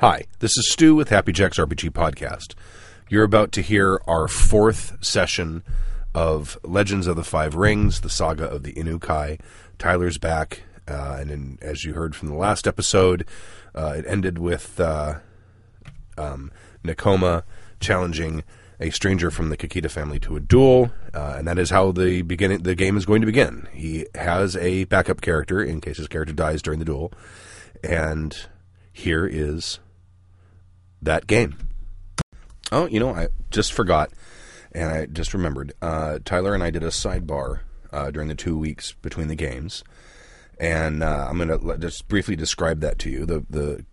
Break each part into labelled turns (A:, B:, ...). A: Hi, this is Stu with Happy Jack's RPG Podcast. You're about to hear our fourth session of Legends of the Five Rings, the saga of the Inukai. Tyler's back, uh, and in, as you heard from the last episode, uh, it ended with uh, um, Nakoma challenging a stranger from the Kakita family to a duel, uh, and that is how the beginning the game is going to begin. He has a backup character in case his character dies during the duel, and here is that game. Oh, you know, I just forgot, and I just remembered. Uh, Tyler and I did a sidebar uh, during the two weeks between the games, and uh, I'm going to just briefly describe that to you. The the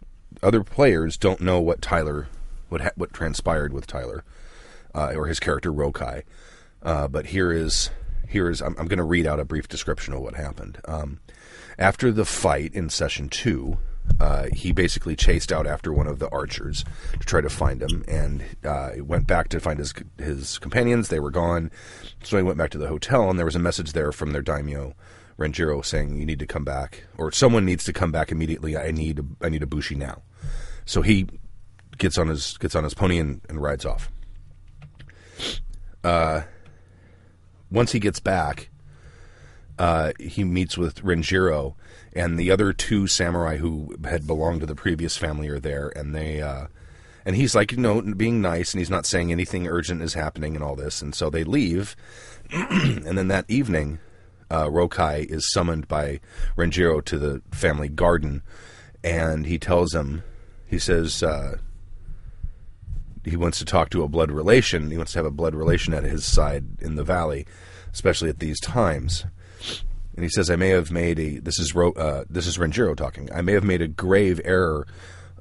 A: other players don't know what Tyler, what ha- what transpired with Tyler, uh, or his character Rokai. Uh, but here is here is I'm, I'm going to read out a brief description of what happened. Um, after the fight in session two, uh, he basically chased out after one of the archers to try to find him, and uh, he went back to find his his companions. They were gone, so he went back to the hotel, and there was a message there from their daimyo. Ranjiro saying you need to come back, or someone needs to come back immediately. I need I need a bushi now. So he gets on his gets on his pony and, and rides off. once he gets back, uh, he meets with Renjiro, and the other two samurai who had belonged to the previous family are there, and they, uh, and he's like, you know, being nice, and he's not saying anything urgent is happening and all this, and so they leave, and then that evening, uh, Rokai is summoned by Renjiro to the family garden, and he tells him, he says, uh, he wants to talk to a blood relation. He wants to have a blood relation at his side in the valley, especially at these times. And he says, "I may have made a this is Ro, uh, this is Renjiro talking. I may have made a grave error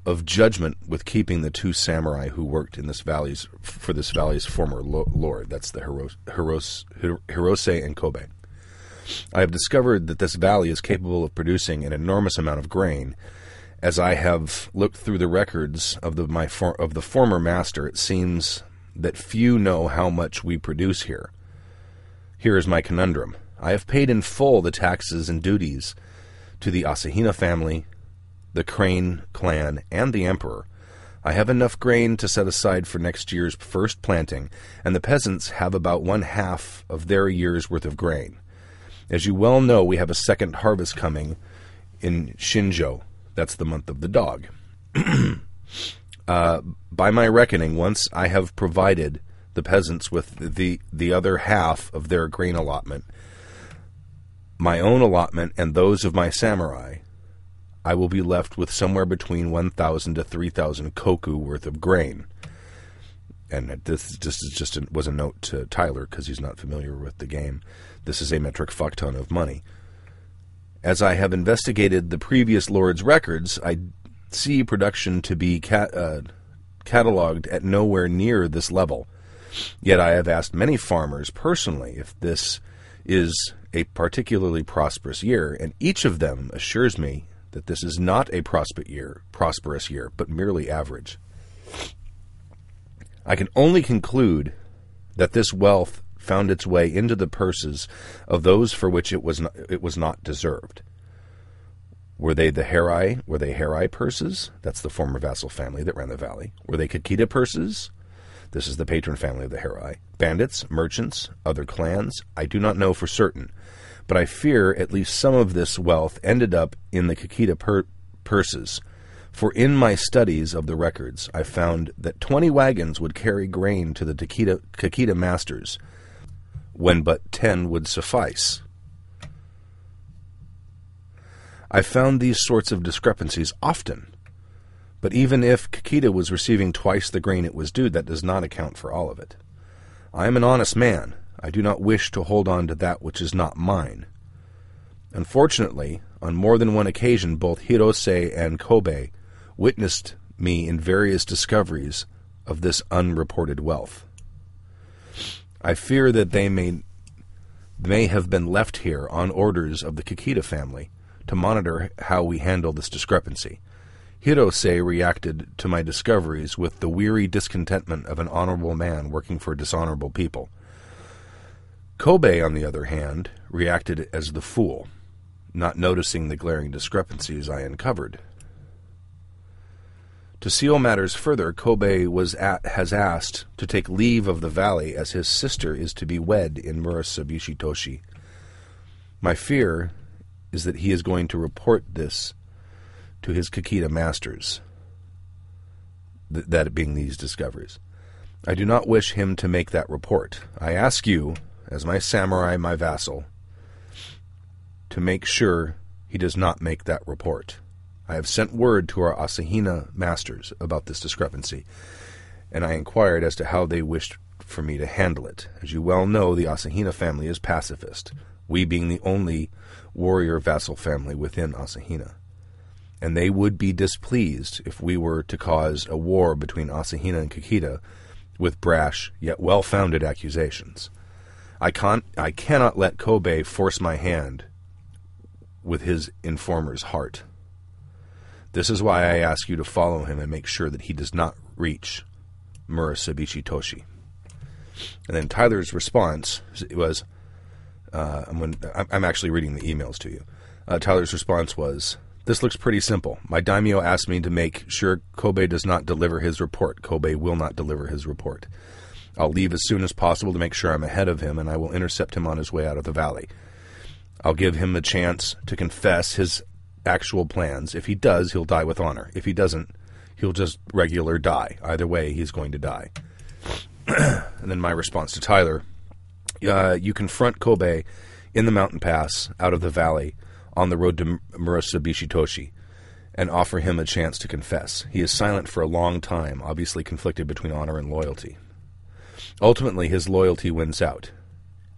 A: of judgment with keeping the two samurai who worked in this valley's for this valley's former lo- lord. That's the Hiros, Hiros, Hir- Hirose and Kobe." I have discovered that this valley is capable of producing an enormous amount of grain. As I have looked through the records of the my for, of the former master, it seems that few know how much we produce here. Here is my conundrum. I have paid in full the taxes and duties to the Asahina family, the Crane clan, and the Emperor. I have enough grain to set aside for next year's first planting, and the peasants have about one half of their year's worth of grain. As you well know, we have a second harvest coming in Shinjo. That's the month of the dog. uh, by my reckoning, once I have provided the peasants with the, the other half of their grain allotment, my own allotment, and those of my samurai, I will be left with somewhere between 1,000 to 3,000 koku worth of grain. And this, this is just a, was a note to Tyler because he's not familiar with the game. This is a metric fuckton of money. As I have investigated the previous lord's records, I see production to be ca- uh, cataloged at nowhere near this level. Yet I have asked many farmers personally if this is a particularly prosperous year, and each of them assures me that this is not a prosper year, prosperous year, but merely average. I can only conclude that this wealth found its way into the purses of those for which it was not, it was not deserved. Were they the Herai? Were they Herai purses? That's the former vassal family that ran the valley. Were they Kakita purses? This is the patron family of the Herai. Bandits, merchants, other clans, I do not know for certain, but I fear at least some of this wealth ended up in the Kakita pur- purses. For in my studies of the records, I found that 20 wagons would carry grain to the Takita, Kakita masters, when but 10 would suffice. I found these sorts of discrepancies often, but even if Kakita was receiving twice the grain it was due, that does not account for all of it. I am an honest man. I do not wish to hold on to that which is not mine. Unfortunately, on more than one occasion, both Hirose and Kobe witnessed me in various discoveries of this unreported wealth. I fear that they may may have been left here on orders of the Kikita family to monitor how we handle this discrepancy. Hirose reacted to my discoveries with the weary discontentment of an honorable man working for dishonorable people. Kobe, on the other hand, reacted as the fool, not noticing the glaring discrepancies I uncovered. To seal matters further, Kobe was at, has asked to take leave of the valley as his sister is to be wed in Murasabishitoshi. Toshi. My fear is that he is going to report this to his Kakita masters, th- that being these discoveries. I do not wish him to make that report. I ask you, as my samurai, my vassal, to make sure he does not make that report. I have sent word to our Asahina masters about this discrepancy, and I inquired as to how they wished for me to handle it. As you well know, the Asahina family is pacifist, we being the only warrior vassal family within Asahina. And they would be displeased if we were to cause a war between Asahina and Kikita with brash yet well founded accusations. I, can't, I cannot let Kobe force my hand with his informer's heart. This is why I ask you to follow him and make sure that he does not reach Murasabishi Toshi. And then Tyler's response was, uh, I'm, going I'm- I'm actually reading the emails to you. Uh, Tyler's response was, This looks pretty simple. My daimyo asked me to make sure Kobe does not deliver his report. Kobe will not deliver his report. I'll leave as soon as possible to make sure I'm ahead of him, and I will intercept him on his way out of the valley. I'll give him the chance to confess his actual plans. If he does, he'll die with honor. If he doesn't, he'll just regular die. Either way, he's going to die. and then my response to Tyler uh, you confront Kobe in the mountain pass out of the valley on the road to Murasabishitoshi and offer him a chance to confess. He is silent for a long time, obviously conflicted between honor and loyalty. Ultimately, his loyalty wins out,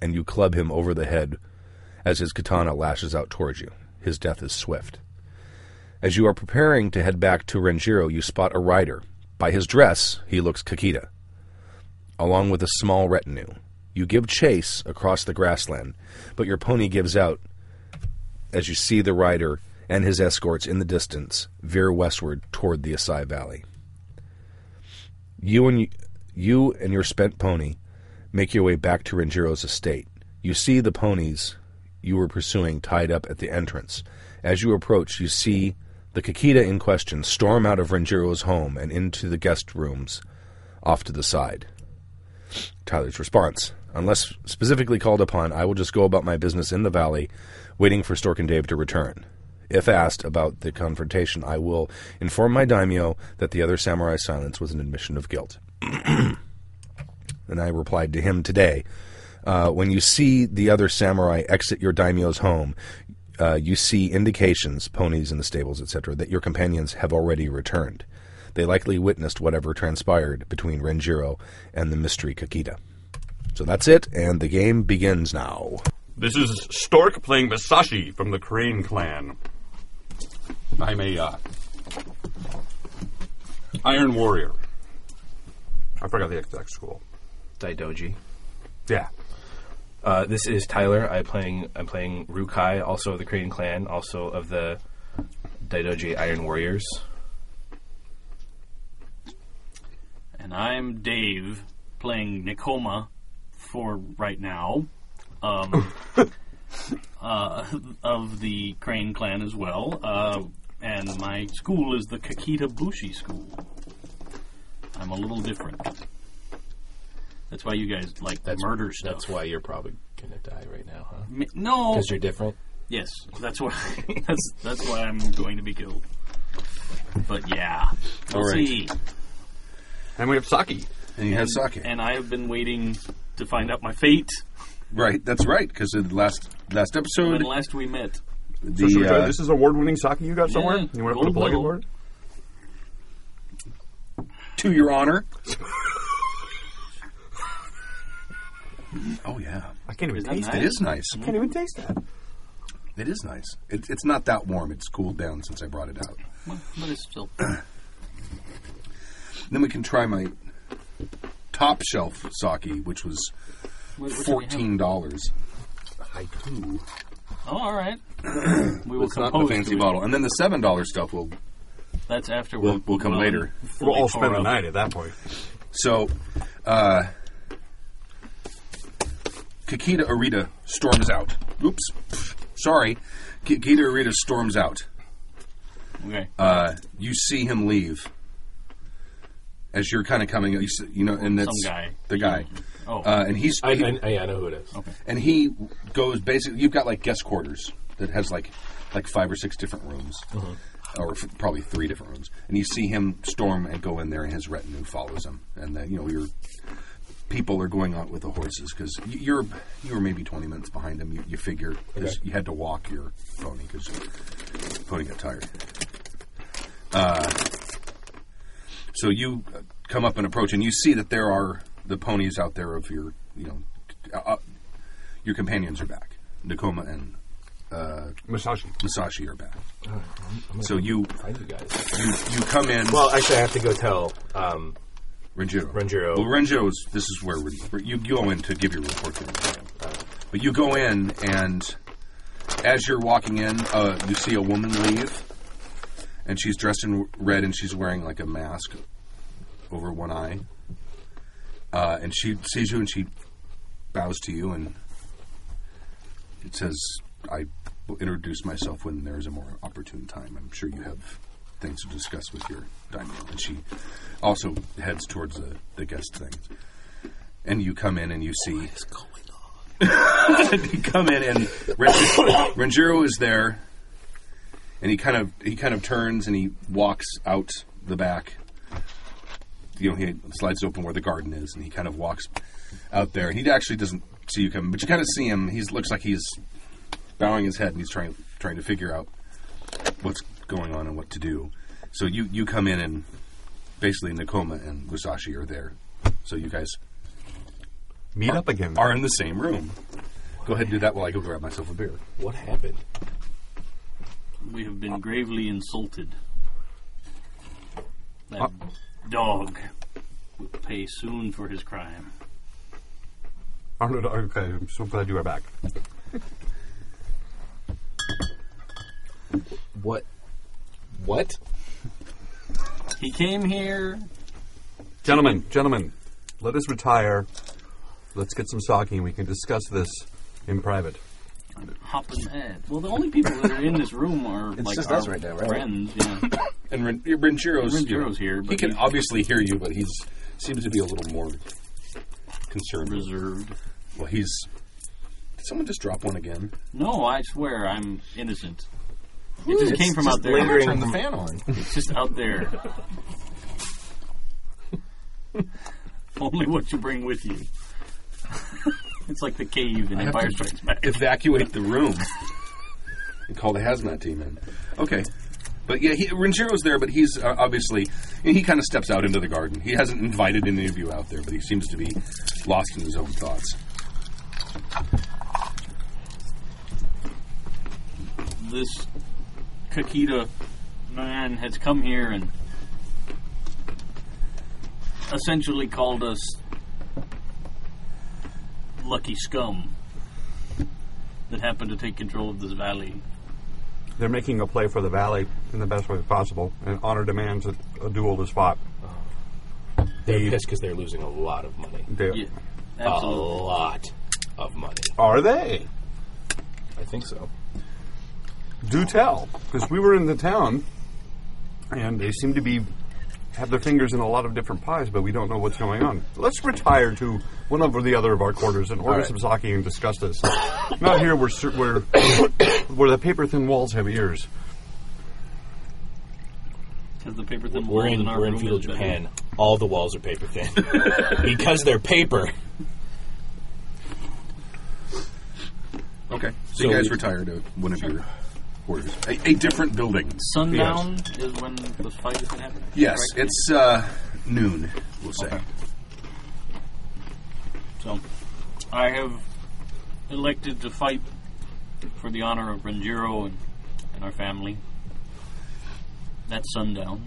A: and you club him over the head as his katana lashes out towards you. His death is swift. As you are preparing to head back to Renjiro, you spot a rider. By his dress, he looks Kakita, along with a small retinue. You give chase across the grassland, but your pony gives out as you see the rider and his escorts in the distance veer westward toward the Asai Valley. You and you and your spent pony make your way back to Renjiro's estate. You see the ponies you were pursuing tied up at the entrance. As you approach, you see the Kakita in question storm out of Renjiro's home and into the guest rooms off to the side. Tyler's response Unless specifically called upon, I will just go about my business in the valley, waiting for Stork and Dave to return. If asked about the confrontation, I will inform my daimyo that the other samurai's silence was an admission of guilt. and I replied to him today uh, when you see the other samurai exit your daimyo's home, uh, you see indications, ponies in the stables, etc., that your companions have already returned. They likely witnessed whatever transpired between Renjiro and the mystery Kakita. So that's it, and the game begins now.
B: This is Stork playing Masashi from the Crane Clan. I'm a uh, Iron Warrior. I forgot the exact school.
C: Daidoji.
B: Yeah.
C: Uh, this is Tyler. I playing. I'm playing Rukai, also of the Korean clan, also of the Daidoji Iron Warriors.
D: And I'm Dave, playing Nikoma for right now, um, uh, of the Crane clan as well. Uh, and my school is the Kakita Bushi school. I'm a little different. That's why you guys like the murder stuff.
C: That's why you're probably gonna die right now, huh?
E: Oh.
D: Mi- no.
C: Because you're different.
D: Yes, that's why. that's that's why I'm going to be killed. But yeah, we'll
B: All right.
D: see.
B: And we have Saki.
A: And you have
D: And I have been waiting to find out my fate.
A: Right, that's right, because the last last episode,
D: When last we met,
A: the, uh,
B: So should we try- this is award winning Saki you got somewhere?
D: uh, Yeah.
B: You want to put a plug in
D: Gold
B: for it?
D: medal.
A: to your honor. oh, yeah.
B: I can't even
D: Is that
B: taste
D: nice?
B: it.
A: It is nice.
B: I can't even taste that.
A: It is nice. It, it's not that warm. It's cooled down since I brought it out.
D: Well, but it's still
A: Then we can try my top shelf sake, which was
D: What- what do we have?
A: fourteen dollars. Haiku.
D: Oh, all right. we will
A: It's not the
D: compose to
A: fancy
D: it.
A: bottle. And then the seven dollar stuff will
D: That's after
A: will
D: we're
A: will come
D: well,
A: later.
D: fully
B: We'll all
D: tore
B: spend the
D: up.
B: night at that point.
A: So, uh, Kikita Arita storms out. Oops, sorry. Kikita Arita storms out.
D: Okay.
A: Uh, you see him leave.
F: as you're kind of coming, you, s- you know, and that's
D: Some guy.
F: the guy,
D: Oh.
F: uh, and he's
E: I, I, I, yeah, I know who it is.
F: and he goes basically. You've got like guest quarters that has like like five or six different rooms, or f- probably three different rooms. And you see him storm and go in there, and his retinue follows him. And then you know your people are going out with the horses because you're you were maybe twenty minutes behind him. You, you figure 'cause you had to walk your pony because pony got tired. Uh, so you uh, come up and approach, and you see that there are the ponies out there of your you know. Uh, uh, your companions are back. Nakoma and
G: Masashi.
F: Masashi are back. So you,
E: Find you guys.
F: you you come in.
E: Well, actually, I have to go tell. Um,
F: Renjiro.
E: Renjiro.
F: Well, Renjiro's. This is where Ren- you go in to give your report to Renjiro. But you go in, and as you're walking in, uh, you see a woman leave, and she's dressed in red, and she's wearing like a mask over one eye. Uh, and she sees you, and she bows to you, and it says, "I will introduce myself when there is a more opportune time. I'm sure you have things to discuss with your daimyo." And she also heads towards the, the guest thing. And you come in and you see. What is going on? you come in and Ren- Renjiro is there, and he kind of he kind of turns and he walks out the back. You know, he slides open where the garden is, and he kind of walks out there. He actually doesn't see you coming, but you kind of see him. He looks like he's bowing his head and he's trying trying to figure out what's going on and what to do. So you you come in and basically Nakoma and Musashi are there. So you guys
G: Meet up again.
F: are in the same room. Go ahead and do that while I go grab myself a beer.
E: what happened?
D: We have been gravely insulted. That
A: Uh,
D: dog will pay soon for his crime.
G: Arnold, okay, I'm so glad you are back.
E: What? What?
D: He came here.
G: Gentlemen, gentlemen, let us retire. Let's get some sake and we can discuss this in private.
D: Hopping head. Well, the only people that are in this room are like
H: just
D: our
H: us right now, right?
D: friends. Yeah.
F: And Ren- Renjiro's,
D: Renjiro's here,
F: He
D: but
F: can
D: he-
F: obviously hear you, but he's seems to be a little more concerned.
D: reserved.
F: Well, he's. Did someone just drop one again?
D: No, I swear I'm innocent. It just came from out there.
H: Turn the fan on.
D: It's just out there. Only what you bring with you. it's like the cave in Empire Strikes Back.
F: Evacuate the room and call the hazmat team in. Okay. But yeah, he, Renjiro's there, but he's uh, obviously. And he kind of steps out into the garden. He hasn't invited any of you out there, but he seems to be lost in his own thoughts.
D: This Kakita man has come here and essentially called us lucky scum that happened to take control of this valley.
G: They're making a play for the valley in the best way possible, and honor demands a, a duel to spot.
E: They're pissed because they're losing a lot of money.
G: They-
D: Yeah,
E: A
D: absolutely.
E: lot of money.
G: Are they?
E: I think so.
G: Do tell, because we were in the town, and they seem to be have their fingers in a lot of different pies, but we don't know what's going on. Let's retire to one over the other of our quarters and order some sake and discuss this. Not here, where cer- where where the paper thin walls have ears.
D: Because the paper thin
E: We're
D: walls
E: in,
D: in our
E: we're in
D: room
E: feudal
D: is better.
E: Japan. All the walls are paper thin because they're paper.
F: Okay. So,
E: So
F: you guys
E: we-
F: retire to one of your quarters. A, a different building.
D: Sundown is when the fight is going to happen.
F: Yes,
D: Right?
F: it's uh, noon, we'll say.
D: So, I have elected to fight for the honor of Renjiro and, and our family. That's sundown.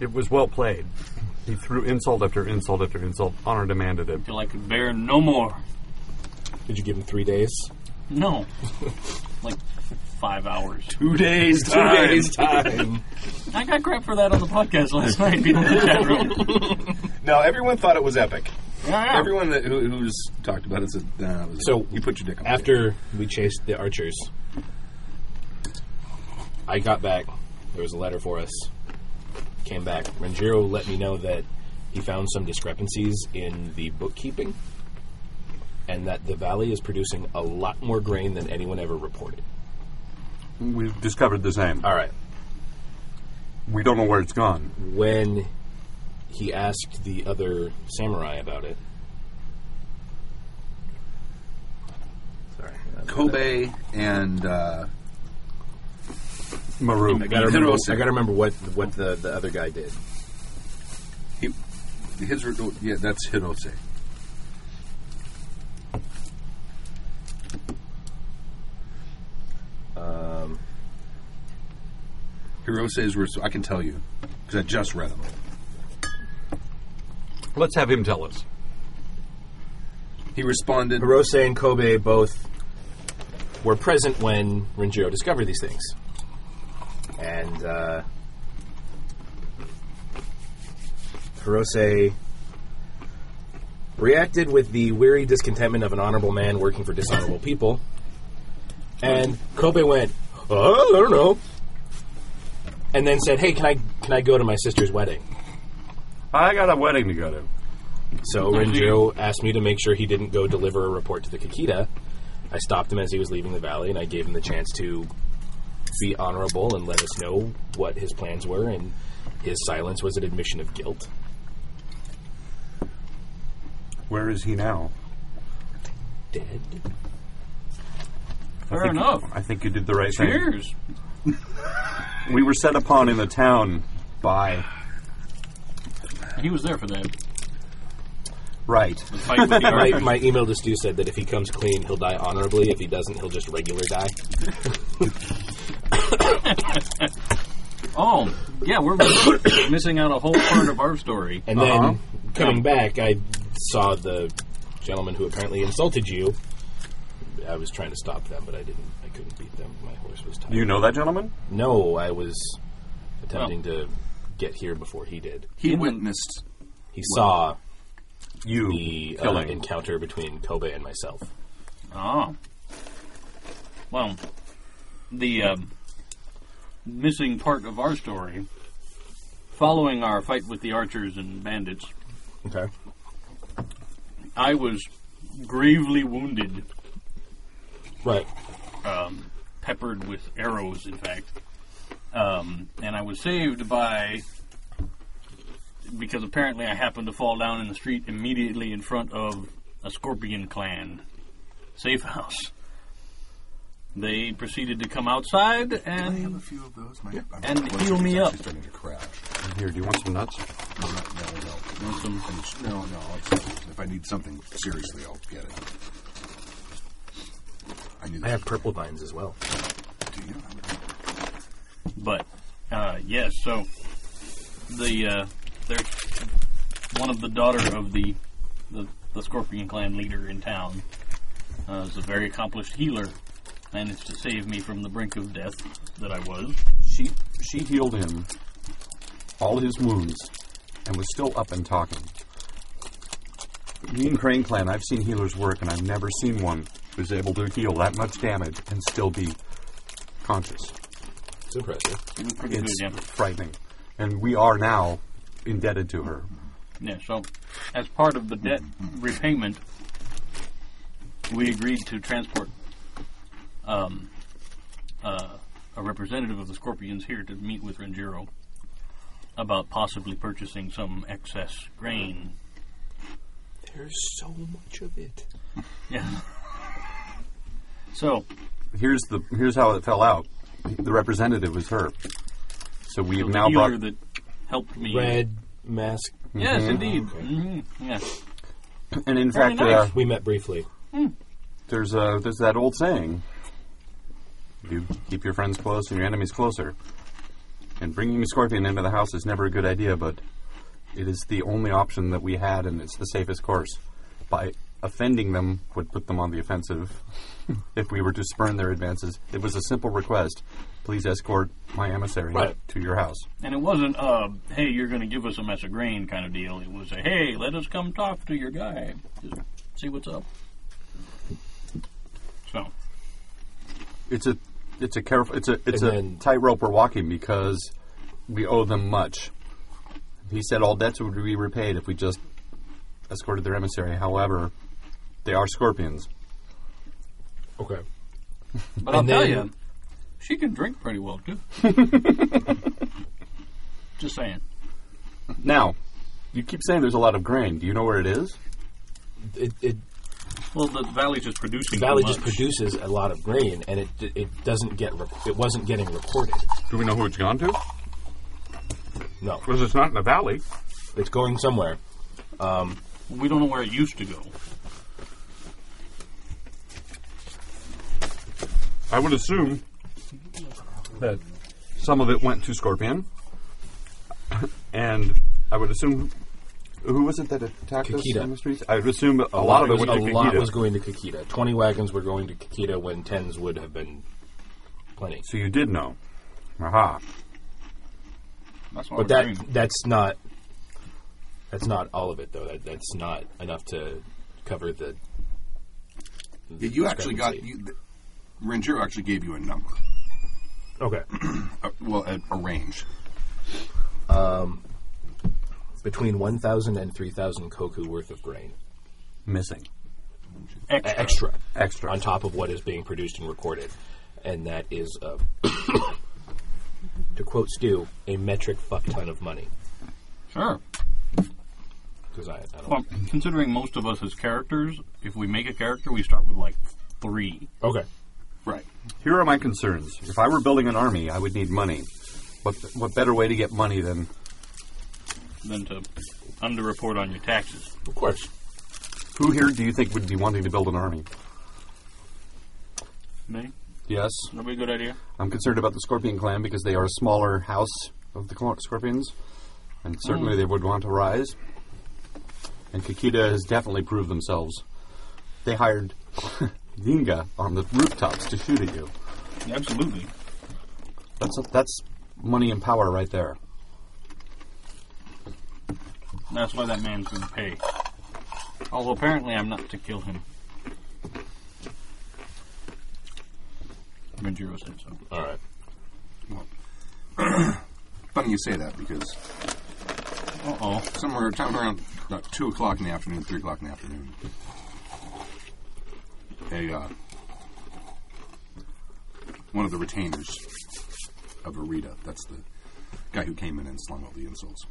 G: It was well played. He threw insult after insult after insult. Honor demanded it.
D: Till I could bear no more.
E: Did you give them three days?
D: No. like five hours.
F: Two days.
E: Two days time.
D: I got crap for that on the podcast last night. People in the chat room.
F: No, everyone thought it was epic.
D: Yeah, yeah.
F: Everyone that who, who's talked about it said, nah, it was
E: So,
F: you put your dick on the table."
E: After we chased the archers, I got back. There was a letter for us. came back. Ranjiro let me know that he found some discrepancies in the bookkeeping and that the valley is producing a lot more grain than anyone ever reported.
G: We've discovered the same.
E: All right.
G: We don't know where it's gone.
E: When he asked the other samurai about it. Sorry.
F: Kobe and uh,
G: Maru.
E: I gotta remember,
F: Hirose.
E: I gotta remember what what the, the other guy did.
F: he, his re- yeah, that's Hirose.
E: Um,
F: Hirose's were I can tell you because I just read them.
G: Let's have him tell us.
F: He responded.
E: Hirose and Kobe both were present when Renjiro discovered these things. And uh, Hirose reacted with the weary discontentment of an honorable man working for dishonorable people. And Kobe went, oh, I don't know. And then said, hey, can I, can I go to my sister's wedding?
G: I got a wedding to go to.
E: So Renjiro asked me to make sure he didn't go deliver a report to the Kikita. I stopped him as he was leaving the valley, and I gave him the chance to be honorable and let us know what his plans were. And his silence was an admission of guilt.
G: Where is he now?
E: Dead.
D: Fair
G: I think-
D: enough.
G: I think you did the right
D: Cheers.
G: thing. We were set upon in the town by.
D: He was there for that.
G: Right.
D: The fight with the
E: My,
D: Archers.
E: my email to Stu said that if he comes clean, he'll die honorably. If he doesn't, he'll just regular die.
D: Oh, yeah, we're missing out a whole part of our story.
E: And then coming back, I saw the gentleman who apparently insulted you. I was trying to stop them, but I didn't. I couldn't beat them. My horse was tired.
G: Do you know that gentleman?
E: No, I was attempting to get here before he did.
F: He
D: Inland.
F: witnessed.
E: He saw
G: You.
E: the uh,
G: Killing.
E: encounter between Kobe and myself.
D: Ah. Well, the um, missing part of our story, following our fight with the archers and bandits,
E: Okay.
D: I was gravely wounded,
E: Right.
D: um, peppered with arrows, in fact. Um, and I was saved by. Because apparently I happened to fall down in the street immediately in front of a Scorpion Clan safe house. They proceeded to come outside
F: I have
D: and
F: a few of those. My, I'm-
D: And
F: one of
D: heal
F: them's
D: me
F: actually
D: up.
F: Starting to crash.
G: Here, do you want some nuts?
F: No, no, no. No, some- some- no, no. it's- If I need something seriously, I'll get it. I knew
E: I
F: that.
E: have purple vines as well.
F: Do you?
D: But uh, yes, so the uh, there's one of the daughter of the the, the Scorpion Clan leader in town uh, is a very accomplished healer. Managed to save me from the brink of death that I was.
G: She she healed him all his wounds and was still up and talking. Me and Crane Clan, I've seen healers work, and I've never seen one who's able to heal that much damage and still be conscious.
E: It's impressive.
D: It was pretty
G: It's
D: good, yeah.
G: frightening, and we are now indebted to her.
D: Yeah, so as part of the debt repayment, we agreed to transport um, uh, a representative of the Scorpions here to meet with Renjiro about possibly purchasing some excess grain.
E: There's so much of it.
D: Yeah. so
G: Here's the here's how it fell out. The representative was her, so we
D: the
G: have now
D: healer
G: brought.
D: that helped me.
E: Red mask.
G: Hmm.
D: Yes, indeed. Mhm, Yes.
G: And in
D: Very
G: fact,
D: nice.
G: uh,
E: We met briefly.
G: there's uh, there's that old saying: "You keep your friends close and your enemies closer." And bringing a scorpion into the house is never a good idea, but it is the only option that we had, and it's the safest course. By offending them would put them on the offensive. if we were to spurn their advances, it was a simple request: "Please escort my emissary
E: Right.
G: to your house."
D: And it wasn't, uh, hey, you're going to give us a mess of grain kind of deal. It was a, hey, let us come talk to your guy. Just see what's up. So,
G: it's a it's a careful it's a it's a
E: And then-
G: tightrope we're walking because we owe them much.
I: He said all debts would be repaid if we just escorted their emissary. However, they are scorpions.
E: Okay.
D: But I'll
E: And
D: tell
E: then-
D: you, she can drink pretty well too. Just saying.
I: Now, you keep saying there's a lot of grain. Do you know where it is?
E: It, it
D: Well, the valley's just producing.
E: Valley
D: too
E: just
D: much.
E: produces a lot of grain, and it it doesn't get rep- it wasn't getting reported.
G: Do we know who it's gone to?
E: No,
G: Because it's not in the valley.
E: it's going somewhere.
D: We don't know where it used to go.
G: I would assume that some of it went to Scorpion, and I would assume who was it that attacked us
E: Kikita.
G: on the streets? I would assume a, lot, of it
E: was,
G: went
E: a
G: to Kikita.
E: lot was going to Kikita. Twenty wagons were going to Kikita when tens would have been plenty.
G: so you did know. Aha.
D: That's
F: Oh,
D: what
E: But
D: we're
E: that
D: doing.
E: that's not that's not all of it though. That that's not enough to cover the.
F: Yeah, you actually got
E: discrepancy.
F: you. th- Rangiero actually gave you a number.
E: okay
F: Uh, well, a, a range.
E: between 1,000 and 3,000 koku worth of grain
G: Missing.
E: E- extra
G: Extra.
E: on top of what is being produced and recorded, and that is, uh, to quote Stu, a metric fuck ton of money.
D: Sure.
E: Because I, I don't.
D: Well, considering most of us as characters, if we make a character, we start with like three.
E: Okay,
F: Right.
G: Here are my concerns. If I were building an army, I would need money. What what better way to get money than
D: than to underreport on your taxes.
E: of course.
G: who here do you think would be wanting to build an army?
D: Me?
G: Yes.
D: That'd be a good idea.
G: I'm concerned about the Scorpion clan because they are a smaller house of the cl- Scorpions, and certainly they would want to rise. And Kikita has definitely proved themselves. They hired Ninga on the rooftops to shoot at you.
D: Absolutely.
G: That's that's money and power right there.
D: That's why that man's going to pay. Although apparently I'm not to kill him. Manjiro said so.
E: All right.
F: Well, funny you say that because
D: Uh oh.
F: somewhere time around about two o'clock in the afternoon, three o'clock in the afternoon, a uh, one of the retainers of Arita, that's the guy who came in and slung all the insults,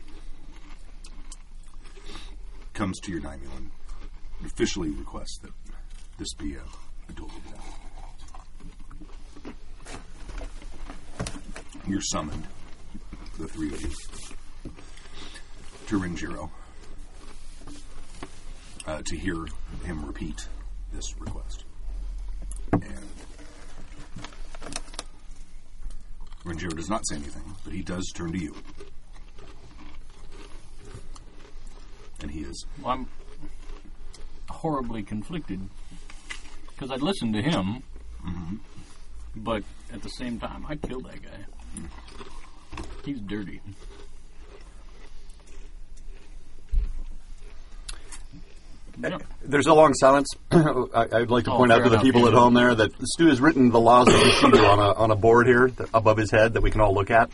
F: comes to your nine and officially requests that this be a, a duel of death. You're summoned, the three of you to Rinjiro uh, to hear him repeat this request. And Rinjiro does not say anything, but he does turn to you. And he is.
D: Well, I'm horribly conflicted because I'd listen to him, but at the same time, I killed that guy. He's dirty. Yeah.
G: There's a long silence. I, I'd like to
D: Oh,
G: point out
D: fair
G: to the
D: enough,
G: people
D: yeah.
G: at home there that Stu has written the laws of Bushido on a, on a board here that, above his head that we can all look at.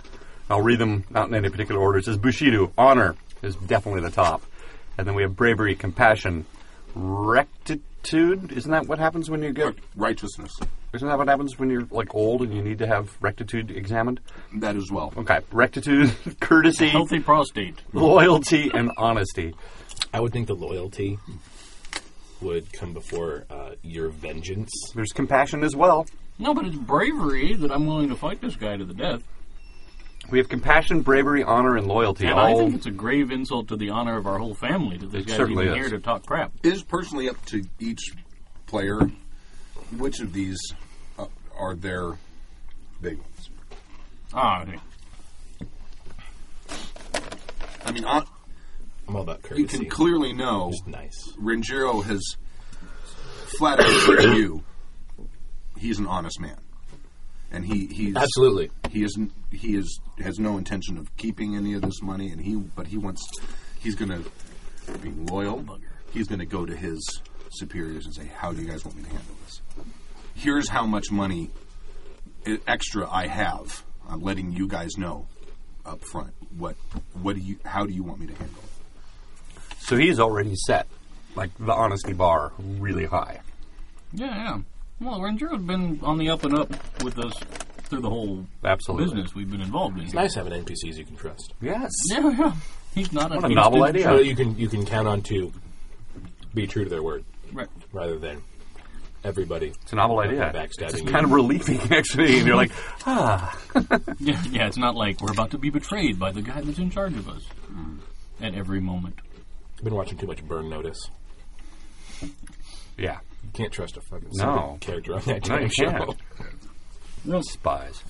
G: I'll read them not in any particular order. It says Bushido, honor is definitely the top. And then we have bravery, compassion, rectitude. Isn't that what happens when you get.
F: Righteousness.
G: Isn't that what happens when you're like old and you need to have rectitude examined?
F: That as well.
G: Okay, rectitude, courtesy,
D: Healthy prostate.
G: loyalty, and honesty.
E: I would think the loyalty would come before uh, your vengeance.
G: There's compassion as well.
D: No, but it's bravery that I'm willing to fight this guy to the death.
G: We have compassion, bravery, honor, and loyalty.
D: And I
G: all
D: think it's a grave insult to the honor of our whole family that this
G: It
D: guy's
G: certainly
D: even
G: is.
D: here to talk crap.
F: It is personally up to each player which of these uh, are their big ones.
D: Ah, okay.
F: I mean, hon-
E: I'm all about courtesy.
F: you can clearly know
E: Just nice.
F: Rangero has flat out said to you, he's an honest man, and he he's
E: Absolutely.
F: he is he is has no intention of keeping any of this money, and he but he wants he's going to be loyal. He's going to go to his superiors and say, "How do you guys want me to handle this? Here's e, how much money i- extra I have. I'm letting you guys know up front. What what do you how do you want me to handle it?
G: So he's already set, like the honesty bar, really high.
D: Yeah, yeah. Well, Rangero's been on the up and up with us through the whole
G: Absolutely.
D: business we've been involved in.
C: It's nice having NPCs you can trust.
G: Yes.
D: Yeah, yeah. He's not
G: What a novel idea.
D: instant-
C: So you can you can count on to be true to their word
D: Right.
C: rather than everybody.
G: It's a novel idea.
C: Backstabbing
G: It's
C: you.
G: kind of relieving, actually. And you're like,
D: Yeah, yeah, it's not like we're about to be betrayed by the guy that's in charge of us
G: Hmm.
D: at every moment.
C: I've been watching too much Burn Notice.
G: yeah,
C: You can't trust a fucking
G: No.
C: single character on that
G: No,
C: damn
G: you
C: show.
G: can't. spies.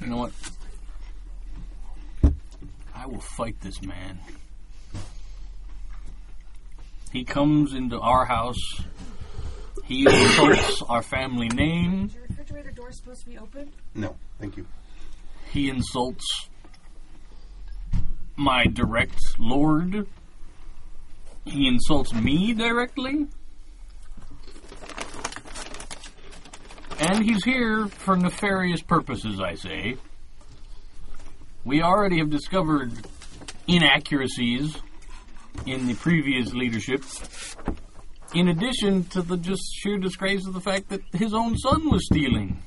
D: You know what? I will fight this man. He comes into our house. He insults our family name.
J: Is your refrigerator door supposed to be open?
F: No, thank you.
D: He insults my direct lord. He insults me directly. And he's here for nefarious purposes, I say. We already have discovered inaccuracies in the previous leadership, in addition to the just sheer disgrace of the fact that his own son was stealing.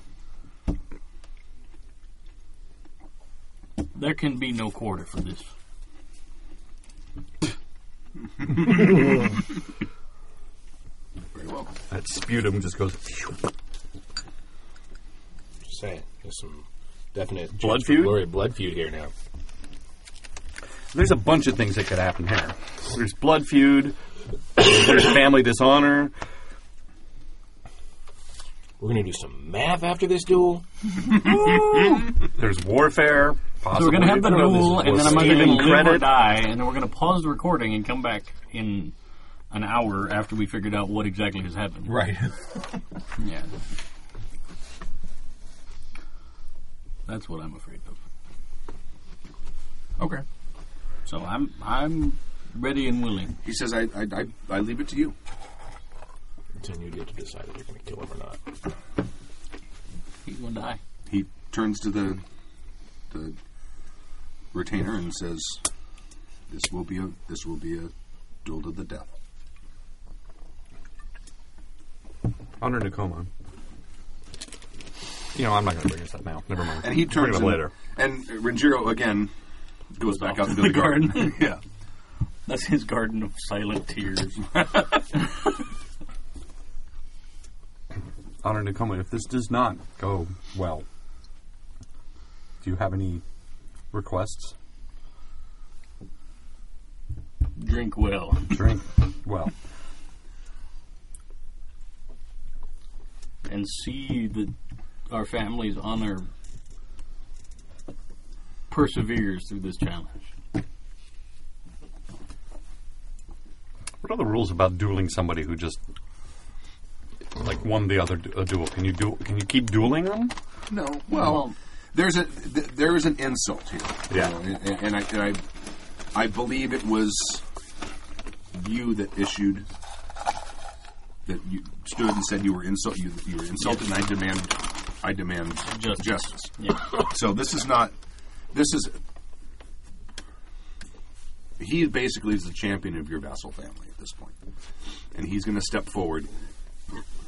D: There can be no quarter for this.
F: Very well.
B: That sputum just goes.
C: Just saying, there's some definite
G: Blood
C: chance for
G: feud?
C: glory blood feud here now.
G: There's a bunch of things that could happen here. There's blood feud. there's family dishonor.
C: We're gonna do some math after this duel.
G: There's warfare. Possibly.
D: So we're gonna have the
G: I don't know,
D: duel,
G: this
D: and
G: was
D: then I'm either
G: stealing
D: gonna live or
G: credit.
D: die, and then we're gonna pause the recording and come back in an hour after we figured out what exactly has happened.
A: Right.
D: Yeah. That's what I'm afraid of. Okay. So I'm I'm ready and willing.
F: He says I I, I, I leave it to you.
C: It's on you to decide if you're gonna kill him or not.
D: He's gonna die.
F: He turns to the the retainer and says, "This will be a this will be a duel to the death."
B: Honor Nakoma.
G: You know, I'm not gonna bring this up now. Never mind.
F: And he
G: Bring it
F: turns
G: up
F: and-
G: later.
F: And Renjiro again goes back out into the,
D: the garden.
F: garden. yeah.
D: That's his garden of silent tears.
G: Honor to come. If this does not go well, do you have any requests?
D: Drink well.
G: Drink. Well,
D: and see that our family's honor perseveres through this challenge.
G: what are the rules about dueling somebody who just like won the other du- a duel? Can you do? Can you keep dueling them?
F: No. Well,
D: Well-
F: there's a th- there is an insult here. you
G: Yeah.
F: know, and, and- and I and I, I believe it was you that issued that you stood and said you were insult you, you were insulted, and I demand I demand
D: Justice.
F: justice.
D: Yeah.
F: So this is not. This is. He basically is the champion of your vassal family at this point, and he's going to step forward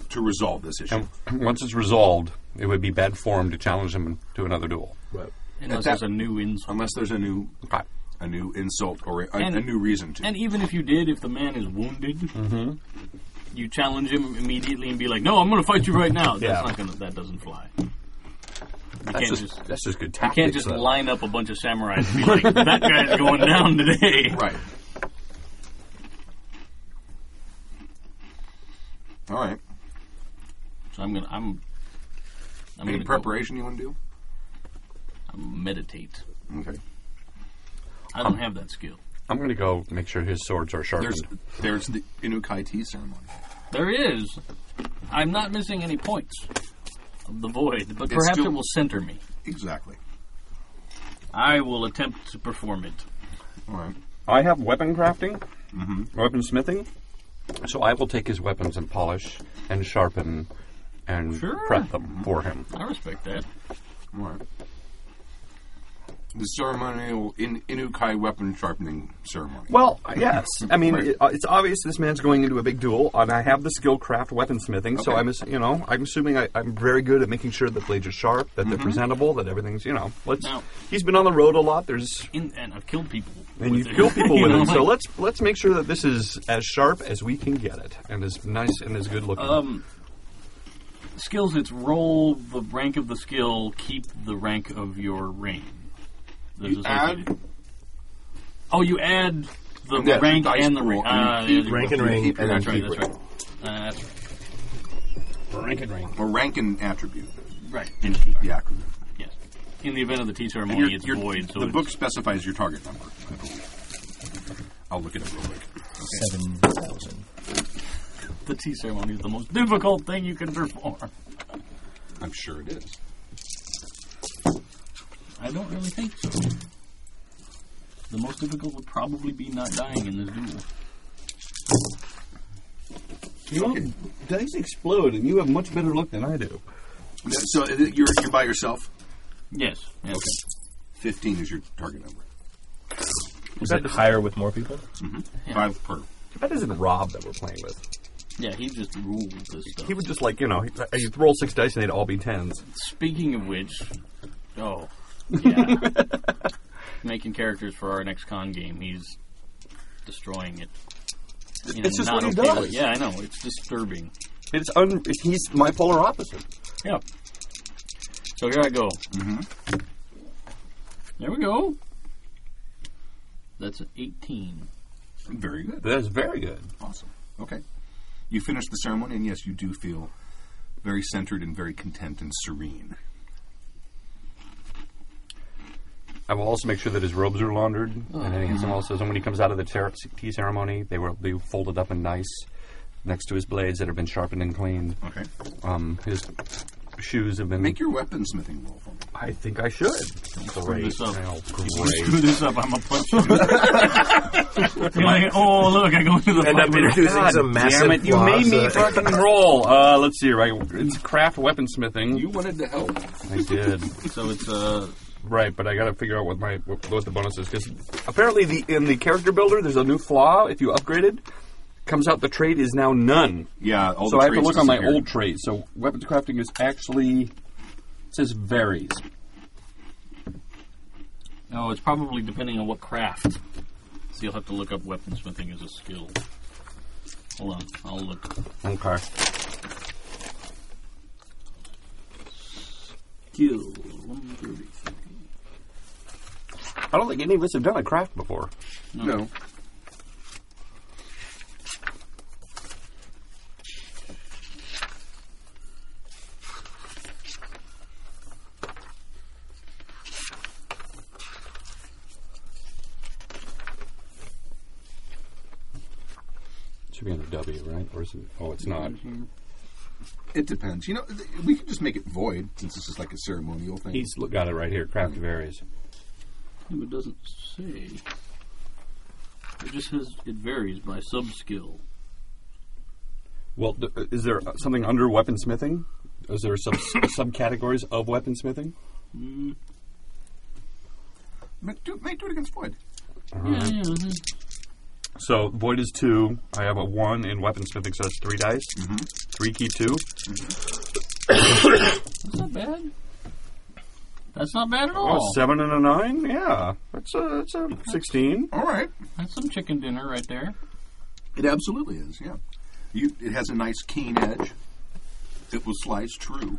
F: to resolve this issue.
G: And once it's resolved, it would be bad form to challenge him to another duel.
C: But
D: Unless
F: that-
D: there's a new insult.
F: Unless there's a new
G: Okay.
F: a new insult or a,
D: And-
F: a new reason to.
D: And even if you did, if the man is wounded, you challenge him immediately and be like, "No, I'm going to fight you right now."
G: Yeah.
D: That's not going to. That doesn't fly. You
G: That's
D: can't
G: just,
D: just.
G: that's just good
D: you
G: tactics.
D: can't just
G: though.
D: line up a bunch of samurais and be like, that guy's going down today.
F: right. All right.
D: So I'm gonna, I'm, I'm
F: Any
D: gonna
F: preparation you want to
D: Go, I'm meditate.
F: do? Okay.
D: I don't have that skill.
G: I'm going to go make sure his swords are sharpened.
F: There's there's the Inukai tea ceremony.
D: There is. I'm not missing any points of the void, but perhaps
F: still-
D: it will center me.
F: Exactly.
D: I will attempt to perform it.
F: All right.
G: I have weapon crafting,
D: Mm-hmm.
G: weapon smithing, so I will take his weapons and polish and sharpen and
D: Sure.
G: prep them for him.
D: I respect that.
F: All right. The ceremonial in, Inukai weapon sharpening ceremony.
B: Well, yes. I mean,
F: Right.
B: it, uh, it's obvious this man's going into a big duel, and I have the skill craft weaponsmithing, so
F: Okay.
B: I'm, ass- you know, I'm assuming I, I'm very good at making sure the blades are sharp, that they're presentable, that everything's, you know, let's.
D: Now-
B: He's been on the road a lot. There's
D: In, and I've killed people.
B: and
D: with
B: you've
D: it.
B: killed people
D: You
B: with
D: know,
B: it. So
D: like-
B: let's let's make sure that this is as sharp as we can get it, and as nice and as good looking.
D: Um, skills, it's roll the rank of the skill, keep the rank of your ring. Those
F: You
D: are associated.
F: add-
D: Oh, you add the
F: Yeah,
D: rank
F: dice
D: and the ring.
F: roll, and you
D: Ah,
F: keep-
C: Rank and
F: you
C: ring,
F: keep
C: and
F: your
C: that's
D: yeah,
F: attribute.
D: that's right. That's right. Uh, that's right.
C: Rank and rank.
F: Or rank and attribute.
D: Right.
F: In the acronym.
D: Yes. In the event of the tea
F: And
D: ceremony,
F: your-
D: it's
F: your-
D: void. So
F: the
D: it's,
F: book specifies your target number. I believe. I'll look at it real quick.
K: Seven thousand.
D: the tea ceremony is the most difficult thing you can perform.
F: I'm sure it is.
D: I don't really think so. The most difficult would probably be not dying in this duel.
B: you know, dice explode, and you have much better luck than I do.
F: So uh, you're, you're by yourself.
D: Yes. yes.
F: Fifteen is your target number. Mm-hmm.
C: Is it higher with more people?
F: Five per.
B: That isn't Rob that we're playing with.
D: Yeah, he just ruled this stuff.
B: He would just like you know, he'd- he'd roll six dice and they'd all be tens.
D: Speaking of which, oh, yeah. Making characters for our next con game, he's destroying it. You know,
B: It's just
D: not
B: what he
D: okay with-
B: does.
D: Yeah, I know. It's disturbing.
B: It's un. He's my polar opposite.
D: Yeah. So here I go. Mm-hmm. There we go. That's an 18.
F: Very good.
B: That's very good.
F: Awesome. Okay. You finish the ceremony, and yes, you do feel very centered and very content and serene.
G: I will also make sure that his robes are laundered and anything else. And when he comes out of the ter- tea ceremony, they will be folded up and nice next to his blades that have been sharpened and cleaned.
F: Okay.
G: Um, his shoes have been.
F: Make your weaponsmithing roll for me.
B: I think I should.
D: Screw this up.
G: Oh,
D: If
G: great.
D: you Screw this up. I'm a punch. you. You're like, oh, look, I go into the
C: End up
D: fight with a
C: introducing
G: God
C: some massive.
G: damn it! You made me
C: plaza.
G: fucking roll. Uh, let's see, right? It's craft weaponsmithing.
F: You wanted to help.
G: I did.
D: So it's uh,
G: Right, but I gotta figure out what my what, what the bonus is because
B: Apparently, the in the character builder, there's a new flaw. If you upgrade it, comes out the trait is now none.
F: Yeah. All
G: so
F: the
G: I have to
F: traits
G: look on my
F: disappeared.
G: old trait. So weapons crafting is actually it says varies.
D: no, it's probably depending on what craft. So you'll have to look up weaponsmithing as a skill. Hold on, I'll look.
G: Okay.
D: Skill 133.
G: I don't think any of us have done a craft before.
F: No.
G: It should be under W, right? Or is it? Oh, it's not.
D: Hmm,
F: It depends. You know, th- we could just make it void since this is like a ceremonial thing.
G: He's look, got it right here. Craft varies.
D: Ooh, It doesn't say. It just says it varies by sub skill.
G: Well, th- is there uh, something under weaponsmithing? Is there sub subcategories of weaponsmithing?
F: Make- do, make, do it against void.
D: Yeah, yeah, yeah.
G: So void is two. I have a one in weaponsmithing, so that's three dice. Three key two.
D: That's not bad. That's not bad at all.
G: Oh, seven and a nine. Yeah, that's a that's a sixteen.
F: All right.
D: That's some chicken dinner right there.
F: It absolutely is. Yeah. You. It has a nice keen edge. It will slice true.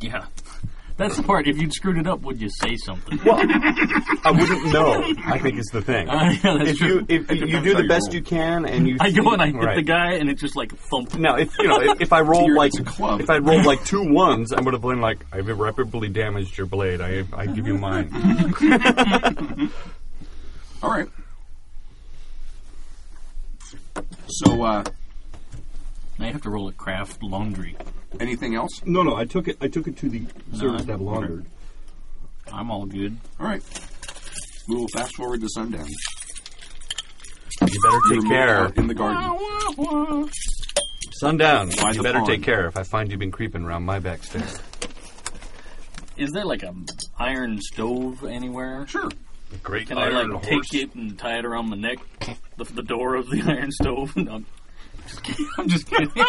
D: Yeah. That's the part. If you'd screwed it up, would you say something?
G: I wouldn't know. I think is the thing.
D: Uh, yeah, that's
B: If
D: true.
B: you if you, you
F: depends
B: do
F: how
B: the
F: you
B: best
F: roll.
B: you can, and you
D: I go and I hit
G: think-
D: the
G: right.
D: guy, and it's just like a thump.
B: Now, if you know, if, if I rolled
F: You're-
B: like
F: it's a club.
B: if I rolled like two ones, I would have been like, I've irreparably damaged your blade. I I give you mine.
F: All right. So, uh,
D: Now you have to roll a craft laundry.
F: anything else?
G: No, no, I took it. I took it to the service that laundered.
D: I'm all good.
F: All right. We will fast forward to sundown.
B: you better
F: You're out In the
D: Ah,
F: garden.
B: Sundown.
F: Find
B: you
F: the
G: Better
F: pond.
G: take care if I find you've been creeping around my back stairs.
D: Is there like a iron stove anywhere?
F: Sure.
B: Great
D: Can I
B: iron
D: like
B: horse.
D: take it and tie it around my neck, the, the door of the iron stove? No, I'm just kidding. I'm just kidding.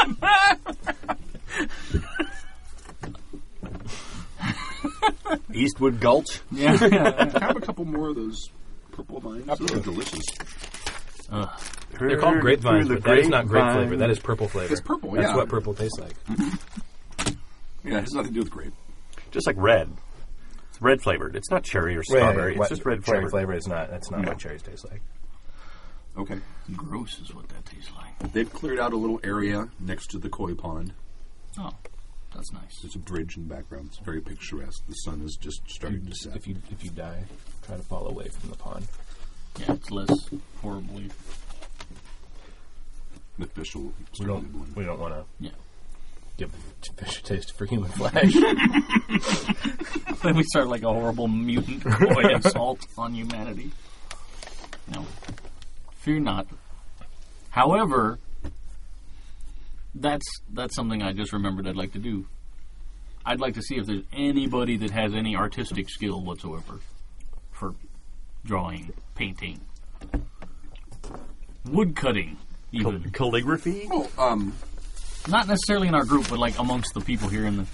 G: Eastwood Gulch.
F: Have a couple more of those purple vines. Those are delicious.
C: They're called grapevines,
B: Through the
C: but that is not grape
B: grapevine.
C: flavor. That is purple flavor.
F: It's purple,
C: That's
F: yeah.
C: what purple tastes like.
F: Yeah, it has nothing to do with grape.
G: Just like red. It's red flavored. It's not cherry or strawberry. it's just red
C: cherry
G: flavored.
C: flavor. It's not. That's not
F: No.
C: what cherries taste like.
F: Okay.
D: Gross is what that tastes like.
F: They've cleared out a little area next to the koi pond.
D: Oh, that's nice.
F: There's a bridge in the background. It's very picturesque. The sun is just starting to set.
C: If you if you die, try to fall away from the pond.
D: Yeah, it's less horribly.
F: The fish will
C: We
F: start nibbling.
C: don't. We don't want to
D: Yeah.
C: give fish a taste for human flesh.
D: Then we start like a horrible mutant boy assault on humanity. No. Fear not. However, that's that's something I just remembered I'd like to do. I'd like to see if there's anybody that has any artistic skill whatsoever for drawing, painting, wood cutting, even.
G: Cal- calligraphy?
F: Oh, um,
D: Not necessarily in our group, but like amongst the people here in the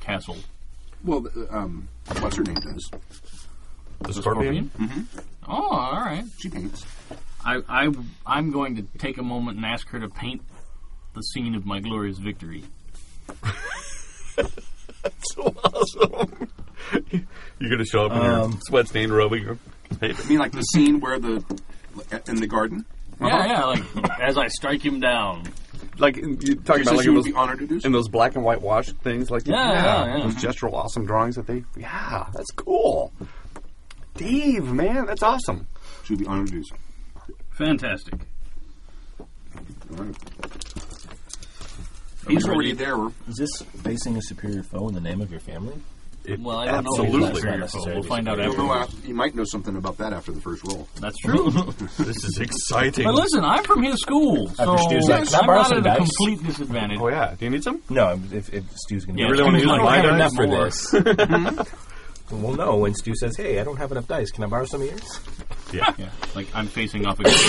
D: castle.
F: well, th- um, what's her name does?
G: The
D: Scorpion? Mm-hmm. Oh, all right.
F: She paints.
D: I, I, I'm going to take a moment and ask her to paint the scene of my glorious victory.
G: so awesome. Um, You're gonna show up in your sweat stained robe. and go, Hey,
F: I mean, like the scene where the in the garden.
D: Yeah, yeah, like as I strike him down.
G: like you talking
F: She
G: about
F: says
G: like
F: she
G: in
F: would
G: those,
F: be honored to do so.
G: in those black and white wash things, like
D: Yeah, yeah, yeah.
G: those gestural awesome drawings that they. Yeah, that's cool. Dave, man, that's awesome.
F: She would be honored to do so.
D: Fantastic.
F: All right.
D: He's
F: He's
D: already
F: already there.
C: Is this facing a superior foe in the name of your family?
G: It-
D: Well, I don't know if he's
G: absolutely.
D: superior foe. We'll find out
F: You'll know
D: after.
F: after, you might know something about that after the first roll.
D: That's true.
G: This is exciting.
D: but listen, I'm from his school, so
C: Stu's like, "Can I
D: I'm
C: borrow
D: not
C: some
D: at a
C: dice?"
D: complete disadvantage.
G: oh yeah, do you need some?
C: No, I'm- if, if Stu's going to
D: Yeah,
C: be
D: really wanna use
C: I don't
D: my
C: have enough
D: dice
C: for
D: more.
C: this.
G: Mm-hmm.
C: we'll know when Stu says, "Hey, I don't have enough dice. Can I borrow some of yours?"
D: Yeah, like I'm facing off against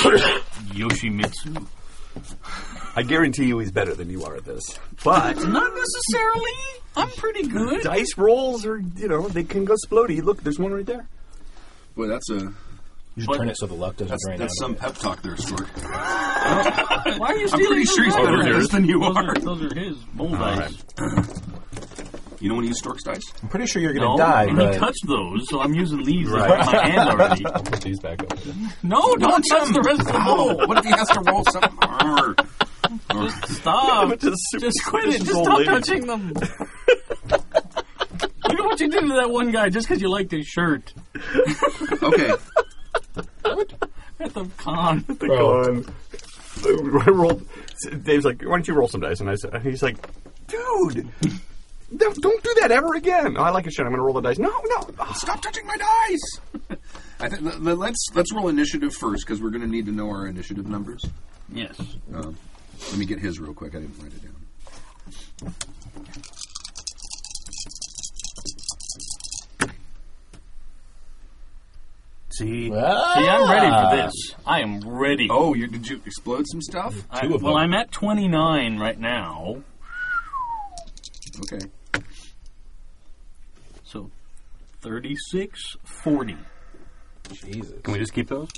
D: Yoshimitsu.
G: I guarantee you, he's better than you are at this. But
D: Not necessarily. I'm pretty good.
G: dice rolls are, you know, they can go splody. Look, there's one right there.
F: Boy, that's a
C: You should
D: But-
C: turn it so the luck doesn't
F: that's,
C: drain
F: that's
C: out.
F: some pep talk there, Stork.
D: Why are you
F: I'm
D: stealing
F: pretty
D: his
F: sure he's
D: dice?
F: better at this than you
D: Those
F: are.
D: are, those are his bullseyes.
F: You know when to use Stork's dice?
C: I'm pretty sure you're going
D: No,
C: to die,
D: and
C: but
D: he touched those, so I'm using these as
C: Right.
D: my hand already.
C: I'll put these back up.
D: No, don't touch the rest of the
F: Oh,
D: bowl.
F: what if he has to roll something hard?
D: Stop.
G: Just
D: Just quit it.
G: superstitious
D: Just
G: old
D: stop
G: lady.
D: touching them. you know what you did to that one guy just because you liked his shirt
F: Okay.
D: at the con.
C: Bro.
G: Um, I rolled. Dave's like, "Why don't you roll some dice?" And I said, "He's like, dude, no, don't do that ever again." "Oh, I like your shit. I'm gonna roll the dice. No, no, ah,
F: Stop touching my dice! I think let- let- let's let's roll initiative first because we're going to need to know our initiative numbers.
D: Yes.
F: Um, let me get his real quick. I didn't write it down.
G: see,
C: Ah,
D: See, I'm ready for this. I am ready.
F: Oh, you, did you explode some stuff?
D: I, well, I'm at 29 right now,
F: Okay.
D: so 36, 40.
C: Jesus.
G: can we just keep those?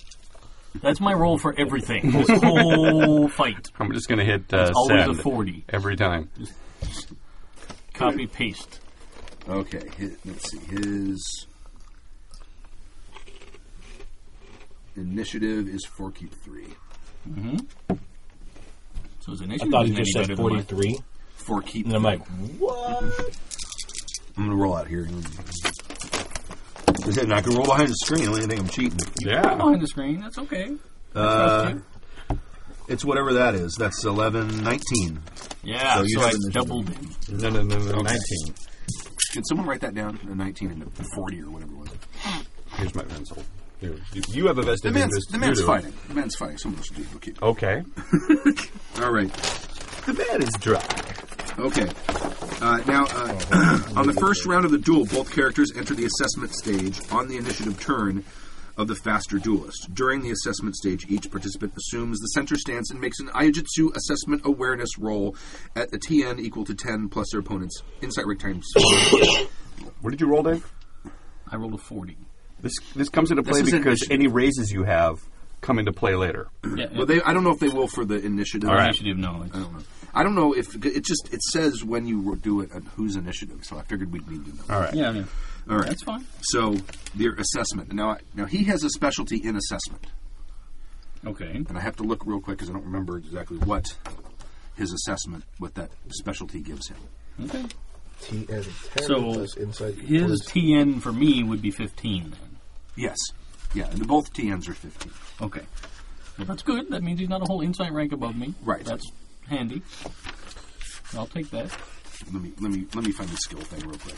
D: That's my roll for everything. This whole fight.
G: I'm just gonna hit uh,
D: Always a
G: send
D: 40.
G: every time.
D: Copy paste.
F: Okay. Hit, let's see. His initiative is four keep three.
D: So his initiative
C: I thought he
D: isn't
C: just
D: any
C: said
D: better than mine.
C: 43,
F: Four keep.
C: and I'm like, "What?"
F: I'm gonna roll out here. And I can roll behind the screen. I don't even think I'm cheating.
G: Yeah,
D: behind the screen. That's okay.
F: Uh, it's whatever that is. That's 11, 19.
D: Yeah,
F: So you
D: so,
F: have
D: I
F: initiative.
D: doubled.
G: no, no, no, no.
F: Okay.
G: Nineteen.
F: Did someone write that down? A 19 and a 40 or whatever it was.
G: Here's my pencil. Here, you, you have a
F: The
G: vested
F: man's,
G: interest.
F: the
G: You
F: man's
G: do.
F: fighting. The man's fighting. Someone should be able to keep.
G: Okay,
F: All right.
G: the bed is dry.
F: Okay. Uh, now, uh, on the first round of the duel, both characters enter the assessment stage on the initiative turn of the faster duelist. During the assessment stage, each participant assumes the center stance and makes an Aijutsu assessment awareness roll at a TN equal to 10 plus their opponent's insight rate times.
B: What did you roll, Dave?
D: I rolled a 40.
B: This this comes into play
F: This is
B: because
F: initiative.
B: any raises you have come into play later.
D: Yeah,
F: well, they, I don't know if they will for the initiative.
D: all right. initiative, no.
F: I don't know. I don't know if it just it says when you do it and whose initiative. So I figured we'd need to know.
B: All right.
D: Yeah, yeah.
F: All right.
D: That's fine.
F: So their assessment. Now, I, now he has a specialty in assessment,
D: Okay.
F: and I have to look real quick because I don't remember exactly what his assessment, what that specialty gives him.
D: Okay.
E: TN10
D: So,
E: plus insight.
D: His
E: equals-
D: TN for me would be 15 then.
F: Yes. Yeah, and both TNs are 15.
D: Okay. Well, that's good. That means he's not a whole insight rank above me.
F: Right.
D: That's handy. I'll take that.
F: Let me let me let me find the skill thing real quick.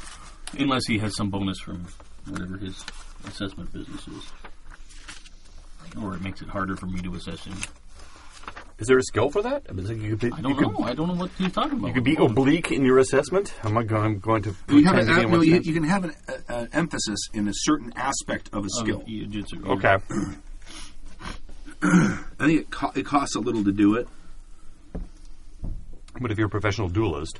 D: Unless he has some bonus from whatever his assessment business is. Or it makes it harder for me to assess him.
G: Is there a skill for that? I, mean, like, you could be,
D: I don't
G: you could-
D: know. I don't know what he's talking about.
G: you could be oblique in your assessment. I'm, not going, I'm going to
F: You, have
G: pretend to be
F: an, no,
G: on
F: you,
G: one
F: you can have an uh, uh, emphasis in a certain aspect of a
D: Of
F: skill.
D: Iijutsu.
G: Okay.
F: I think it, co- it costs a little to do it.
G: But if you're a professional duelist,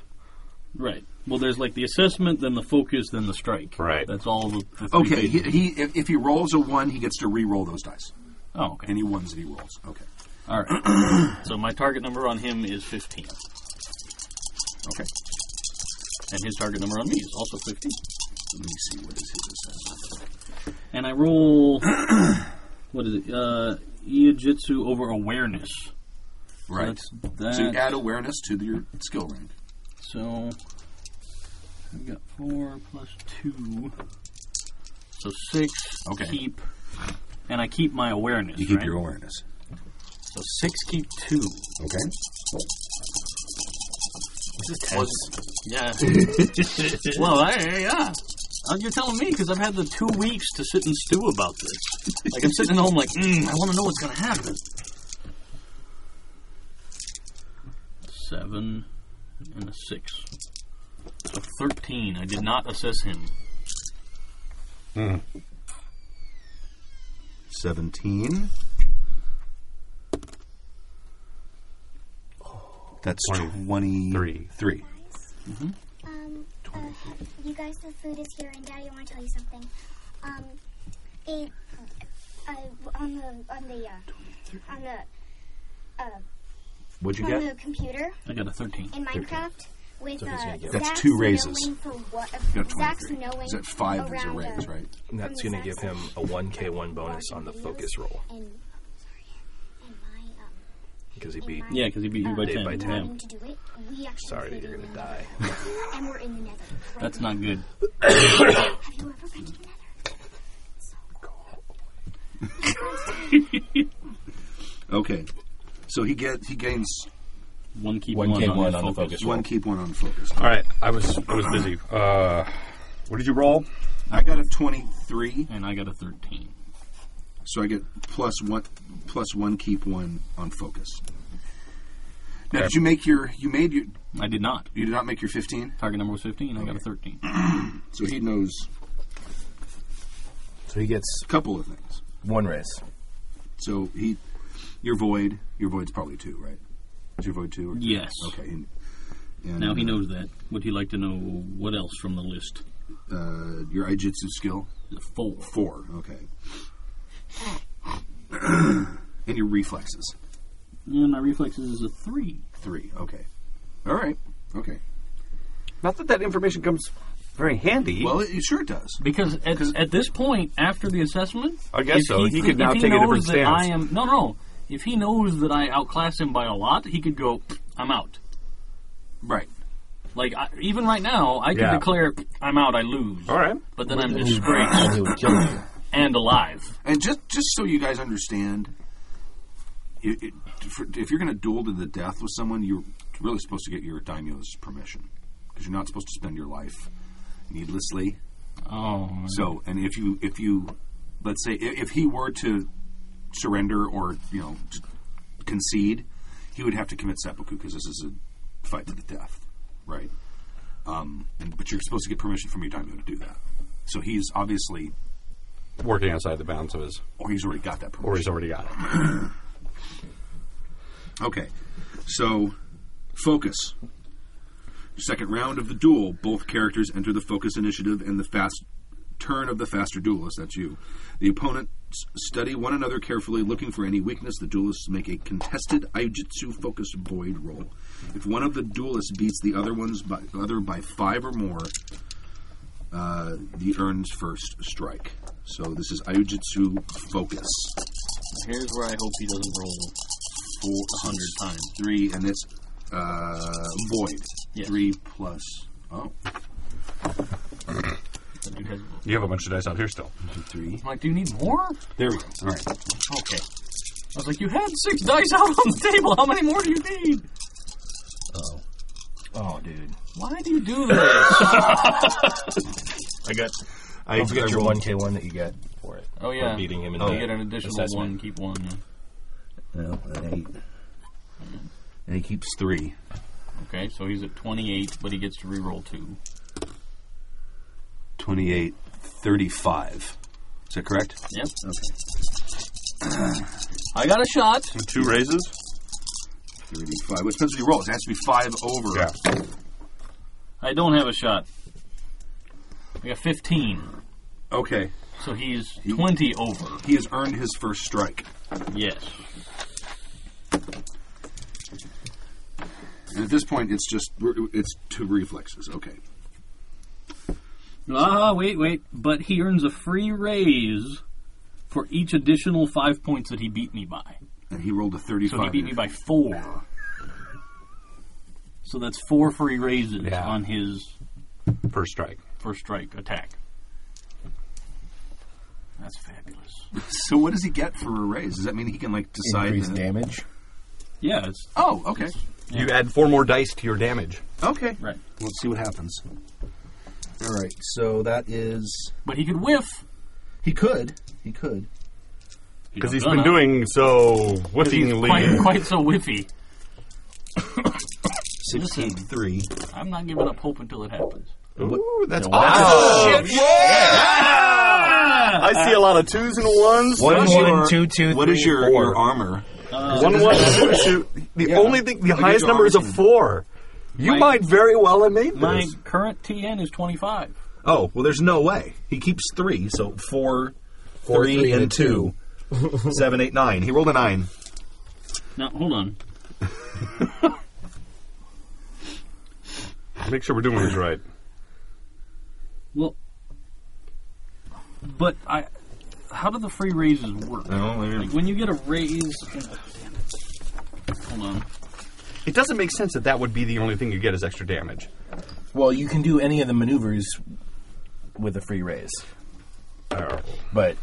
D: Right. Well, there's like the assessment, then the focus, then the strike.
G: Right.
D: That's all the. the three
F: Okay, he,
D: phases.
F: he if, if he rolls a one, he gets to re-roll those dice.
D: Oh, okay.
F: Any ones that he rolls. Okay.
D: All right. so my target number on him is 15,
F: Okay.
D: and his target number on me is also 15.
F: Let me see what is his assessment.
D: And I roll. what is it? Uh, Iijutsu over awareness.
F: Right.
D: That's that.
F: So you add awareness to your skill rank.
D: So I've got four plus two. So six.
F: Okay.
D: Keep. And I keep my awareness.
F: You keep
D: right?
F: your awareness.
D: So six keep two.
F: Okay.
D: Yeah. well, I, yeah. Uh, You're telling me because I've had the two weeks to sit and stew about this. Like I'm sitting at home, like mm, I want to know what's going to happen. Seven and a six, so thirteen. I did not assess him.
F: 17. That's 23.
G: Three.
F: Three.
L: Um, uh, you guys, the food is here, and Daddy, I want to tell you something. Um, it, uh, on the on the uh, on the uh,
F: What'd you
L: on
F: get?
L: the computer
D: I got a thirteen.
L: in Minecraft with uh,
F: That's
L: Zach's
F: two raises.
L: knowing For what,
F: You got
L: Zach's
F: 23.
L: knowing
F: Is that five is a
L: around,
F: raise,
L: uh,
F: right?
C: And that's going to give him a 1k1 bonus on the focus roll
L: And sorry, and my um,
C: because he beat.
D: Yeah, because he beat you by
L: Dave
D: ten.
C: by
D: Yeah.
C: 10.
L: having to do it, we actually
C: Sorry,
L: did it
C: you're
L: in
C: going to
L: the
C: die.
L: Nether, and we're in the Nether. right
D: That's
L: now.
D: not good.
L: Have you ever been to the Nether?
F: Okay. So he get he gains
D: One keep
C: One
D: one,
C: keep
D: on,
C: one
D: the
C: on the
D: focus.
C: focus.
F: one keep one on focus.
G: All right. I was I was busy. Uh, what did you roll?
F: I got a 23,
D: and I got a thirteen.
F: so I get plus one plus one keep one on focus. Now, did you make your you made your
D: I did not.
F: you did not make your 15?
D: Target number was fifteen. I got a thirteen.
F: So he knows
E: So he gets
F: a couple of things.
E: one raise.
F: So he your void, your void's probably 2, right? Is your void 2? Or
D: Yes.
F: Okay. And, and,
D: Now he knows that. Would he like to know what else from the list?
F: uh, your Ijitsu skill.
D: Four.
F: Four. Okay. and your reflexes.
D: And my reflexes is a three.
F: Three. Okay. All right. Okay.
G: Not that that information comes very handy.
F: Well, it, it sure does.
D: Because at, at this point, after the assessment,
G: I guess
D: if
G: so. He could
D: if
G: now
D: he
G: take a different
D: knows that
G: stance.
D: I am no, no. If he knows that I outclass him by a lot, he could go. "Pfft, I'm out.
F: Right.
D: Like I, even right now, I could
G: Yeah.
D: declare "Pfft, I'm out. I lose.
G: All right.
D: But then I'm
E: And he-
D: disgraced
E: and he would kill you.
D: and alive.
F: And just just so you guys understand, it, it, for, if you're going to duel to the death with someone, you're really supposed to get your daimyo's permission because you're not supposed to spend your life needlessly.
D: Oh,
F: So, and if you if you let's say if, if he were to surrender or you know t- concede, he would have to commit seppuku because this is a fight to the death. right? Um, and, but you're supposed to get permission from your daimyo to do that. So he's obviously,
G: Working outside the bounds of his,
F: or he's already got that permission.
G: or he's already got it.
F: Okay, so focus. Second round of the duel, both characters enter the focus initiative and the fast turn of the faster duelist. That's you. The opponents study one another carefully, looking for any weakness. The duelists make a contested Aijutsu focus void roll. If one of the duelists beats the other ones by other by five or more, uh, the earns first strike. So this is Aijutsu focus.
D: Here's where I hope he doesn't roll
F: Four
D: hundred times.
F: three, and it's uh, void.
D: Yes.
F: Three plus. Oh,
D: Because,
G: You have a bunch of dice out here still.
F: three.
D: I'm like, do you need more?
F: There we go. All right.
D: Okay. I was like, you had six dice out on the table. How many more do you need?
E: Oh, dude.
D: Why do you do this?
C: I got.
F: I,
C: Don't forget
F: I
C: your
F: rolled-
C: one.
E: One K one that you get for it.
D: Oh yeah,
C: beating him in
D: You
C: the
D: get an additional
C: assessment.
D: one. Keep one.
E: No, an eight.
F: And he keeps three.
D: Okay, so he's at twenty-eight, but he gets to re-roll two.
F: 28, 35. Is that correct?
D: Yep. I got a shot.
B: Two raises?
F: 35. What depends on your rolls. It has to be five over.
D: I don't have a shot. I got fifteen,
F: Okay.
D: so he's twenty over.
F: He has earned his first strike.
D: Yes.
F: And at this point, it's just it's two reflexes. Okay.
D: Ah, wait, wait. But he earns a free raise for each additional five points that he beat me by.
F: And he rolled a 35.
D: So he beat me by four. So that's four free raises
G: Yeah.
D: on his
G: Per strike.
D: first strike attack. That's fabulous.
F: So what does he get for a raise? Does that mean he can like decide?
E: Increased
F: that-
E: damage.
D: Yeah, it's
F: Oh, okay.
G: You add four more dice to your damage.
F: Okay.
D: right.
E: Let's see what happens. All right. So that is.
D: But he could whiff.
E: He could. He could.
G: Because he's
D: don't
G: been
D: know.
G: doing so
D: quite,
G: whiffingly.
D: quite so whiffy.
E: 16 3.
D: I'm not giving up hope until it happens.
G: Ooh, that's Ah!
B: I see a lot of twos and ones.
E: One,
F: is your-
E: one, two, two,
F: What is
E: three,
F: your,
E: four.
F: your armor?
G: Uh,
B: One, one, two, two. The only thing, the highest number is a four. You
D: My-
B: might very well have made this.
D: My current TN is 25.
F: Oh, well, there's no way. He keeps three, so four, three,
E: three,
F: and,
E: and
F: two. Seven, eight, nine. He rolled a nine.
D: Now, hold on.
G: Make sure we're doing this right.
D: Well, but I. How do the free raises work? Like, when you get a raise. oh, Hold on.
G: It doesn't make sense that that would be the only thing you get is extra damage.
E: Well, you can do any of the maneuvers with a free raise, but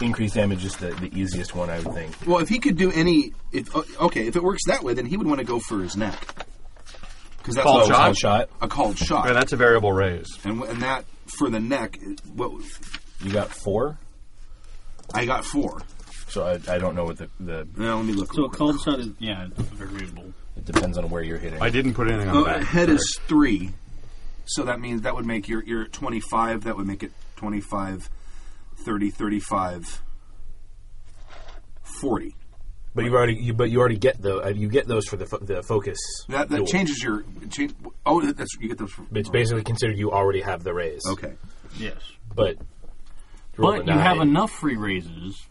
E: increased damage is the, the easiest one, I would think.
F: Well, if he could do any, if o- okay, if it works that way, then he would want to go for his neck because that's
G: Called
F: what-
G: shot?
F: a called shot,
G: Yeah, that's a variable raise.
F: and wh- and that for the neck. it- What
E: You got four,
F: I got four.
E: so I, I don't know what the, the.
F: Now let me look.
D: So
F: real
D: a
F: quick.
D: cold shot is. Yeah, it's variable.
E: It depends on where you're hitting.
G: I didn't put anything on
F: Oh,
G: the back.
F: head is three, so that means that would make your your twenty five. That would make it 25, 30, 35, 40.
C: But you already, you, but you already get the, uh, you get those for the fo- the focus.
F: That that
C: duel.
F: changes your change. Oh, that's you get those from.
C: It's basically considered you already have the raise.
F: Okay.
D: Yes.
C: but roll
D: But
C: a
D: you have
C: nine.
D: enough free raises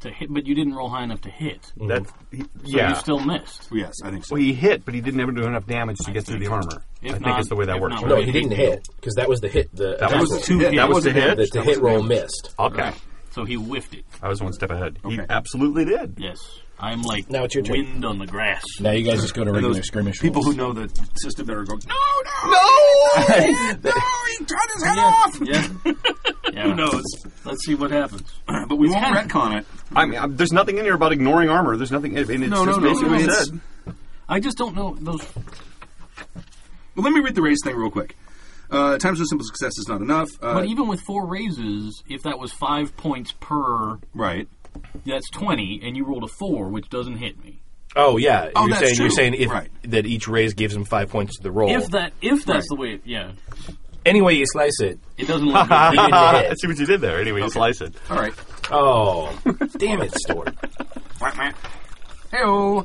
D: to hit, but you didn't roll high enough to hit. So
G: That's he-
D: you
G: yeah.
D: still missed.
F: Yes, I think so.
G: Well, he hit, but he didn't ever do enough damage to get through the armor. I
D: If
G: think
D: not-
G: it's the way that
D: if
G: works.
D: not,
C: No, he didn't hit because that was the hit. The
G: That
C: attack
G: was
C: roll.
G: the
F: two hit.
G: That was the
C: The,
G: hit.
C: the hit roll missed.
G: Okay,
D: So he whiffed it.
G: I was one step ahead. He
F: Okay.
G: absolutely did.
D: Yes. I'm like
C: Now it's your turn.
D: wind on the grass.
E: now you guys just go to
F: And
E: regular
F: those
E: skirmish.
F: People
E: rolls.
F: who know the system better go, no, no, no, no, he cut his head off.
D: Yeah. yeah. Who knows? Let's see what happens.
F: But we won't retcon it.
G: I mean, I'm, there's nothing in here about ignoring armor. There's nothing, and it's
F: No, no,
G: just
F: no.
G: basically
F: no,
G: what it
F: it's-
G: said.
D: I just don't know those.
F: Well, let me read the race thing real quick. Uh, times with simple success is not enough. Uh,
D: But even with four raises, if that was five points per,
F: right.
D: that's 20, and you rolled a four, which doesn't hit me.
C: Oh yeah,
F: Oh,
C: you're
F: that's
C: saying you're
F: true.
C: saying if
F: Right.
C: that each raise gives him five points to the roll.
D: If that, if that's the way, it, yeah,
C: any way you slice it,
D: it doesn't look good.
C: Yeah.
G: see what you did there. Anyway, you slice it.
F: All right.
C: oh damn it, store.
F: Heyo.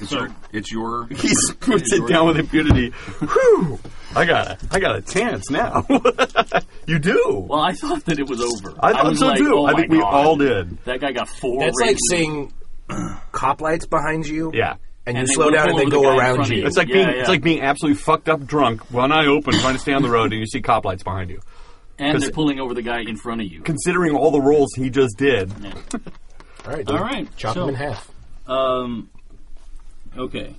F: It's
D: So-
F: your. It's your.
G: He puts it down with impunity. Whew! I got a, I got a chance now. you do.
D: Well, I thought that it was over.
G: I thought
D: was
G: so
D: like,
G: too.
D: oh
G: I
D: my
G: think we
D: God.
G: all did.
D: That guy got four.
C: That's like
D: raises.
C: seeing cop lights behind you.
G: Yeah.
C: and,
D: And
C: you
D: they
C: slow
D: whip
C: down and
D: over
C: they
D: the
C: go
D: guy in
C: around
D: front of
C: you.
D: you.
G: It's like
D: Yeah,
G: being
D: yeah.
G: it's like being absolutely fucked up drunk, one eye open, trying to stay on the road, and you see cop lights behind you.
D: and they're pulling over the guy in front of you.
G: Considering all the rolls he just did,
C: All right, dude.
D: All right,
C: chop
D: so,
C: him in half.
D: Um, okay.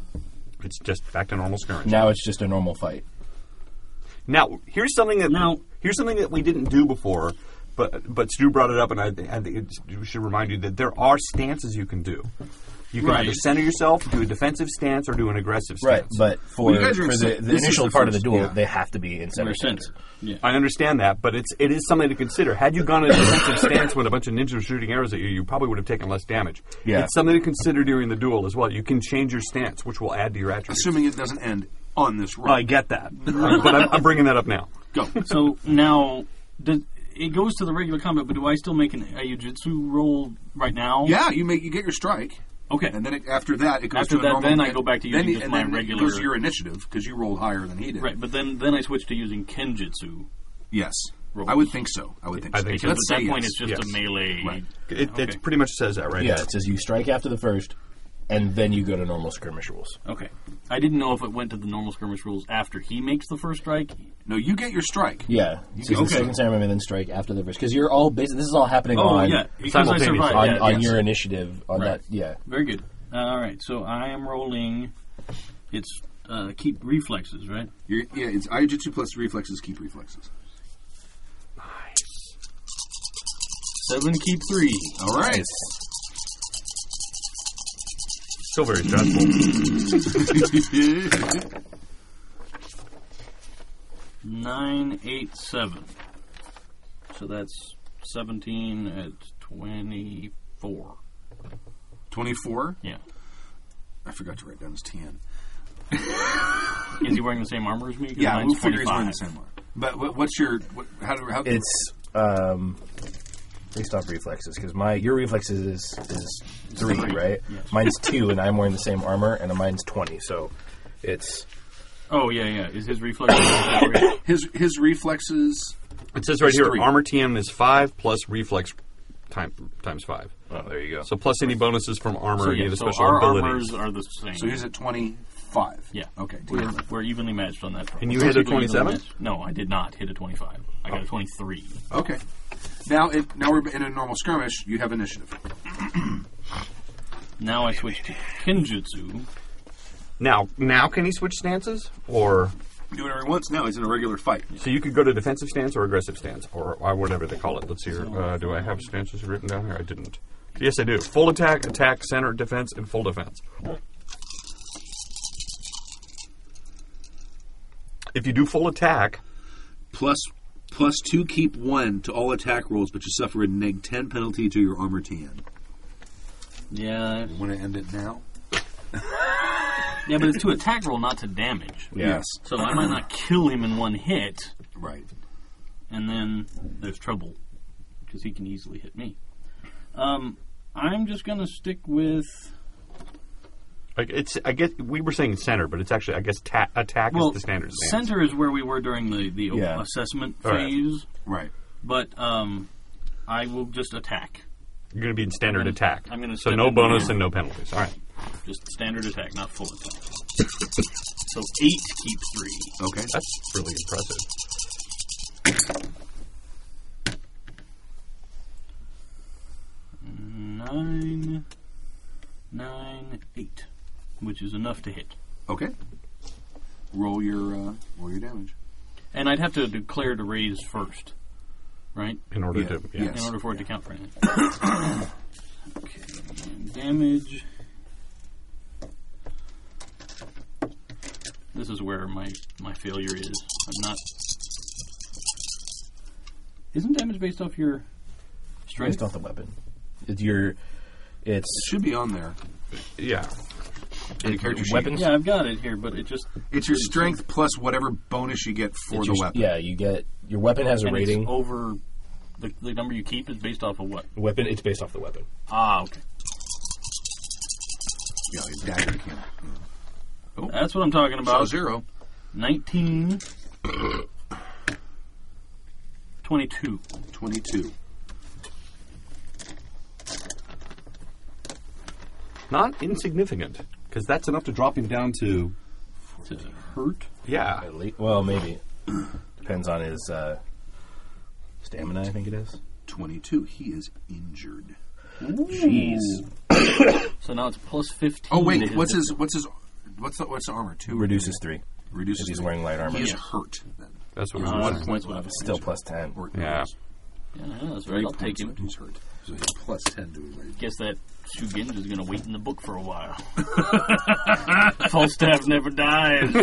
G: it's just back to normal skirmish.
E: Now it's just a normal fight.
G: Now, here's something that
D: Now-
G: here's something that we didn't do before, but but Stu brought it up, and I, thi- I think it's- we should remind you that there are stances you can do. You can
D: Right.
G: either center yourself, do a defensive stance, or do an aggressive
E: Right,
G: stance.
E: but for,
F: Well, you guys
E: for
F: are in
E: the,
F: cen-
E: the
F: this is
E: initial
F: the
E: part of the
F: first-
E: duel,
F: yeah.
E: they have to be in center.
D: We're center. Yeah.
G: I understand that, but it's it is something to consider. Had you gone in a defensive stance when a bunch of ninjas were shooting arrows at you, you probably would have taken less damage.
E: Yeah.
G: It's something to consider during the duel as well. You can change your stance, which will add to your attributes.
F: Assuming it doesn't end on this roll.
G: I get that, but I'm, I'm bringing that up now.
F: Go.
D: So now, does, it goes to the regular combat, but do I still make an, a jujitsu roll right now?
F: Yeah, you make you get your strike,
D: Okay.
F: and then it, after that it goes
D: After
F: to a
D: that,
F: normal.
D: then I go back to
F: then
D: using
F: you-
D: just
F: and
D: my
F: then It goes
D: regular-
F: to your initiative because you rolled higher than he did.
D: Right, but then then I switch to using kenjutsu.
F: Yes.
D: Rolls.
F: I would think so. I would think
G: I
F: so.
G: think so.
D: Because
F: Let's
D: at
F: say
D: that point,
F: yes.
D: it's just a
G: yes.
D: melee.
F: Right.
G: It,
D: Okay.
G: it pretty much says that right.
E: Yeah, it says you strike after the first, and then you go to normal skirmish rules.
D: Okay. I didn't know if it went to the normal skirmish rules after he makes the first strike.
F: No, you get your strike.
E: Yeah, so the
F: Okay.
E: second ceremony and then strike after the first because you're all basi- This is all happening
D: Oh,
E: on
D: yeah. Because I
G: simultaneous.
D: survived.
E: on,
D: yeah,
E: on
D: yes.
E: your initiative on
D: Right.
E: that. Yeah,
D: Very good. All right, so I am rolling. It's uh, keep reflexes, right?
F: You're, yeah, it's Iojutsu plus reflexes, keep reflexes.
D: Seven, keep three.
F: All right.
G: Still very stressful.
D: Nine, eight, seven. So that's 17 at 24.
F: 24.
D: Yeah.
F: I forgot to write down his TN.
D: Is he wearing the same armor as me? 'Cause
F: Yeah,
D: mine's
F: we'll figure he's
D: 25.
F: wearing the same one. But what, what's your. What, how do. How,
E: it's um, based off reflexes because my your reflexes is is three, right? Mine's two, and I'm wearing the same armor, and mine's twenty. So it's
D: Oh, yeah, yeah. Is his reflex. okay.
F: his, his reflexes.
G: It says right here,
F: three.
G: armor TM is five plus reflex time, times five.
E: oh, there you go.
G: So plus any bonuses from armor
D: So,
G: and
D: yeah,
G: any
D: so
G: special
D: our
G: abilities.
D: armors are the same.
F: So he's at 25.
D: Yeah.
F: Okay. dude.
D: We're, we're evenly matched on that. front.
G: And you
D: We're
G: hit a
D: basically evenly
G: 27?
D: matched. No, I did not hit a 25. I
F: Oh.
D: got a 23.
F: Okay. Now it, now we're in a normal skirmish. You have initiative.
D: Now I switch to Kenjutsu.
G: Now, now can he switch stances? Or
F: Do whatever he wants now. He's in a regular fight.
G: so you could go to defensive stance or aggressive stance or, or whatever they call it. Let's see here. Uh, do I have stances written down here? I didn't. Yes, I do. Full attack, attack, center, defense, and full defense. If you do full attack,
F: Plus, plus two keep one to all attack rolls, but you suffer a neg 10 penalty to your armor TN.
D: Yeah.
F: Want to end it now?
D: Yeah, but it's to attack roll, not to damage.
F: Yes.
D: So I might not kill him in one hit,
F: Right.
D: and then there's trouble because he can easily hit me. Um, I'm just gonna stick with.
G: like it's I guess we were saying center, but it's actually I guess ta- attack
D: well,
G: is the standard stance.
D: center is where we were during the the o-
E: Yeah.
D: assessment
G: All right.
D: phase,
F: Right.
D: but um, I will just attack,
G: You're going to be in standard
D: I'm-
G: attack.
D: I'm gonna
G: so
D: step
G: no
D: in
G: bonus
D: there.
G: and no penalties. All right.
D: just standard attack, not full attack. so eight keep three.
F: Okay.
G: That's really impressive.
D: Nine, nine, eight, which is enough to hit.
F: Okay. Roll your uh, roll your damage.
D: And I'd have to declare to raise first, right?
G: In order
F: Yeah.
G: to yeah.
F: Yes.
D: In order for it to count for anything. okay, and damage. This is where my, my failure is. I'm not. Isn't damage based off your strength?
E: Based off the weapon.
M: It's your. It's
F: should be on there.
G: Yeah.
F: In the character sheet.
M: weapons.
D: Yeah, I've got it here, but it just
F: It's your strength plus whatever bonus you get for
M: It's
F: the
M: your-
F: weapon.
M: Yeah, you get your weapon has a
D: and it's
M: rating.
D: over. The, the number you keep is based off of what?
E: Weapon. It's based off the weapon.
D: Ah, okay.
F: Yeah, your dagger can't.
D: That's what I'm talking
F: So
D: about.
F: zero.
D: 19. 22.
F: 22.
G: Not insignificant, because that's enough to drop him down to.
D: To hurt.
G: Yeah.
M: At least, well, maybe depends on his uh, stamina. I think it is.
F: 22. He is injured.
M: Jeez,
D: So now it's plus 15.
F: Oh
D: to
F: wait, what's his what's his what's the what's the armor? Two
M: reduces three.
F: reduces.
M: If he's
F: the-
M: wearing light armor,
F: He is
M: Yeah.
F: hurt. Then
N: That's what
F: He's
N: we're
F: one point left.
M: still plus ten.
F: Or-
N: Yeah.
D: Yeah, that's right.
F: Three
D: I'll take
F: points
D: him.
F: left. He's hurt. So he's plus ten to his rate.
D: Guess that Shuginja is going to wait in the book for a while. Falstaff never dies.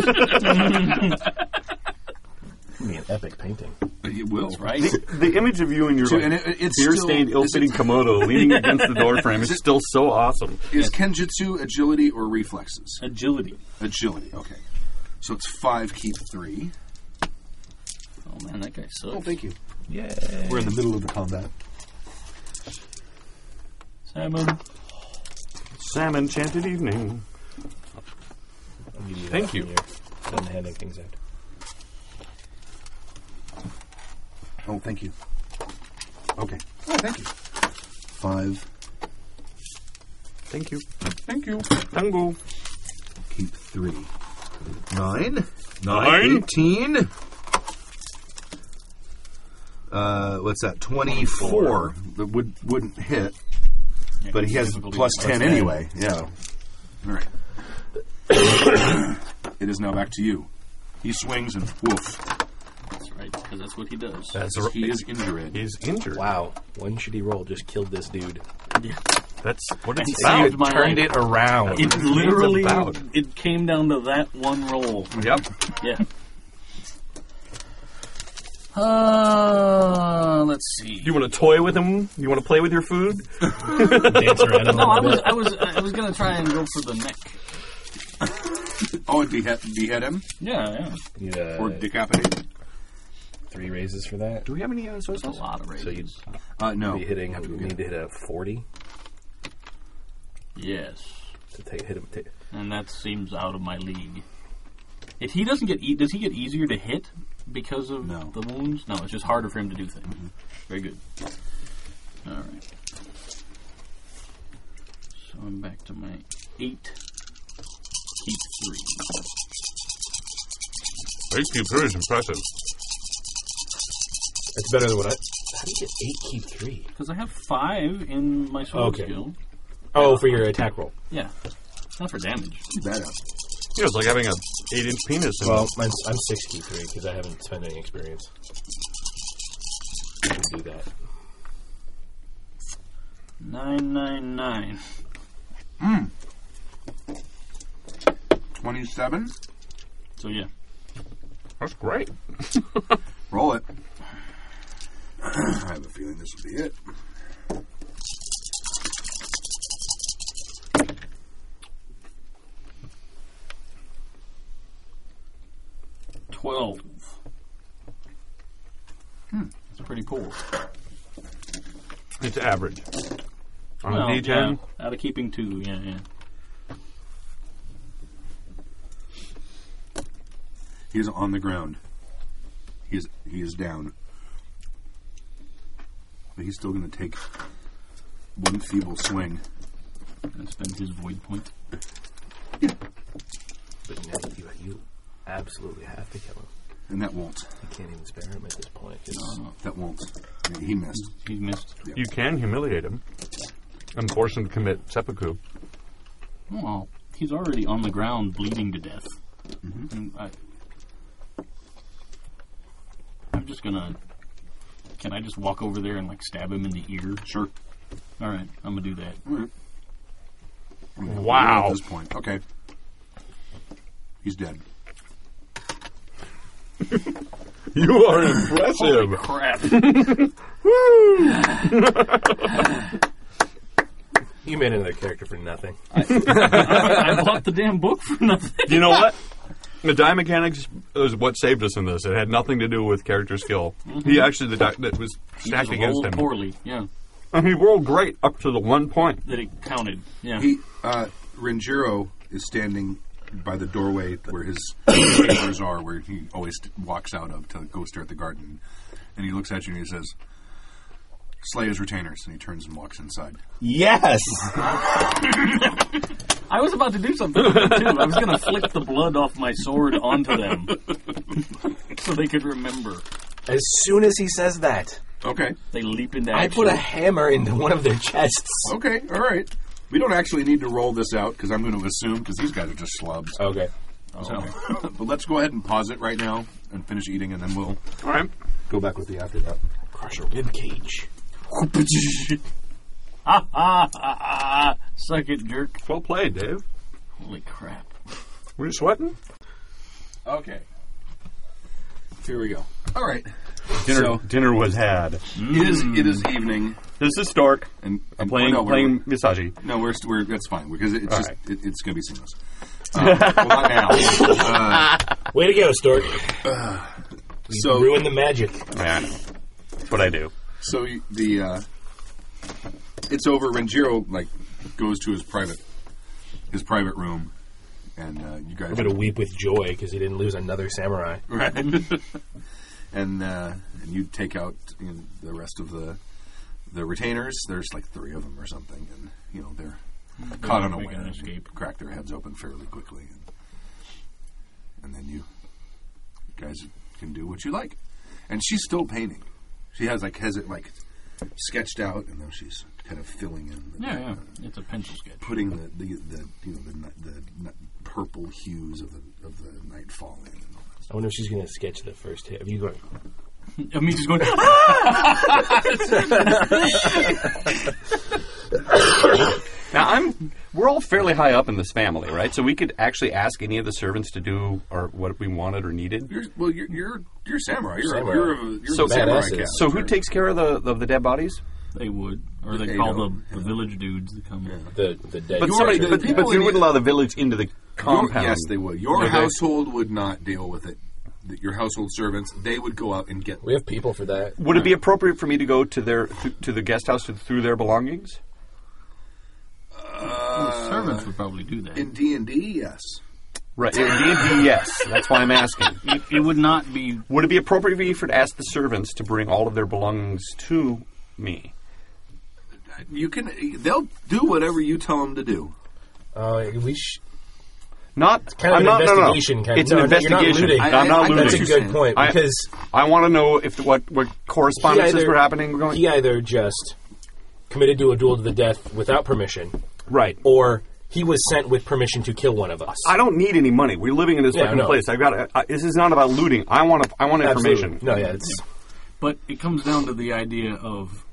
M: It'd be an epic painting.
F: It will.
D: Right?
G: The image of you in your
F: Two,
G: like,
F: and it, it's still,
G: beer-stained, ill-fitting kimono leaning against the door frame is still so awesome.
F: Is Kenjutsu agility or reflexes?
D: Agility.
F: Agility. Okay. So it's five. Keep three.
D: Oh man, that guy sucks.
F: you.
M: Yeah.
F: We're in the middle of the combat. um,
D: Salmon.
G: Salmon chanted evening. Thank you.
E: I'm handing things out.
F: Oh, thank you. Okay. Oh, thank you. Five.
G: Thank you. Thank you. Tango.
F: Keep three. Nine.
G: Nine.
F: Eighteen. Uh, what's that? Twenty-four. That would wouldn't hit, but he has plus ten anyway. Yeah. All right. it is now back to you. He swings and woof.
D: That's right, because that's what he does.
G: That's
F: He is injured.
G: He's injured.
E: Wow. One shitty roll just killed this dude.
G: That's what it's
D: Wow.
G: about.
D: Saved my
M: turned
D: life.
M: it around.
D: It literally,
G: about.
D: it came down to that one roll.
G: Yep.
D: Yeah. Uh, let's see.
G: You want to toy with him? You want to play with your food?
E: Dance around a
D: No, Oh, I
E: little
D: was,
E: bit.
D: I was, I was gonna try and go for the neck.
F: Oh, and behead, behead him
D: Yeah, yeah.
M: You need, uh,
F: or decapitate. him.
M: three raises for that.
G: Do we have any uh, soy
D: That's a
G: sauce?
D: lot of
E: So you
D: raises.
F: Uh, no.
E: be hitting.
F: Have to go
E: You
F: get
E: need to
F: him.
E: hit a forty
D: yes,
E: to take, hit him. ta-
D: and that seems out of my league. If he doesn't get, e- does he get easier to hit because of
F: No.
D: the wounds? No, it's just harder for him to do things.
E: Mm-hmm.
D: Very good. All right. So I'm back to my eight. Keep three.
G: Eight cube three is impressive.
E: It's better than what I. How do you get eight keep three?
D: Because I have five in my sword
E: Okay.
D: skill.
E: Oh, for your attack roll.
D: Yeah. Not for damage.
F: Badass.
G: Yeah, it's like having an eight-inch penis. And
E: Well, mine's, I'm six key three because I haven't spent any experience. I can do that.
D: Nine nine nine.
F: 27.
D: So yeah.
G: that's great.
F: Roll it. I have a feeling this will be it.
D: Twelve. Hmm, That's pretty cool.
G: It's average. On
D: Well,
G: a D10,
D: yeah, out of keeping two, yeah, yeah.
F: He is on the ground. He is he is down. But he's still going to take one feeble swing.
D: And spend his void point.
E: But now that you, you absolutely have to kill him.
F: And that won't.
E: You can't even spare him at this point. It's,
F: That won't. Yeah, He missed.
D: He missed.
G: you can humiliate him and force him to commit seppuku.
D: Oh, he's already on the ground bleeding to death.
B: Mm-hmm.
D: And I, I'm just gonna. Can I just walk over there and like stab him in the ear?
F: Sure.
D: All right, I'm gonna do that.
G: Wow.
F: At this point. Okay. He's dead.
G: You are impressive.
D: Crap!
C: You made another character for nothing.
D: I bought the damn book for nothing.
B: You know what? The die mechanics is what saved us in this. It had nothing to do with character skill.
C: Mm-hmm.
B: He actually the die that was
D: He just
B: stacked against
D: rolled
B: him,
D: poorly. Yeah,
B: and he rolled great up to the one point.
D: that it counted. Yeah,
F: He uh, Renjiro is standing by the doorway where his chambers are, where he always walks out of to go stare at the garden. And he looks at you and he says, "Slay his retainers." And he turns and walks inside.
E: Yes.
D: I was about to do something with it too. I was going to flick the blood off my sword onto them so they could remember.
E: As soon as he says that,
F: Okay,
D: They leap into
E: I
D: action.
E: put a hammer into one of their chests.
F: okay, all right. We don't actually need to roll this out because I'm going to assume because these guys are just slubs.
C: Okay.
F: Oh, So- but let's go ahead and pause it right now and finish eating, and then we'll
B: All right,
C: Go back with the after that. Crush a rib cage.
D: ha ha ha ha! Suck it, jerk!
B: well played, Dave.
D: Holy crap!
B: Were you sweating?
F: Okay. Here we go. All right.
B: Dinner,
F: So-
B: dinner was had.
F: It is it is evening,
B: This is Stork
F: and, and
B: playing
F: no, we're-
B: playing Misagi.
F: No, we're, we're that's fine because it's just
B: right.
F: it, it's going to be seamless. Um, well, not now. Uh,
C: Way to go, Stork.
G: Uh,
F: so
C: Ruin the magic.
B: Yeah, I know. that's what I do.
F: so you- the uh, it's over. Renjiro like goes to his private his private room, and uh, you guys
C: I'm going to weep with joy because he didn't lose another samurai.
F: Right. and uh, and you take out you know, the rest of the the retainers. There's like three of them or something, and you know they're caught on a
D: making an
F: wire.
D: escape.
F: Crack their heads open fairly quickly, and, and then you guys can do what you like. And she's still painting. She has like has it like sketched out, and then she's kind of filling in. The, uh,
D: Yeah, yeah. It's a pencil sketch.
F: Putting the, the, the you know the, ni- the ni- purple hues of the of the nightfall in. And all that
C: I wonder if she's going to sketch the first hit. Have you going?
D: I mean, just going.
G: Now I'm. We're all fairly high up in this family, right? So we could actually ask any of the servants to do or what we wanted or needed.
F: You're, well, you're you're you're samurai. You're
C: Samurai.
F: A, you're, a, you're
G: So
F: a samurai
C: badasses.
F: cat.
G: So who takes care of the of the dead bodies?
D: they would, or they
F: They
D: call the,
F: don't.
D: the village dudes to come. in.
C: The, the dead
G: But
F: You're
G: somebody,
F: right,
G: but,
F: the people
G: but they
F: in
G: wouldn't
F: the-
G: allow the village into the
F: Your,
G: compound.
F: yes, they would. Your
G: Okay.
F: household would not deal with it. Th- Your household servants, they would go out and get.
C: We have people for that.
G: Would it be appropriate for me to go to their th- to the guest house to, through their belongings?
D: Well, Oh, servants would probably do that.
F: In D and D, yes.
G: Right. It would be a yes. That's why I'm asking.
D: It, it would not be.
G: Would it be appropriate for you for to ask the servants to bring all of their belongings to me?
F: You can. They'll do whatever you tell them to do.
C: Uh, we sh-
G: Not
C: kind of
G: I'm
C: an
G: not, no, no.
C: investigation kind of-
G: It's
C: no,
G: an
C: no, you're not
G: investigation.
C: looting.
G: I'm not
F: I- I-
G: looting.
C: that's a good
F: Interesting.
C: point
G: I-
C: because
G: I want to know if what what correspondences
C: either-
G: were happening. We're going
C: he either just committed to a duel to the death without permission,
G: right.
C: or he was sent with permission to kill one of us.
G: I don't need any money. We're living in this
C: Yeah,
G: fucking
C: no.
G: place. I've got. I, this is not about looting. I want. to- I want
C: Absolutely.
G: information.
C: No, yeah, it's
D: But it comes down to the idea of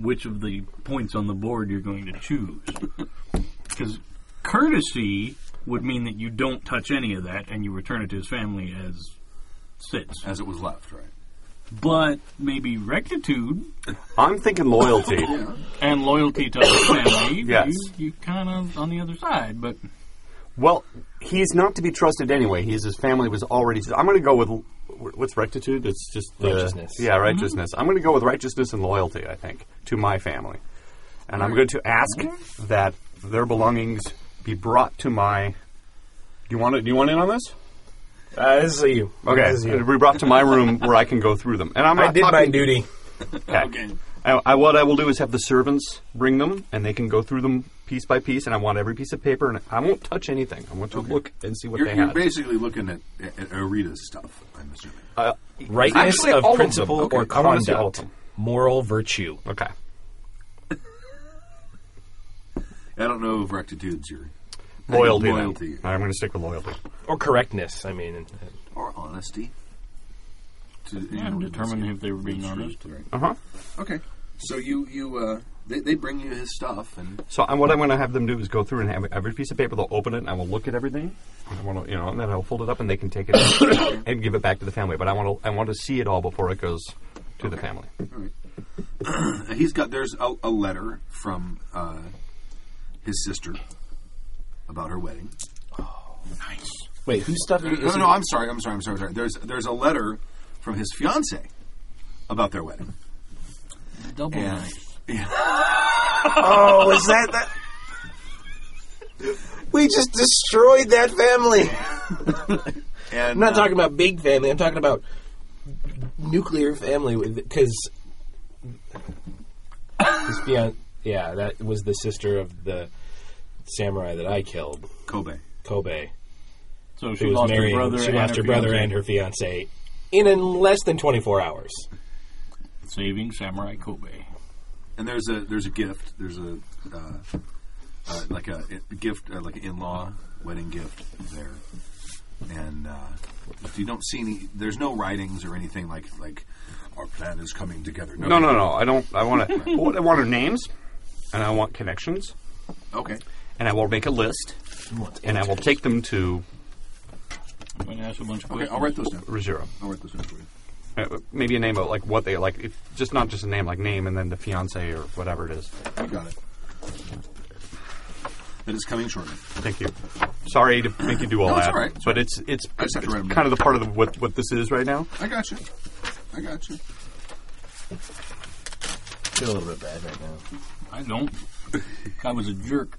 D: which of the points on the board you're going to choose. Because courtesy would mean that you don't touch any of that and you return it to his family as sits.
F: As it was left, right?
D: But maybe rectitude
G: I'm thinking loyalty.
D: and loyalty to other family,
G: Yes.
D: you, you kind of on the other side. But
G: well, he's not to be trusted anyway. He's his family was already. I'm going to go with what's rectitude. It's just the,
C: Righteousness.
G: Yeah, righteousness. I'm going to go with righteousness and loyalty. I think to my family, and I'm going to ask that their belongings be brought to my. Do you want to? Do you want in on this?
C: uh, this is you.
G: Okay,
C: This is you.
G: be brought to my room where I can go through them. And I'm
C: I
G: not
C: did my
G: talking-
C: duty.
G: Okay. I, I, what I will do is have the servants bring them, and they can go through them piece by piece. And I want every piece of paper, and I won't touch anything. I want to look and see what
F: You're,
G: they
F: you're
G: had.
F: basically looking at, at, at Arita's stuff. I'm assuming.
G: Uh,
C: Rightness
G: Actually, all
C: of
G: of them.
C: principle
G: Okay,
C: or
G: I wanna see all of
C: conduct,
G: them.
C: moral virtue.
G: okay.
F: I don't know if rectitude's your
G: Loyalty. then.
F: loyalty,
G: I'm going to stick with loyalty.
C: or correctness. I mean,
F: or honesty. To,
D: yeah, determine if they were being honest.
F: Right.
G: Uh huh.
F: Okay. So you you uh, they, they bring you his stuff and
G: So I, what I'm going to have them do is go through and have every piece of paper. They'll open it, and I will look at everything. I want to, you know, and then I'll fold it up, and they can take it and give it back to the family. But I want to, I want to see it all before it goes to the family.
F: he's got there's a, a letter from uh, his sister about her wedding.
D: Nice.
F: Wait, whose stuff? No, no, no, I'm sorry, I'm sorry, I'm sorry, I'm sorry. There's there's a letter from his fiance about their wedding.
D: Double
F: And-
D: nice.
E: oh, is that that? We just destroyed that family.
F: And
C: I'm not
F: uh,
C: talking about big family. I'm talking about nuclear family because his fian- yeah, that was the sister of the samurai that I killed,
F: Kobe.
C: Kobe.
D: So she
C: Who was
D: lost her
C: marrying?
D: brother.
C: she
D: and
C: lost her, brother
D: fiancé.
C: and her fiance in, in less than 24 hours.
D: saving Samurai Kobe.
F: and there's a there's a gift. There's a uh, uh, like a i- gift, uh, like an in-law wedding gift there. And uh, if you don't see any, there's no writings or anything like like our plan is coming together.
G: No, no, no. I don't. I want to. what I want are names, and I want connections,
F: Okay.
G: and I will make a list, and I will take them to
D: I'm going to ask a bunch of
F: Okay,
D: questions.
F: I'll write those down.
G: Ruggiero.
F: I'll write those down for you.
G: Uh, maybe a name of like what they like. If, just not just a name, like name, and then the fiance or whatever it is.
F: I got it. That is coming shortly.
G: Thank you. Sorry to make you do all
F: No, it's
G: that,
F: all right. It's
G: but it's it's,
F: I just have to
G: it's
F: write 'em
G: kind of the part of the, what what this is right now.
F: I got you. I got you.
E: Feel a little bit bad right now.
D: I don't. I was a jerk.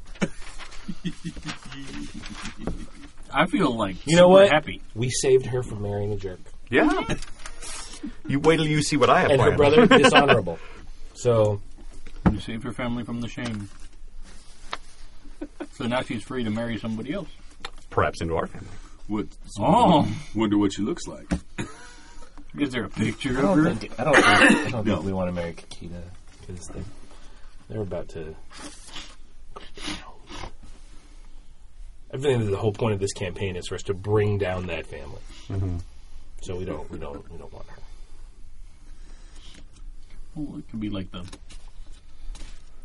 D: I feel like
C: You know
D: super
C: what?
D: Happy.
C: We saved her from marrying a jerk,
G: Yeah.
F: Mm-hmm.
G: you wait till you see what I have
C: and her
G: planned.
C: brother dishonorable. So
D: You saved her family from the shame. So now she's free to marry somebody else.
G: perhaps into our family.
F: What?
D: Oh,
F: Wonder what she looks like.
D: is there a picture
E: I
D: of
E: don't
D: her?
E: think, I don't think, I don't
F: No.
E: think we want to marry Kikita.
C: because they're, they're about to. I think that the whole point of this campaign is for us to bring down that family.
E: Mm-hmm.
C: So we don't, we don't, we don't want her.
D: Well, it could be like the,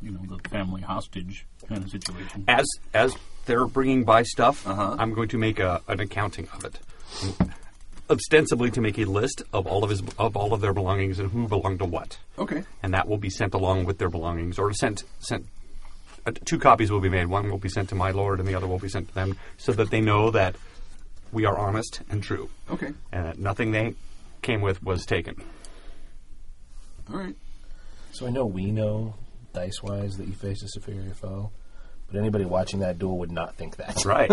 D: you know, the family hostage kind of situation.
G: As as they're bringing by stuff,
F: Uh-huh.
G: I'm going to make a, an accounting of it, ostensibly to make a list of all of his of all of their belongings and who belonged to what,
F: Okay.
G: and that will be sent along with their belongings or sent sent. Uh, two copies will be made. One will be sent to my lord, and the other will be sent to them, so that they know that we are honest and true,
F: Okay.
G: and that nothing they came with was taken.
F: All right.
E: So I know we know, dice wise, that you faced a superior foe, but anybody watching that duel would not think that.
G: Right.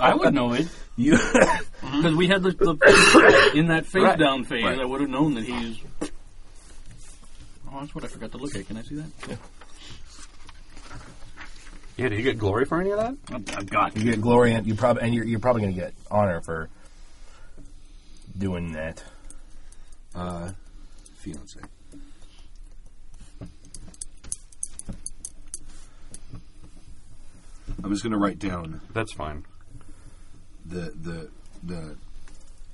D: I would know it
E: You
D: because we had the, the in that face
G: Right,
D: down phase.
F: right.
D: I would have known that he's. Oh, that's what I forgot to look at. Can I see that?
G: yeah. Do you get glory for any of that?
D: I've, I've got.
E: you get glory, and you probably and you're, you're probably going to get honor for doing that.
F: Uh, fiance. I'm just going to write down
G: That's fine.
F: the the the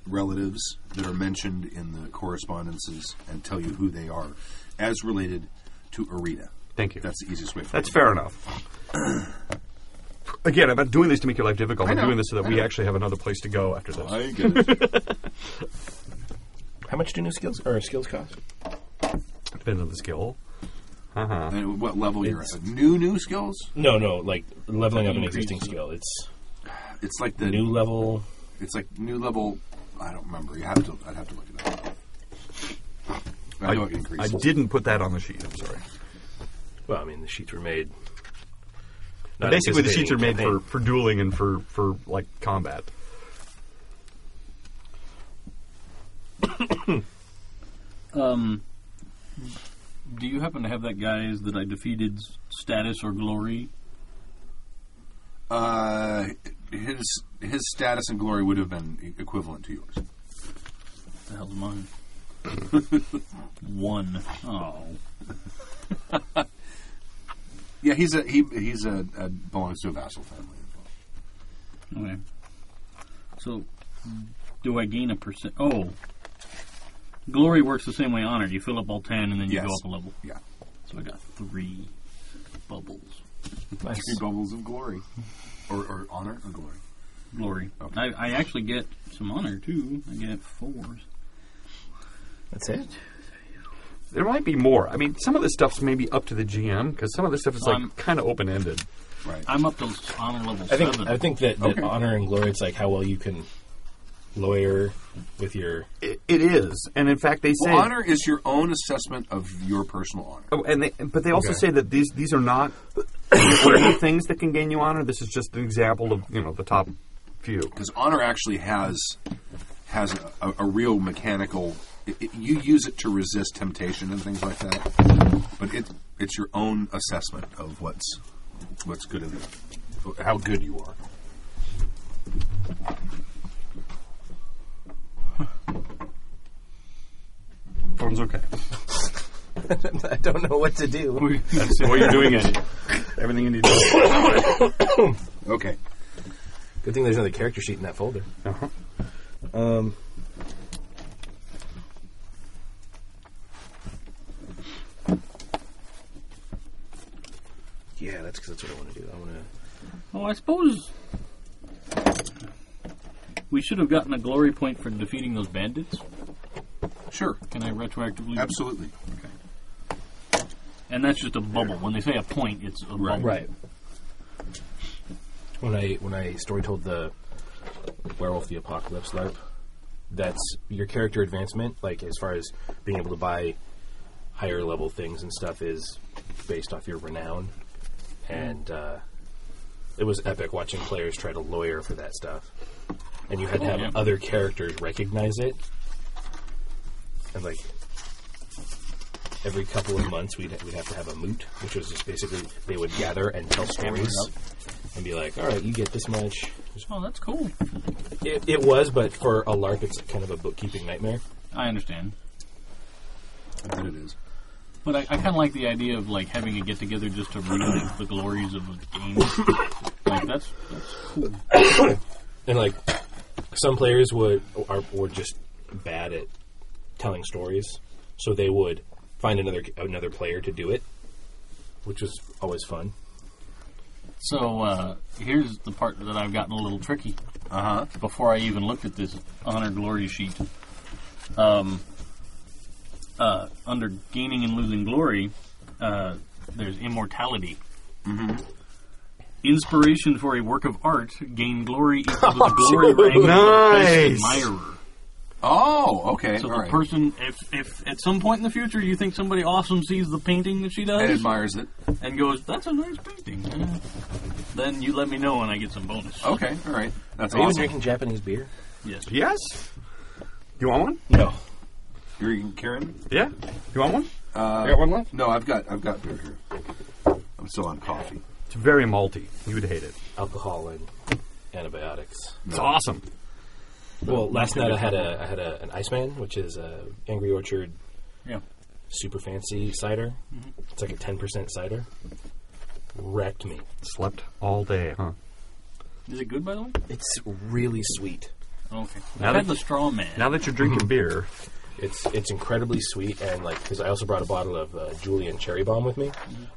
F: relatives that are mentioned in the correspondences and tell you who they are, as related to Arita.
G: Thank you.
F: That's the easiest way. For
G: That's
F: me.
G: fair enough. Again, I'm not doing this to make your life difficult.
F: I
G: I'm
F: know,
G: doing this so that
F: I
G: we
F: know.
G: actually have another place to go after this.
F: I get it.
E: How much do new skills or skills cost?
G: Depends on the skill.
F: and what level you're at? New new skills.
C: No, no, like leveling up an existing skill. It's
F: It's like the
C: new level.
F: It's like new level. I don't remember. You have to. I'd have to look it up. I know it
G: I
F: increases.
G: didn't put that on the sheet. I'm sorry.
C: Well, I mean, the sheets were made. not
G: Basically, the sheets are
C: anticipating
G: made for, for dueling and for, for like combat.
D: Um, do you happen to have that guy's that I defeated's status or glory?
F: Uh, his his status and glory would have been e- equivalent to yours.
D: What the hell's mine? One. Oh,
F: Yeah, he's a he he's a, a belongs to a vassal family. as well.
D: okay. So, do I gain a percent? Oh, glory works the same way. Honor. You fill up all ten, and then you
F: Yes.
D: go up a level.
F: Yeah,
D: So I got three bubbles.
E: Nice.
F: three bubbles of glory, or, or honor or glory.
D: Glory.
F: Okay.
D: I, I actually get some honor too. I get fours.
E: That's it.
G: There might be more. I mean, some of this stuff's maybe up to the GM because some of this stuff is
D: Um,
G: like kind of open ended.
D: I'm up to honor level
E: I think
D: seven.
E: I think that, that honor and glory. It's like how well you can lawyer with your.
G: It, it is, and in fact, they say
F: Well, honor is your own assessment of your personal honor.
G: Oh, and they, but they also
A: Okay.
G: say that these these are not only things that can gain you honor. This is just an example of you know the top few.
F: because honor actually has has a, a, a real mechanical. It, it- you use it to resist temptation and things like that, but it it's your own assessment of what's what's good in it, how good you are.
B: Phone's okay.
E: I don't know what to do.
B: That's what you're doing it. Everything you need. to
F: Okay,
E: Good thing there's another character sheet in that folder.
B: do. Uh-huh.
E: Um, yeah, that's because that's what I want to do. I want to.
D: Well, Oh, I suppose we should have gotten a glory point for defeating those bandits.
F: sure,
D: Can I retroactively?
F: absolutely.
D: And that's just a bubble. When they say a point, it's a bubble.
E: Right. When I when I story told the werewolf the apocalypse LARP, that's your character advancement. Like as far as being able to buy higher level things and stuff is based off your renown, and uh, it was epic watching players try to lawyer for that stuff, and you had to have
D: yeah.
E: other characters recognize it, and like every couple of months we'd, we'd have to have a moot, which was just basically they would gather and tell stories and be like, all right, you get this much.
D: Oh, that's cool.
E: It, it was, but for a LARP, it's kind of a bookkeeping nightmare.
D: I understand.
F: I bet it is.
D: But I, I kind of like the idea of like having a get together just to relive the glories of a game. like that's that's
E: And like some players would are were just bad at telling stories, so they would find another another player to do it, which was always fun.
D: so. Uh, here's the part that I've gotten a little tricky. Uh huh. Before I even looked at this honor glory sheet, um, uh, under gaining and losing glory, uh, there's immortality. Inspiration for a work of art gain glory equal to the glory rank
B: Nice.
D: of the best admirer.
F: Oh, okay,
D: So
F: all
D: the
F: right.
D: person, if if at some point in the future you think somebody awesome sees the painting that she
F: and
D: does
F: admires it.
D: and goes, "That's a nice painting," eh," then you let me know and I get some bonus.
F: Okay, all right. That's
E: Are you
F: awesome.
E: drinking Japanese beer?
D: Yes.
B: Yes. You want one?
E: No.
F: You're eating Karen?
B: Yeah. You want one? I got one left.
F: No, I've got I've got beer here. I'm still on coffee.
B: It's very malty. You would hate it.
E: Alcohol and antibiotics.
B: It's awesome.
E: Well, last night I had a I had a, an Iceman, which is a Angry Orchard,
D: Yeah.
E: super fancy cider. It's like a ten percent cider. Wrecked me.
G: Slept all day. Huh?
D: Is it good by the way?
E: It's really sweet.
D: Okay.
B: Now
D: I've
B: that-
D: had the straw man.
G: Now that you're drinking beer,
E: It's it's incredibly sweet and like because I also brought a bottle of uh, Julian Cherry Bomb with me.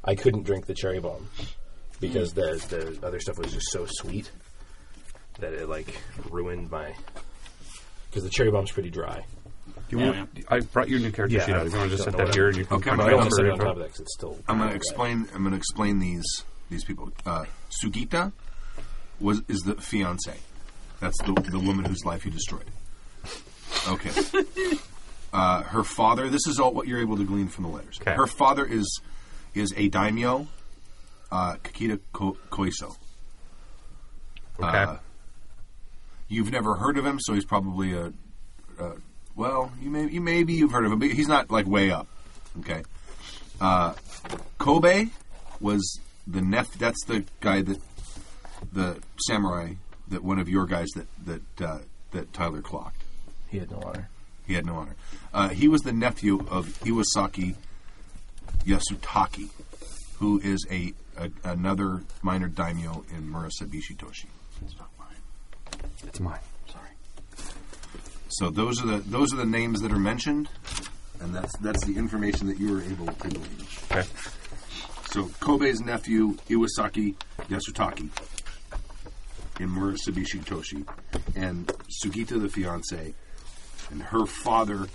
E: I couldn't drink the Cherry Bomb because the the other stuff was just so sweet that it like ruined my because the Cherry Bomb's pretty dry.
B: Do you
D: Yeah,
B: want? I brought your new character
E: Yeah,
B: sheet
E: I
B: out. If you want to just
E: don't
B: set
E: know
B: that
E: what
B: here,
E: I'm-
B: and you can
F: Okay,
B: come
E: But
F: but
E: I
F: I'll
B: back
E: don't
F: also
B: over
E: want to set it
B: it.
E: on top of that 'cause it's still.
F: I'm going
E: wet.
F: to explain. I'm going to explain these these people. Uh, Sugita was is the fiance. That's the, the woman whose life you destroyed. Okay. uh, her father. This is all what you're able to glean from the letters.
G: 'Kay.
F: Her father is is a daimyo, uh, Kakita Ko- Koiso.
G: Okay.
F: Uh, You've never heard of him, so he's probably a. a well, you may you maybe you've heard of him, but he's not like way up. Okay. Uh, Kobe was the nep- That's the guy that the samurai that one of your guys that that uh, that Tyler clocked.
E: He had no honor.
F: He had no honor. Uh, he was the nephew of Iwasaki Yasutaki, who is a, a another minor daimyo in Murasabishi Toshi. It's not mine.
G: it's mine.
F: So those are the those are the names that are mentioned, and that's that's the information that you were able to glean.
G: Okay.
F: So Kobe's nephew Iwasaki Yasutaki in Murasabishi Toshi, and Sugita the fiance, and her father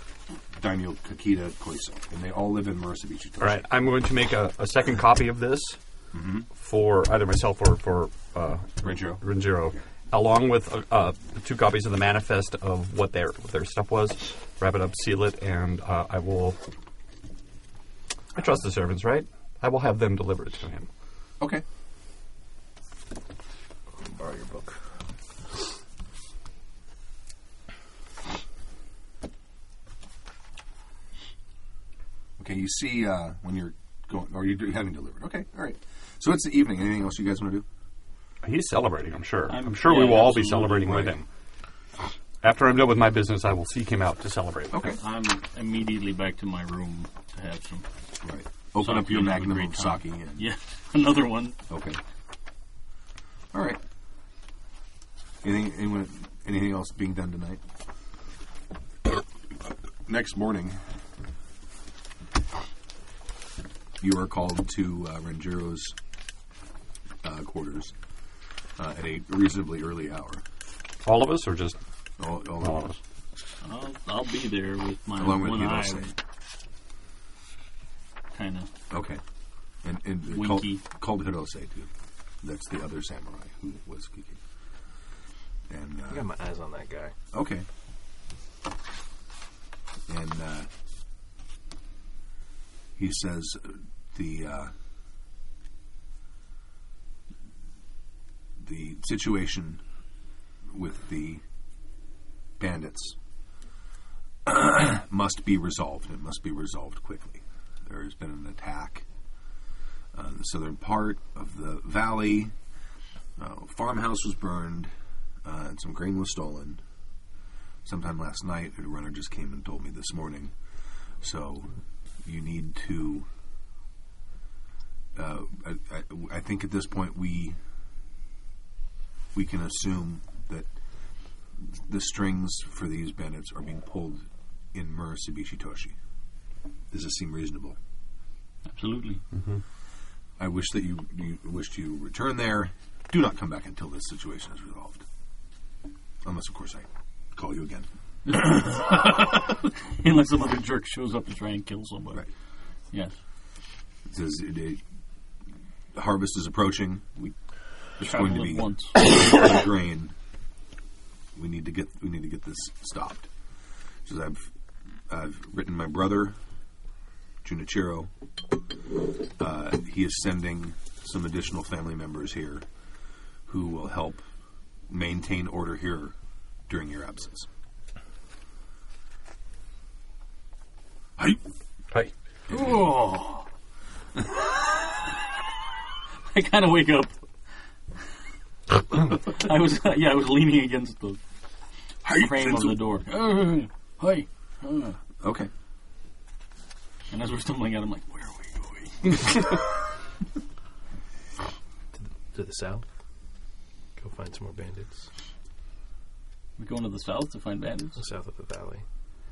F: Daimyo Kakita Koiso, and they all live in Marissa Beach.
G: All right, I'm going to make a, a second copy of this for either myself or for uh,
F: Renjiro.
G: Renjiro, along with uh, uh, two copies of the manifest of what their what their stuff was. Wrap it up, seal it, and uh, I will. I trust the servants, right? I will have them deliver it to him.
F: Okay.
E: Borrow your book.
F: Okay, you see uh, when you're going, or you're having delivered. Okay, all right. So it's the evening. Anything else you guys want to do?
G: He's celebrating, I'm sure. I'm,
D: I'm-
G: sure we
D: yeah,
G: will all be
D: absolutely.
G: celebrating with
F: Right.
G: him. After I'm done with my business, I will seek him out to celebrate.
F: Okay.
D: I'm immediately back to my room to have some.
F: Right. Open
D: Sounds
F: up your
D: like you have a
F: magnum
D: great
F: of
D: time.
F: sake in.
D: Yeah, another one.
F: Okay. All right. Anything? Anyone? Anything else being done tonight? Next morning, you are called to uh, Ranjiro's uh, quarters uh, at a reasonably early hour.
G: All of us, or just
F: All, all of us.
D: I'll, I'll be there with my
F: Along with
D: one
F: you, they'll
D: eye,
F: say.
D: kind of.
F: Okay. And, and uh,
D: Winky.
F: Called, called Hirose, too. That's the other samurai who was kicking. And,
E: I
F: uh,
E: got my eyes on that guy.
F: okay. And, uh, he says uh, the, uh, the situation with the bandits must be resolved. It must be resolved quickly. There has been an attack on the southern part of the valley. Uh, farmhouse was burned, uh, and some grain was stolen. Sometime last night, a runner just came and told me this morning. So, you need to. Uh, I, I, I think at this point we we can assume that the strings for these bandits are being pulled in Murasubishi Toshi. Does this seem reasonable?
D: Absolutely.
F: I wish that you, you wished you return there. Do not come back until this situation is resolved. Unless, of course, I call you again.
D: Unless some other jerk shows up to try and kill somebody.
F: Right.
D: Yes.
F: It says it, it, the harvest is approaching. We, there's
D: Travel
F: going to
D: at
F: be
D: once.
F: grain. We need to get we need to get this stopped. She says, I've I've written my brother, Junichiro. Uh, he is sending some additional family members here, who will help maintain order here during your absence. Hi.
G: hey,
D: Oh. I kind of wake up. I was yeah, I was leaning against the
F: Hi,
D: frame of
F: Senzu.
D: the door. Hi.
F: Okay.
D: And as we're stumbling out, I'm like, where are we going?
E: To the south. Go find some more bandits.
D: We're going to the south to find bandits.
E: South of the valley.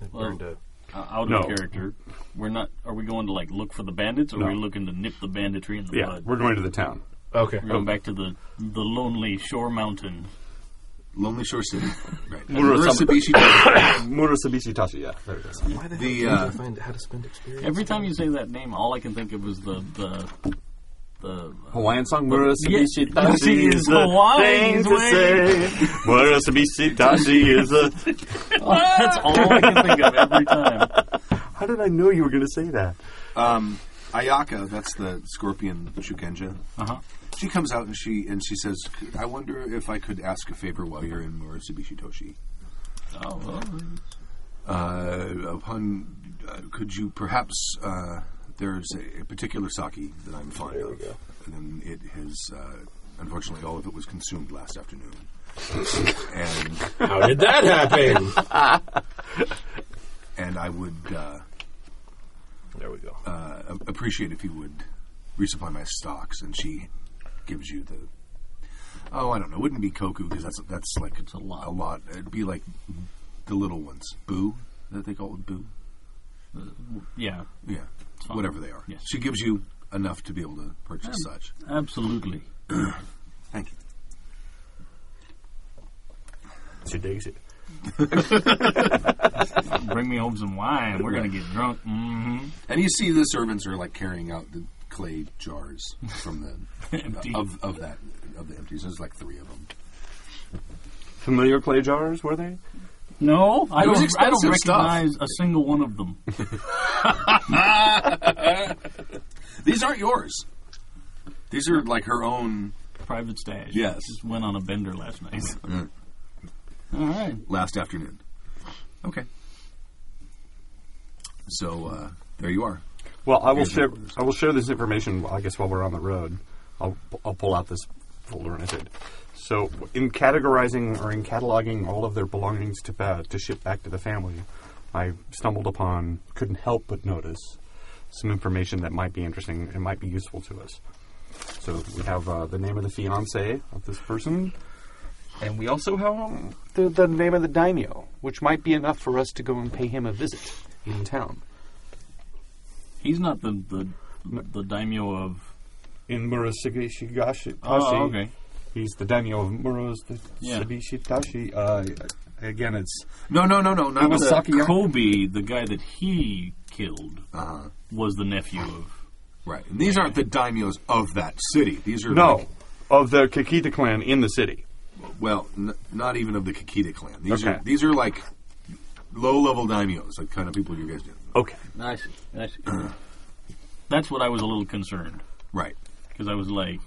E: They
D: Well-
E: burned a-
D: Uh, out
G: No.
D: of character. We're not. Are we going to like look for the bandits, or
G: No.
D: are we looking to nip the banditry in the
G: yeah,
D: bud?
G: we're going to the town.
E: Okay.
D: We're going back to the the lonely shore mountain.
F: Lonely Shore City. Right.
G: Murasab-
F: Murasabishita-
G: Murasabishi Tashi, yeah, there it is.
E: Why the,
F: The,
E: hell
F: uh,
E: can't I find how to spend experience?
D: Every time you say that name, all I can think of is the the the
G: Hawaiian song Murasabishi
D: Yeah,
G: Tashi
D: it's
G: is the
D: Hawaiian
G: thing to
D: way.
G: say. Murasabishi Tashi is a.
D: That's all I can think of every time.
G: How did I know you were going to say that?
F: Um, Ayaka, that's the scorpion Shukenja.
D: Uh-huh.
F: She comes out and she and she says, "I wonder if I could ask a favor while you're in Murasubishi Toshi.
D: Oh, well,
F: Uh, upon, uh, could you perhaps? Uh, there's a, a particular sake that I'm fond of, and it has uh, unfortunately all of it was consumed last afternoon. and
E: How did that happen?
F: and I would uh,
E: there we go.
F: uh, a- appreciate if you would resupply my stocks. And she gives you the. Oh, I don't know. It wouldn't be Koku because that's that's like it's a lot. A lot. It'd be like the little ones. Boo. Is that what they call it Boo.
D: yeah,
F: Yeah. Whatever they are.
D: Yes.
F: She gives you enough to be able to purchase such.
D: absolutely.
F: Thank you.
G: She digs it.
D: Bring me home some wine. We're gonna get drunk. Mm-hmm.
F: And you see the servants are like carrying out the clay jars from the
D: Empty.
F: of of that of the empties. There's like three of them.
G: Familiar clay jars, were they?
D: No, I
F: It was
D: don't. I don't
F: expensive stuff.
D: recognize a single one of them.
F: These aren't yours. These are like her own.
D: Private stash.
F: Yes.
D: just went on a bender last night. All right.
F: Last afternoon. Okay. So uh, there you are.
G: Well, I will
F: Here's
G: share.
F: your orders.
G: I will share this information. well, I guess while we're on the road, I'll I'll pull out this folder and I said. So, in categorizing or in cataloging all of their belongings to uh, to ship back to the family, I stumbled upon, couldn't help but notice, some information that might be interesting and might be useful to us. So we have uh, the name of the fiance of this person, and we also have the, the name of the daimyo, which might be enough for us to go and pay him a visit in town.
D: He's not the the the daimyo of.
G: in Murasagi Shigashi.
D: Oh, okay.
G: He's the daimyo of Murasagi
D: Yeah.
G: Shitashi. Uh, again, it's
F: No, no, no, no, not with the,
G: Iwasaki.
D: Kobe, the guy that he killed,
F: uh,
D: was the nephew of.
F: right. And these aren't the daimyos of that city. These are
G: No,
F: like,
G: of the Kikita clan in the city.
F: well, n- not even of the Kikita clan. These
G: Okay.
F: are these are like low level daimyos, like kind of people you guys do.
G: Okay.
D: Nice, nice. That's what I was a little concerned
F: Right.
D: because I was like,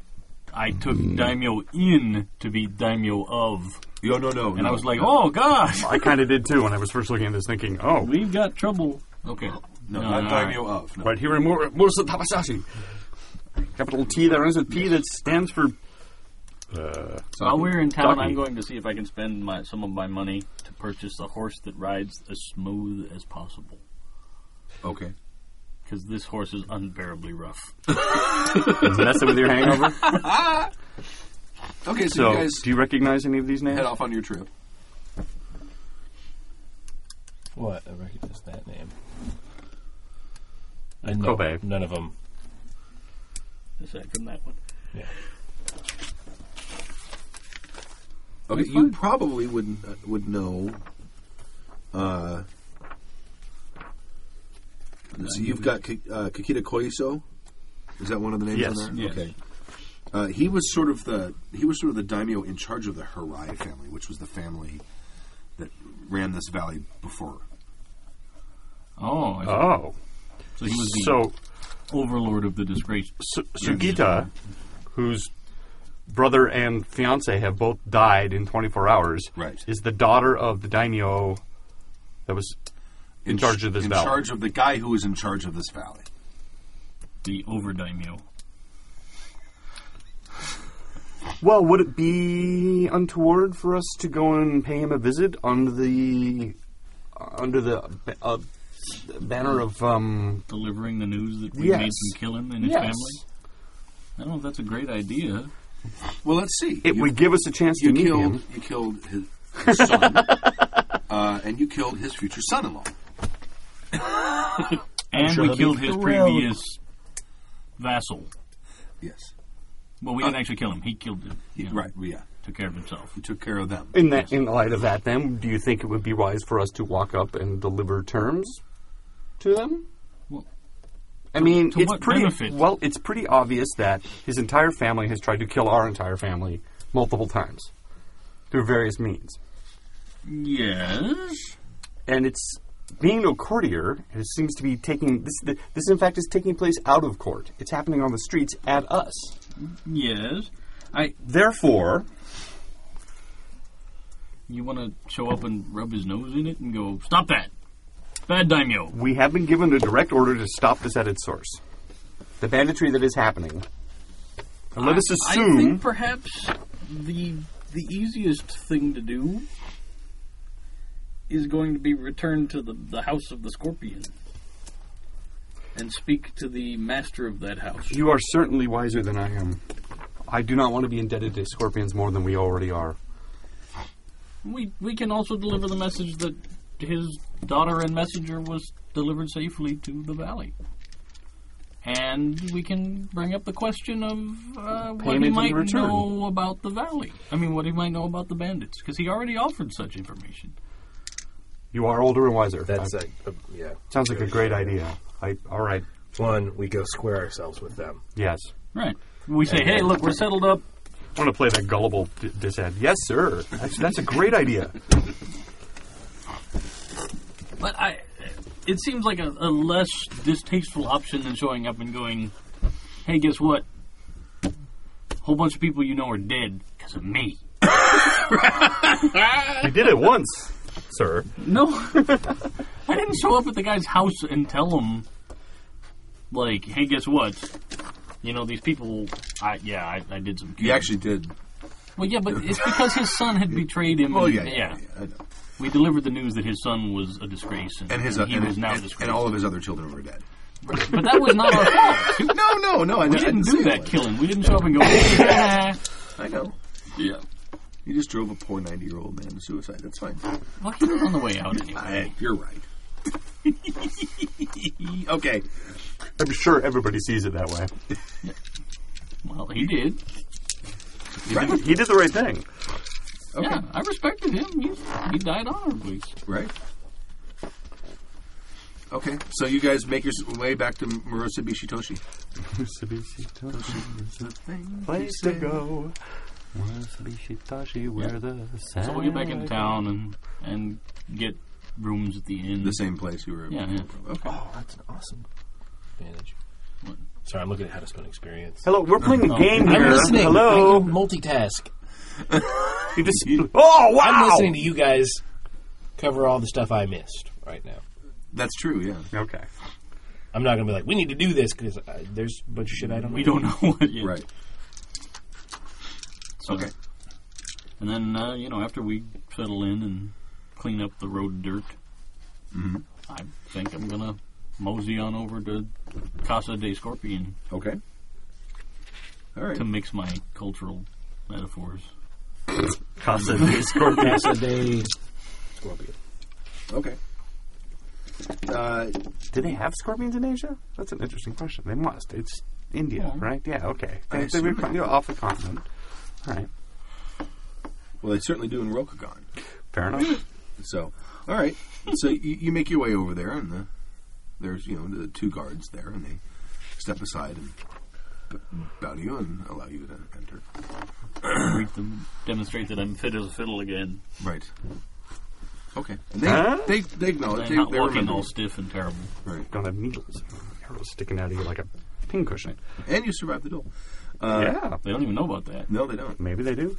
D: I took daimyo in to be daimyo of,
F: Yo, no, no,
D: and
F: no.
D: I was like, oh gosh,
G: I kind of did too when I was first looking at this, thinking, oh,
D: we've got trouble. Okay,
F: no,
D: no,
F: not
D: no,
F: daimyo of. No.
G: right here in Mur- Murasa Tabasashi. Capital T there is a P that stands for. Uh,
D: While we're in town,
G: Ducky.
D: I'm going to see if I can spend my, some of my money to purchase a horse that rides as smooth as possible.
F: Okay.
D: Because this horse is unbearably rough.
G: mess it with your hangover.
F: Okay. So,
G: so,
F: you guys
G: do you recognize any of these names?
F: head off on your trip.
E: What? I recognize that name. I know
G: Kobe.
E: none of them.
D: Aside from that one,
E: Yeah.
F: Okay, you probably would uh, would know. Uh, so you've got Ki- uh, Kikita Koiso. Is that one of the names?
G: Yes.
F: On there? Okay. Uh, he was sort of the he was sort of the daimyo in charge of the Harai family, which was the family that ran this valley before.
D: oh, I see.
G: Oh,
D: so he was the
G: so
D: overlord of the disgrace.
G: Su- Sugita, whose brother and fiance have both died in 24 hours,
F: Right.
G: is the daughter of the daimyo that was in, charge of this
F: in
G: valley.
F: charge of the guy who was in charge of this valley.
D: the over daimyo.
G: Well, would it be untoward for us to go and pay him a visit under the under the ba- uh, banner of um?
D: delivering the news that we
G: Yes.
D: made him kill him and his
G: Yes.
D: family? I don't know if that's a great idea.
F: Well, let's see.
G: It
F: You-
G: would give us a chance to
F: you
G: meet
F: killed
G: him.
F: you killed his, his son, uh, and you killed his future son-in-law.
D: And
E: sure
D: we
E: that'll
D: killed
E: be
D: his
E: thrilled.
D: previous vassal.
F: Yes,
D: Well, we didn't actually kill him. He killed him. Uh, Yeah.
F: right. Yeah,
D: Took care of himself.
F: you took care of them.
G: In that, in light of that, then, do you think it would be wise for us to walk up and deliver terms to them?
D: Well-
G: I mean,
D: to
G: it's
D: what
G: pretty
D: benefit?
G: well. It's pretty obvious that his entire family has tried to kill our entire family multiple times through various means,
D: Yes.
G: and it's being no courtier. And it seems to be taking this. th- This, in fact, is taking place out of court. It's happening on the streets at us.
D: Yes. I.
G: Therefore,
D: You want to show up and rub his nose in it and go, stop that! Bad daimyo.
G: we have been given a direct order to stop this at its source. The banditry that is happening. And let us
D: I
G: assume.
D: think perhaps the the easiest thing to do is going to be return to the, the house of the scorpion and speak to the master of that house.
G: You are certainly wiser than I am. I do not want to be indebted to scorpions more than we already are.
D: We we can also deliver the message that his daughter and messenger was delivered safely to the valley. And we can bring up the question of uh, what
G: Payment
D: he
G: in
D: might
G: return.
D: know about the valley. I mean, what he might know about the bandits, because he already offered such information.
B: You are older and wiser.
E: That's
B: I-
E: a, a yeah.
B: sounds like a great idea. I all right.
E: One, we go square ourselves with them.
B: Yes.
D: Right. We say, hey, look, we're settled up.
B: I want to play that gullible d- dishad. Yes, sir. That's, that's a great idea.
D: But I, it seems like a, a less distasteful option than showing up and going, "Hey, guess what? Whole bunch of people you know are dead because of me."
B: We did it once, sir.
D: No, I didn't show up at the guy's house and tell him, like, "Hey, guess what? You know these people. I yeah, I, I did some.
F: You actually did.
D: Well, yeah, but it's because his son had betrayed him.
F: Well,
D: and-
F: yeah, yeah, yeah, yeah, I know.
D: We delivered the news that his son was a disgrace, and,
F: uh, And his uh,
D: he
F: and,
D: was now a
F: and,
D: disgrace.
F: and all of his other children were dead.
D: but that was not our fault.
F: No, no, no. I
D: We didn't do that killing. We didn't show up and go.
F: I know.
D: yeah.
F: You just drove a poor ninety-year-old man to suicide. That's fine.
D: Well, he was on the way out anyway.
F: I, you're right. okay.
B: I'm sure everybody sees it that way.
D: Well, he did.
F: Right.
B: He did the right thing.
F: Okay.
D: Yeah, I respected him. He, he died honorably.
F: Right. Okay. So you guys make your s- way back to Marisa Bishitoshi.
B: Place to go. Mitsubishi-tashi, Where the
D: So we'll get back
E: Ah.
D: into town and and get rooms at the inn.
F: The same place you were.
D: Yeah, yeah.
F: Okay.
E: Advantage. Sorry, I'm looking at how to spend experience.
B: Hello, we're playing a game here.
E: Oh. I'm listening. I
B: Hello.
E: can multitask.
B: You just. Oh wow!
E: I'm listening to you guys cover all the stuff I missed right now.
F: That's true. Yeah.
B: Okay.
E: I'm not gonna be like, we need to do this because uh, there's a bunch of shit I don't.
D: we
E: know.
D: don't know what yet.
F: Right.
D: So,
F: Okay.
D: And then uh, you know after we settle in and clean up the road dirt, I think I'm gonna mosey on over to Casa de Scorpion
F: Okay. All right.
D: to mix my cultural metaphors.
B: Casa de Scorpio.
E: Casa de Scorpio.
F: Okay. Uh,
B: Do they have scorpions in Asia? That's an interesting question. They must. It's India, right? Yeah. Okay.
F: I
B: They, they
F: assume
B: were
F: they
B: con-
F: do.
B: off the continent. All right.
F: well, they certainly do in Rokugan.
B: Fair enough.
F: So, all right. So you, you make your way over there, and the, there's you know the two guards there, and they step aside and b- bow to you and allow you to enter.
D: Greet them, demonstrate that I'm fit as a fiddle again.
F: Right. Okay. And they,
B: Huh?
F: they they acknowledge
D: I'm
F: they,
D: not
F: they
D: walking
F: remember.
D: all stiff and terrible.
F: Right.
B: Don't have needles, arrows sticking out of you like a pincushion.
F: And you survived the duel.
G: Uh,
B: yeah.
D: They don't even know about that.
F: No, they don't.
B: Maybe they do.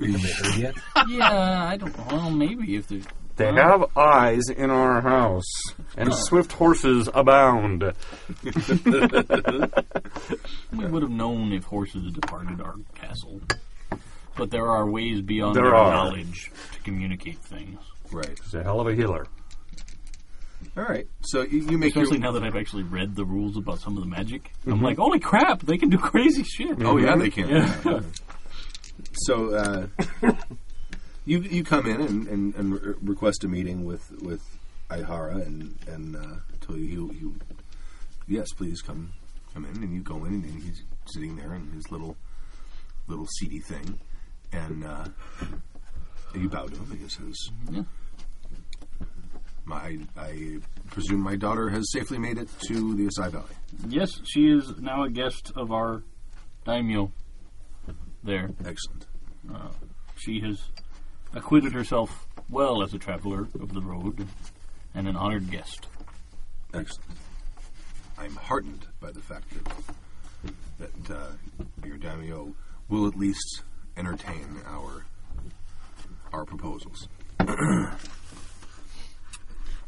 E: Yeah.
D: yeah, I don't. Well, maybe if there's
B: They have eyes in our house, and swift horses abound.
D: We would have known if horses departed our castle. But there are ways beyond
B: There
D: our
B: are.
D: knowledge to communicate things.
F: Right.
B: He's a hell of a healer.
F: All right. So you, you make
D: Especially
F: your
D: now that I've actually read the rules about some of the magic. I'm like, holy crap, they can do crazy shit.
F: Oh yeah, they can. Yeah. So uh, you you come in and, and, and re- request a meeting with with Ihara and and uh, tell you he he yes please come come in and you go in and he's sitting there in his little little seedy thing and uh, you bow to him and he says.
D: Yeah.
F: My, I presume my daughter has safely made it to the Asai Valley.
D: Yes, she is now a guest of our daimyo there.
F: Excellent.
D: She has acquitted herself well as a traveler of the road and an honored guest.
F: Excellent. I'm heartened by the fact that that uh, your daimyo will at least entertain our our proposals.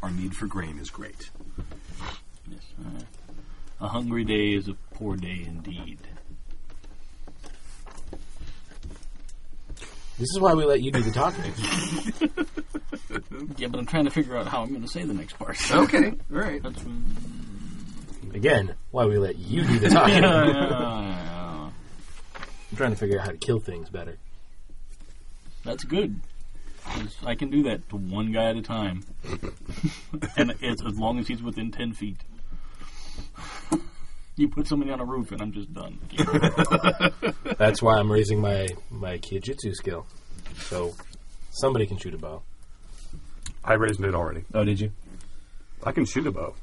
F: our need for grain is great.
D: Yes. uh, a hungry day is a poor day indeed.
E: This is why we let you do the talking.
D: Yeah, but I'm trying to figure out how I'm going to say the next part.
F: Okay, all right.
D: That's
E: Again, why we let you do the talking.
D: Yeah,
E: I'm trying to figure out how to kill things better.
D: that's good. 'Cause I can do that to one guy at a time, and it's as long as he's within ten feet. You put somebody on a roof, and I'm just done.
E: That's why I'm raising my my kijutsu skill, so somebody can shoot a bow.
G: I raised it already.
E: Oh, did you?
G: I can shoot a bow.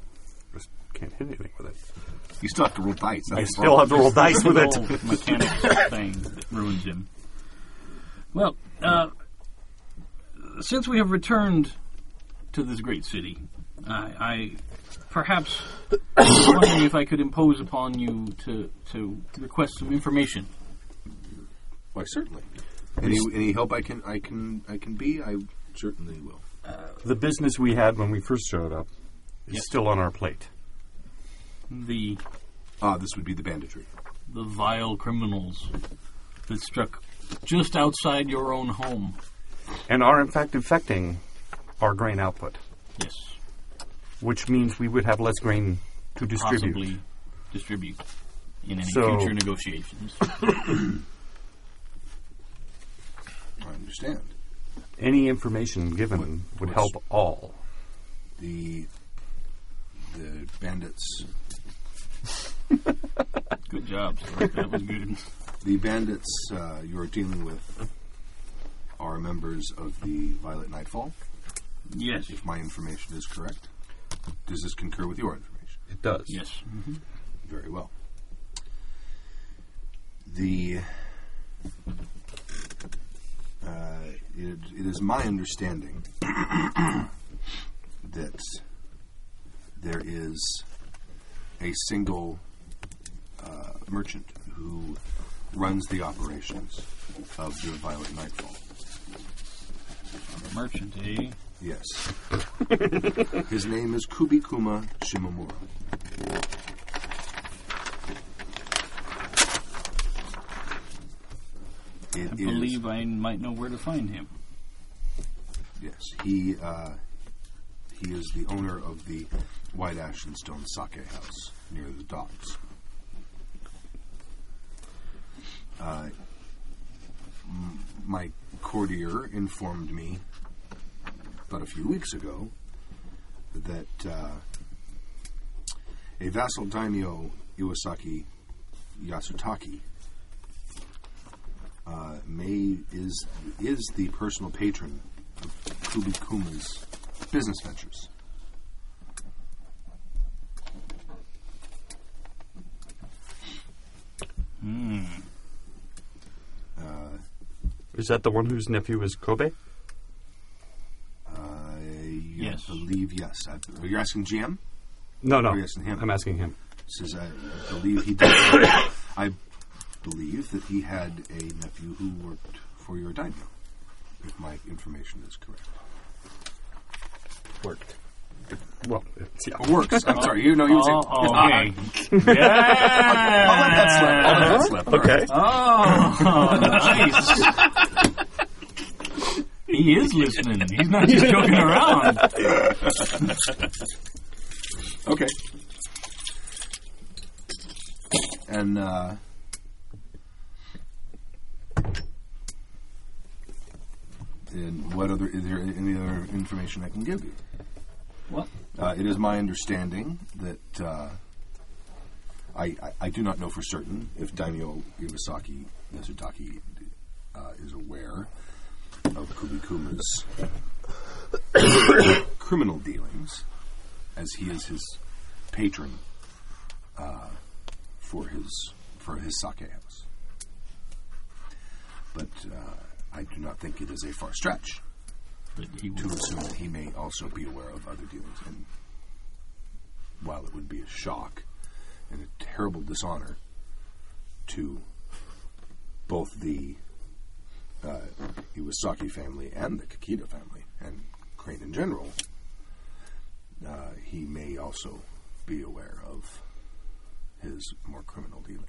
G: Just can't hit anything with it.
F: You still have to roll dice.
G: I
F: That's the
G: still have to roll dice with it.
D: Whole mechanic thing that ruins him. Well, uh, since we have returned to this great city, I, I perhaps was wondering if I could impose upon you to to request some information.
F: Why, certainly. Any, any help I can, I can, I can be, I certainly will.
G: The business we had when we first showed up is
D: Yes.
G: still on our plate.
D: The
F: Ah, this would be the banditry.
D: the vile criminals that struck just outside your own home.
G: And are, in fact, affecting our grain output,
D: Yes,
G: which means we would have less grain to distribute.
D: possibly distribute in any
G: So-
D: future negotiations.
F: I understand.
G: Any information given would
F: what's-
G: help all.
F: The the bandits,
D: Good job. sir. That was good.
F: the bandits uh, you are dealing with are members of the Violet Nightfall.
D: Yes.
F: If my information is correct, does this concur with your information?
G: It does.
D: Yes.
F: Very well. The uh, it, it is my understanding that there is a single uh, merchant who runs the operations of the Violet Nightfall.
D: A merchant, eh?
F: Yes. His name is Kubikuma Shimamura. It
D: I
F: is-
D: believe I might know where to find him.
F: yes, he uh, he is the owner of the White Ash and Stone Sake House near the docks. Uh, m- my courtier informed me about a few weeks ago that uh, a vassal daimyo Iwasaki Yasutaki uh, may is is the personal patron of Kubikuma's business ventures.
G: Is that the one whose nephew is Kobe?
F: I
D: Yes.
F: believe yes. I, are you asking GM?
G: No, no.
F: Oh, yes, and him.
G: I'm asking him.
F: Says I, I believe he did. I believe that he had a nephew who worked for your daimyo, if my information is correct.
G: Worked. Well, it's, yeah.
F: Or works. I'm sorry. You know, you would say.
D: Oh, okay.
F: I'll let that slip. I'll let that slip. All
G: Okay.
F: right.
D: Oh, nice. he is listening. He's not just joking around.
F: Okay. And uh, and what other is there any other information I can give you?
D: What?
F: Uh, it is my understanding that uh, I, I I do not know for certain if Daimyo Iwasaki Yasutaki uh, is aware of Kubikuma's criminal dealings as he is his patron uh, for his for his sake house. But uh, I do not think it is a far stretch
D: But he
F: to
D: was
F: assume that he may also be aware of other dealings. And while it would be a shock and a terrible dishonor to both the uh, Iwasaki family and the Kikita family and Crane in general, uh, he may also be aware of his more criminal dealings.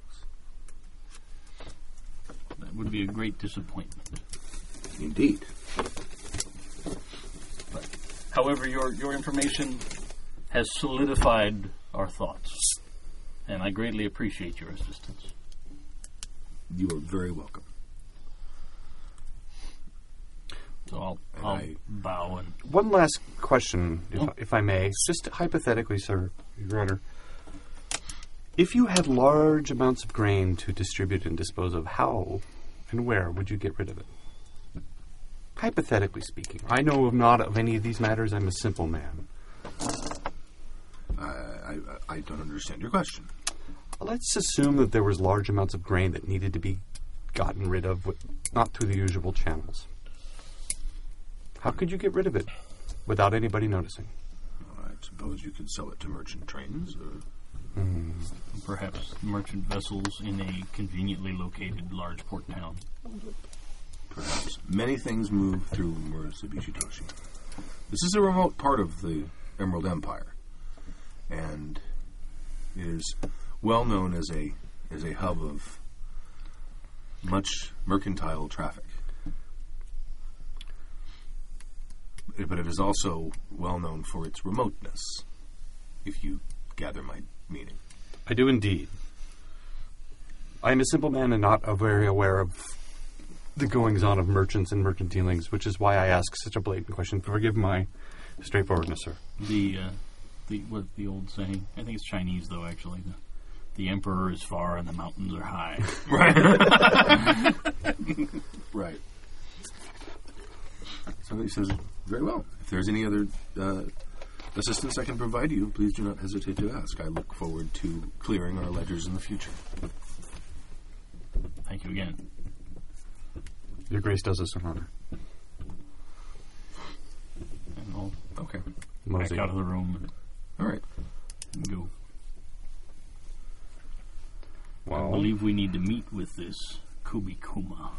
D: that would be a great disappointment.
F: Indeed.
D: However, your your information has solidified our thoughts, and I greatly appreciate your assistance.
F: You are very welcome.
D: So I'll,
F: And
D: I'll
F: I-
D: bow and
G: One last question, if,
D: Oh.
G: if I may, just hypothetically, sir, Your Honor. If you had large amounts of grain to distribute and dispose of, how and where would you get rid of it? Hypothetically speaking, I know of not of any of these matters. I'm a simple man.
F: I, I, I don't understand your question.
G: Let's assume that there was large amounts of grain that needed to be gotten rid of, with, not through the usual channels. How could you get rid of it without anybody noticing?
F: I suppose you could sell it to merchant trains. Or
D: Perhaps merchant vessels in a conveniently located large port town.
F: perhaps many things move through Murasubishidoshi. This is a remote part of the Emerald Empire, and is well known as a as a hub of much mercantile traffic. Eh, But it is also well known for its remoteness, if you gather my meaning.
G: I do indeed. I am a simple man and not uh, very aware of the goings on of merchants and merchant dealings, which is why I ask such a blatant question. Forgive my straightforwardness, sir.
D: The uh, the what the old saying? I think it's Chinese though. Actually, the, the emperor is far and the mountains are high.
F: Right. Somebody says, very well. If there's any other uh, assistance I can provide you, please do not hesitate to ask. I look forward to clearing our ledgers in the future.
D: Thank you again.
G: Your grace does us an honor.
D: And I'll
F: Okay.
D: back
G: Mosey.
D: out of the room
F: All right.
D: and go. I
G: Well,
D: believe we need to meet with this Kubikuma.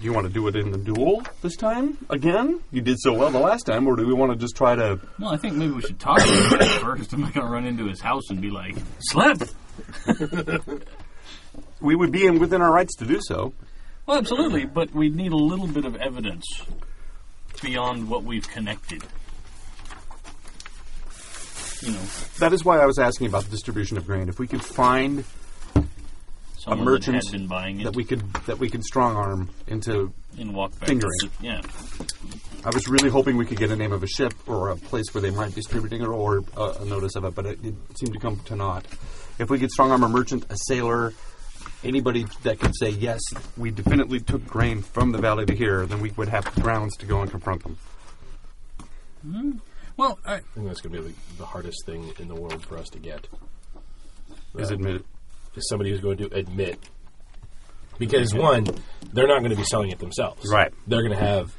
G: you want to do it in the duel this time? Again? You did so well the last time, or do we want to just try to.
D: Well, I think maybe we should talk to him first. I'm not going to run into his house and be like, "Slip."
G: We would be in within our rights to do so.
D: Well, absolutely, but we need a little bit of evidence beyond what we've connected. You know,
G: That is why I was asking about the distribution of grain. If we could find
D: someone
G: merchant
D: that had been buying it
G: that we could that we could strong arm into
D: and walk back.
G: fingering.
D: to the- yeah,
G: I was really hoping we could get a name of a ship or a place where they might be distributing it or uh, a notice of it, but it, it seemed to come to naught. If we could strong arm a merchant, a sailor, anybody that could say, yes, we definitely took grain from the valley to here, then we would have grounds to go and confront them.
D: Well, I,
E: I think that's going to be the, the hardest thing in the world for us to get.
G: Is admitted.
E: Is somebody who's going to admit. Because, one, they're not going to be selling it themselves.
G: Right.
E: They're going to have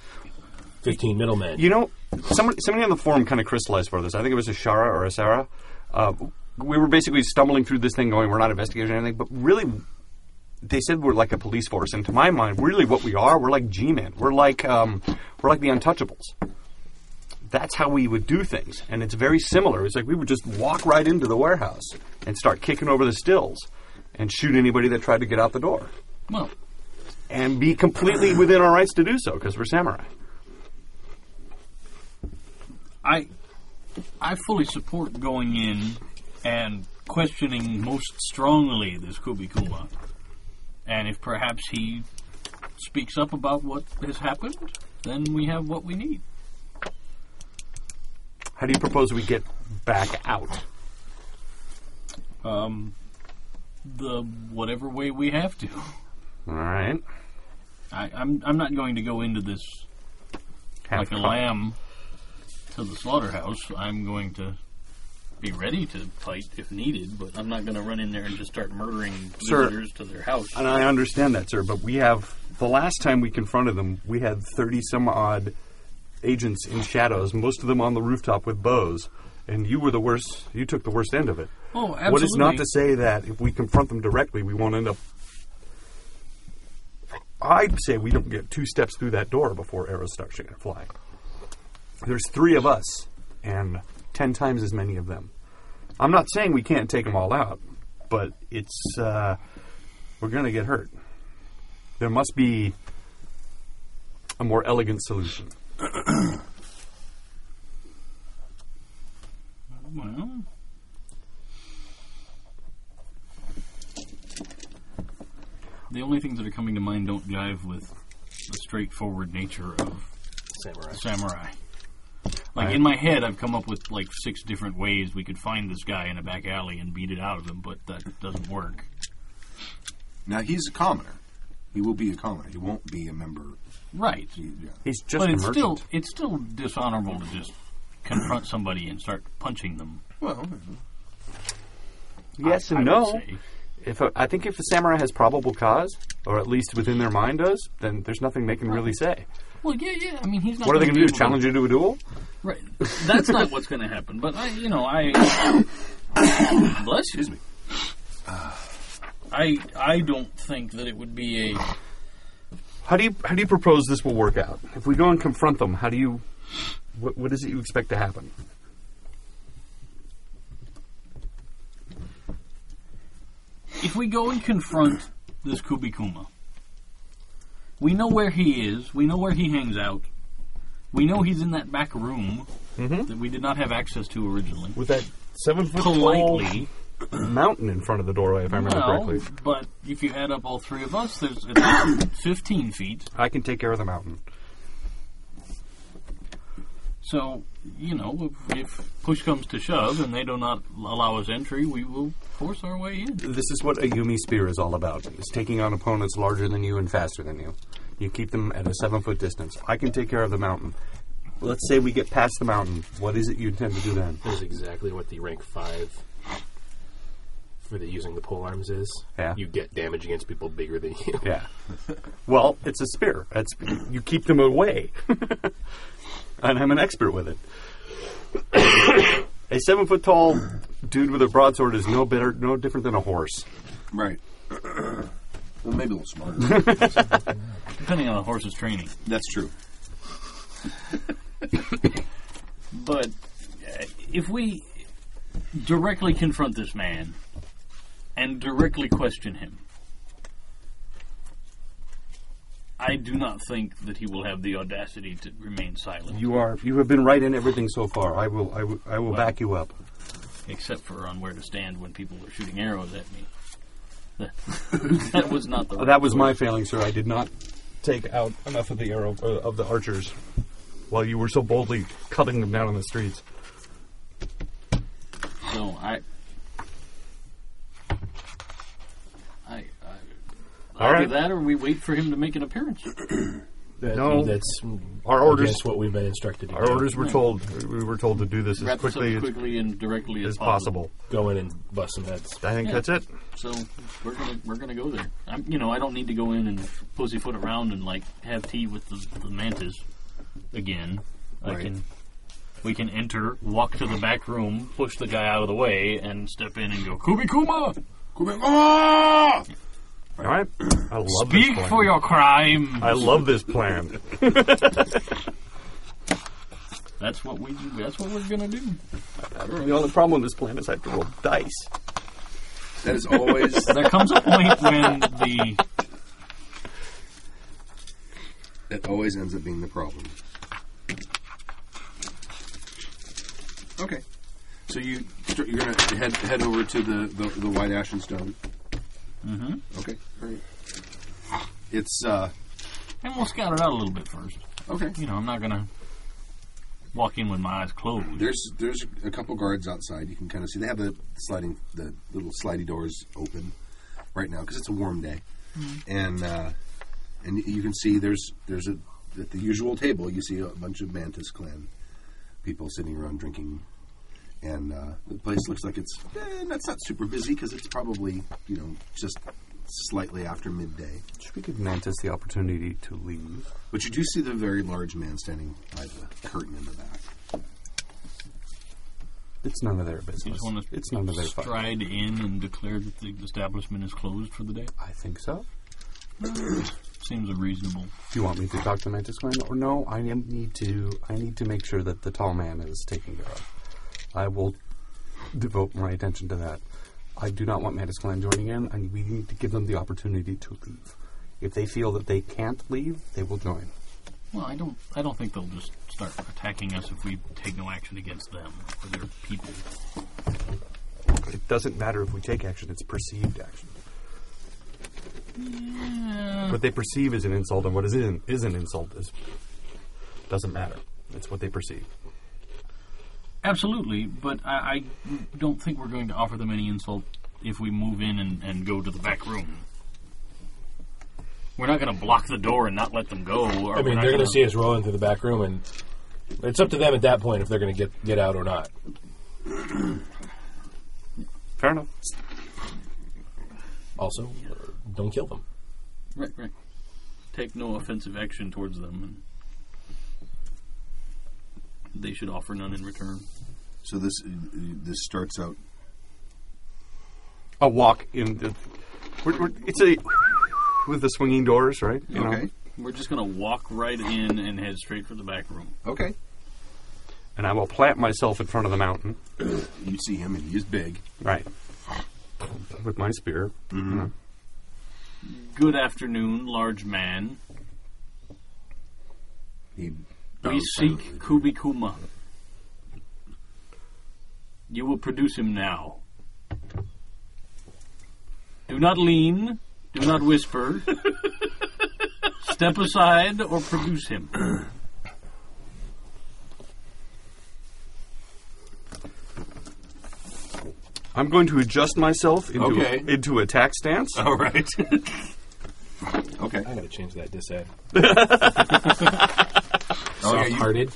E: 15 middlemen.
G: You know, somebody, somebody on the forum kind of crystallized for this. I think it was a Shara or a Sarah. Uh, we were basically stumbling through this thing, going, "We're not investigating anything," but really, they said we're like a police force, and to my mind, really, what we are, we're like G-men. We're like um, we're like the Untouchables. That's how we would do things, and it's very similar. It's like we would just walk right into the warehouse and start kicking over the stills and shoot anybody that tried to get out the door,
D: well,
G: and be completely within our rights to do so because we're samurai.
D: I, I fully support going in and questioning most strongly this Kubikuma, and if perhaps he speaks up about what has happened, then we have what we need.
G: How do you propose we get back out?
D: Um, the whatever way we have to.
G: All right.
D: I, I'm I'm not going to go into this like a
G: Half-cocked.
D: lamb to the slaughterhouse. I'm going to be ready to fight if needed, but I'm not going to run in there and just start murdering
G: Sir.
D: visitors to their house.
G: And I understand that, sir, but we have the last time we confronted them, we had thirty some odd agents in shadows, most of them on the rooftop with bows, and you were the worst. You took the worst end of it.
D: Oh, absolutely.
G: What is not to say that if we confront them directly, we won't end up. I'd say we don't get two steps through that door before arrows start sh- flying. There's three of us, and ten times as many of them. I'm not saying we can't take them all out, but it's uh, we're going to get hurt. There must be a more elegant solution.
D: Well, the only things that are coming to mind don't jive with the straightforward nature of
E: Samurai.
D: samurai. Like in my head, I've come up with like six different ways we could find this guy in a back alley and beat it out of him, but that doesn't work.
F: Now he's a commoner. He will be a commoner. He won't be a member.
D: Right.
F: He- yeah.
G: He's just
D: But
G: a
D: it's
G: merchant.
D: still it's still dishonorable to just confront somebody and start punching them.
F: Well,
G: yes and
D: I would
G: no.
D: say.
G: If a, I think if the samurai has probable cause, or at least within their mind does, then there's nothing they can really say.
D: Well, yeah, yeah. I mean, he's not.
G: What are they
D: gonna
G: going to do?
D: be able
G: Challenge you to a duel?
D: Right. That's not what's going to happen. But I, you know, I bless you. Excuse me. I I don't think that it would be a
G: How do you how do you propose this will work out? If we go and confront them, how do you? What, what is it you expect to happen?
D: if we go and confront this Kubikuma, we know where he is. We know where he hangs out. We know he's in that back room
G: Mm-hmm.
D: that we did not have access to originally.
G: With that seven foot
D: Politely,
G: mountain in front of the doorway, if I remember
D: well,
G: correctly,
D: but if you add up all three of us, there's at least 15 feet.
G: I can take care of the mountain.
D: So, you know, if, if push comes to shove and they do not allow us entry, we will force our way in.
G: This is what a Yumi spear is all about: is taking on opponents larger than you and faster than you. You keep them at a seven foot distance. I can take care of the mountain. Let's say we get past the mountain. What is it you intend to do then?
E: That is exactly what the rank five for the using the pole arms is.
G: Yeah.
E: You get damage against people bigger than you.
G: Yeah. Well, it's a spear. That's you keep them away, and I'm an expert with it. a seven foot tall dude with a broadsword is no better, no different than a horse.
F: right. well, maybe a little smarter.
D: Depending on the horse's training.
F: That's true.
D: But uh, if we directly confront this man and directly question him, I do not think that he will have the audacity to remain silent,
G: You are you have been right in everything so far. I will I will, I will
D: Well.
G: back you up.
D: except for on where to stand when people are shooting arrows at me. that was not the right
G: That was my failing, sir. I did not take out enough of the arrow uh, of the archers while you were so boldly cutting them down in the streets.
D: No, I. I. I
G: All
D: either
G: right.
D: that or we wait for him to make an appearance.
E: That-
G: No.
E: That's
G: Our orders
E: against what we've been instructed to
G: our
E: do.
G: orders were told we were told to do this as
D: Wrap this up
G: quickly
D: as
G: as,
D: quickly and directly as,
G: as possible.
E: Go in and bust some heads.
G: I think
D: Yeah.
G: that's it.
D: So we're gonna we're gonna go there. I'm, you know, I don't need to go in and pussyfoot around and like have tea with the, the mantis again. I
F: Right.
D: can. We can enter, walk to the back room, push the guy out of the way, and step in and go, Kubikuma,
F: Ah!
G: All right. I love this
D: speak
G: plan.
D: for your crime.
G: I love this plan.
D: That's what we. That's what we're gonna do.
G: the only problem with this plan is I have to roll dice.
F: That is always
D: There comes a point when the
F: that always ends up being the problem. Okay. So you you're gonna head head over to the the, the white ashen stone. Mm-hmm. Okay. All right. It's uh
D: And we'll scout it out a little bit first.
F: okay.
D: You know, I'm not gonna walk in with my eyes closed.
F: There's there's a couple guards outside. You can kind of see they have the sliding the little slidey doors open right now because it's a warm day, and uh, and y- you can see there's there's a at the usual table you see a bunch of Mantis clan people sitting around drinking, and uh, the place looks like it's eh, that's not super busy because it's probably you know just slightly after midday.
G: Should we give Mantis the opportunity to leave?
F: But you do see the very large man standing by the curtain in the back.
G: It's none of their
D: You
G: business.
D: just want
G: It's none of
D: to
G: their fucking.
D: stride in and declare that the establishment is closed for the day.
G: I think so.
D: Seems a reasonable.
G: Do you want me to talk to Mantis Clan or no? I am- need to. I need to make sure that the tall man is taken care of. I will devote my attention to that. I do not want Mantis Clan joining in, and we need to give them the opportunity to leave. If they feel that they can't leave, they will join.
D: Well, I don't. I don't think they'll just start attacking us if we take no action against them or their people.
G: It doesn't matter if we take action; it's perceived action. What they perceive as an insult and what is isn't is an insult is doesn't matter. It's what they perceive.
D: Absolutely, but I, I don't think we're going to offer them any insult if we move in and, and go to the back room. We're not going to block the door and not let them go. Or
E: I mean, they're going to see us rolling through the back room, and it's up to them at that point if they're going to get get out or not.
G: Fair enough.
E: Also, uh, don't kill them.
D: Right, right. Take no offensive action towards them, and they should offer none in return.
F: So this uh, this starts out.
G: A walk in the. We're, we're, it's a with the swinging doors, right? You know?
F: Okay.
D: We're just going to walk right in and head straight for the back room.
F: Okay.
G: And I will plant myself in front of the mountain,
F: You see him, and he's big.
G: right, with my spear.
D: Good afternoon, large man.
F: He
D: We seek Kubi Kuma. You will produce him now. Do not lean. Do not whisper. Step aside or produce him.
G: I'm going to adjust myself into
F: Okay.
G: into attack stance.
F: All right. okay.
E: I got to change that disad.
F: Oh, yeah,
E: Soft
F: you-
E: hearted.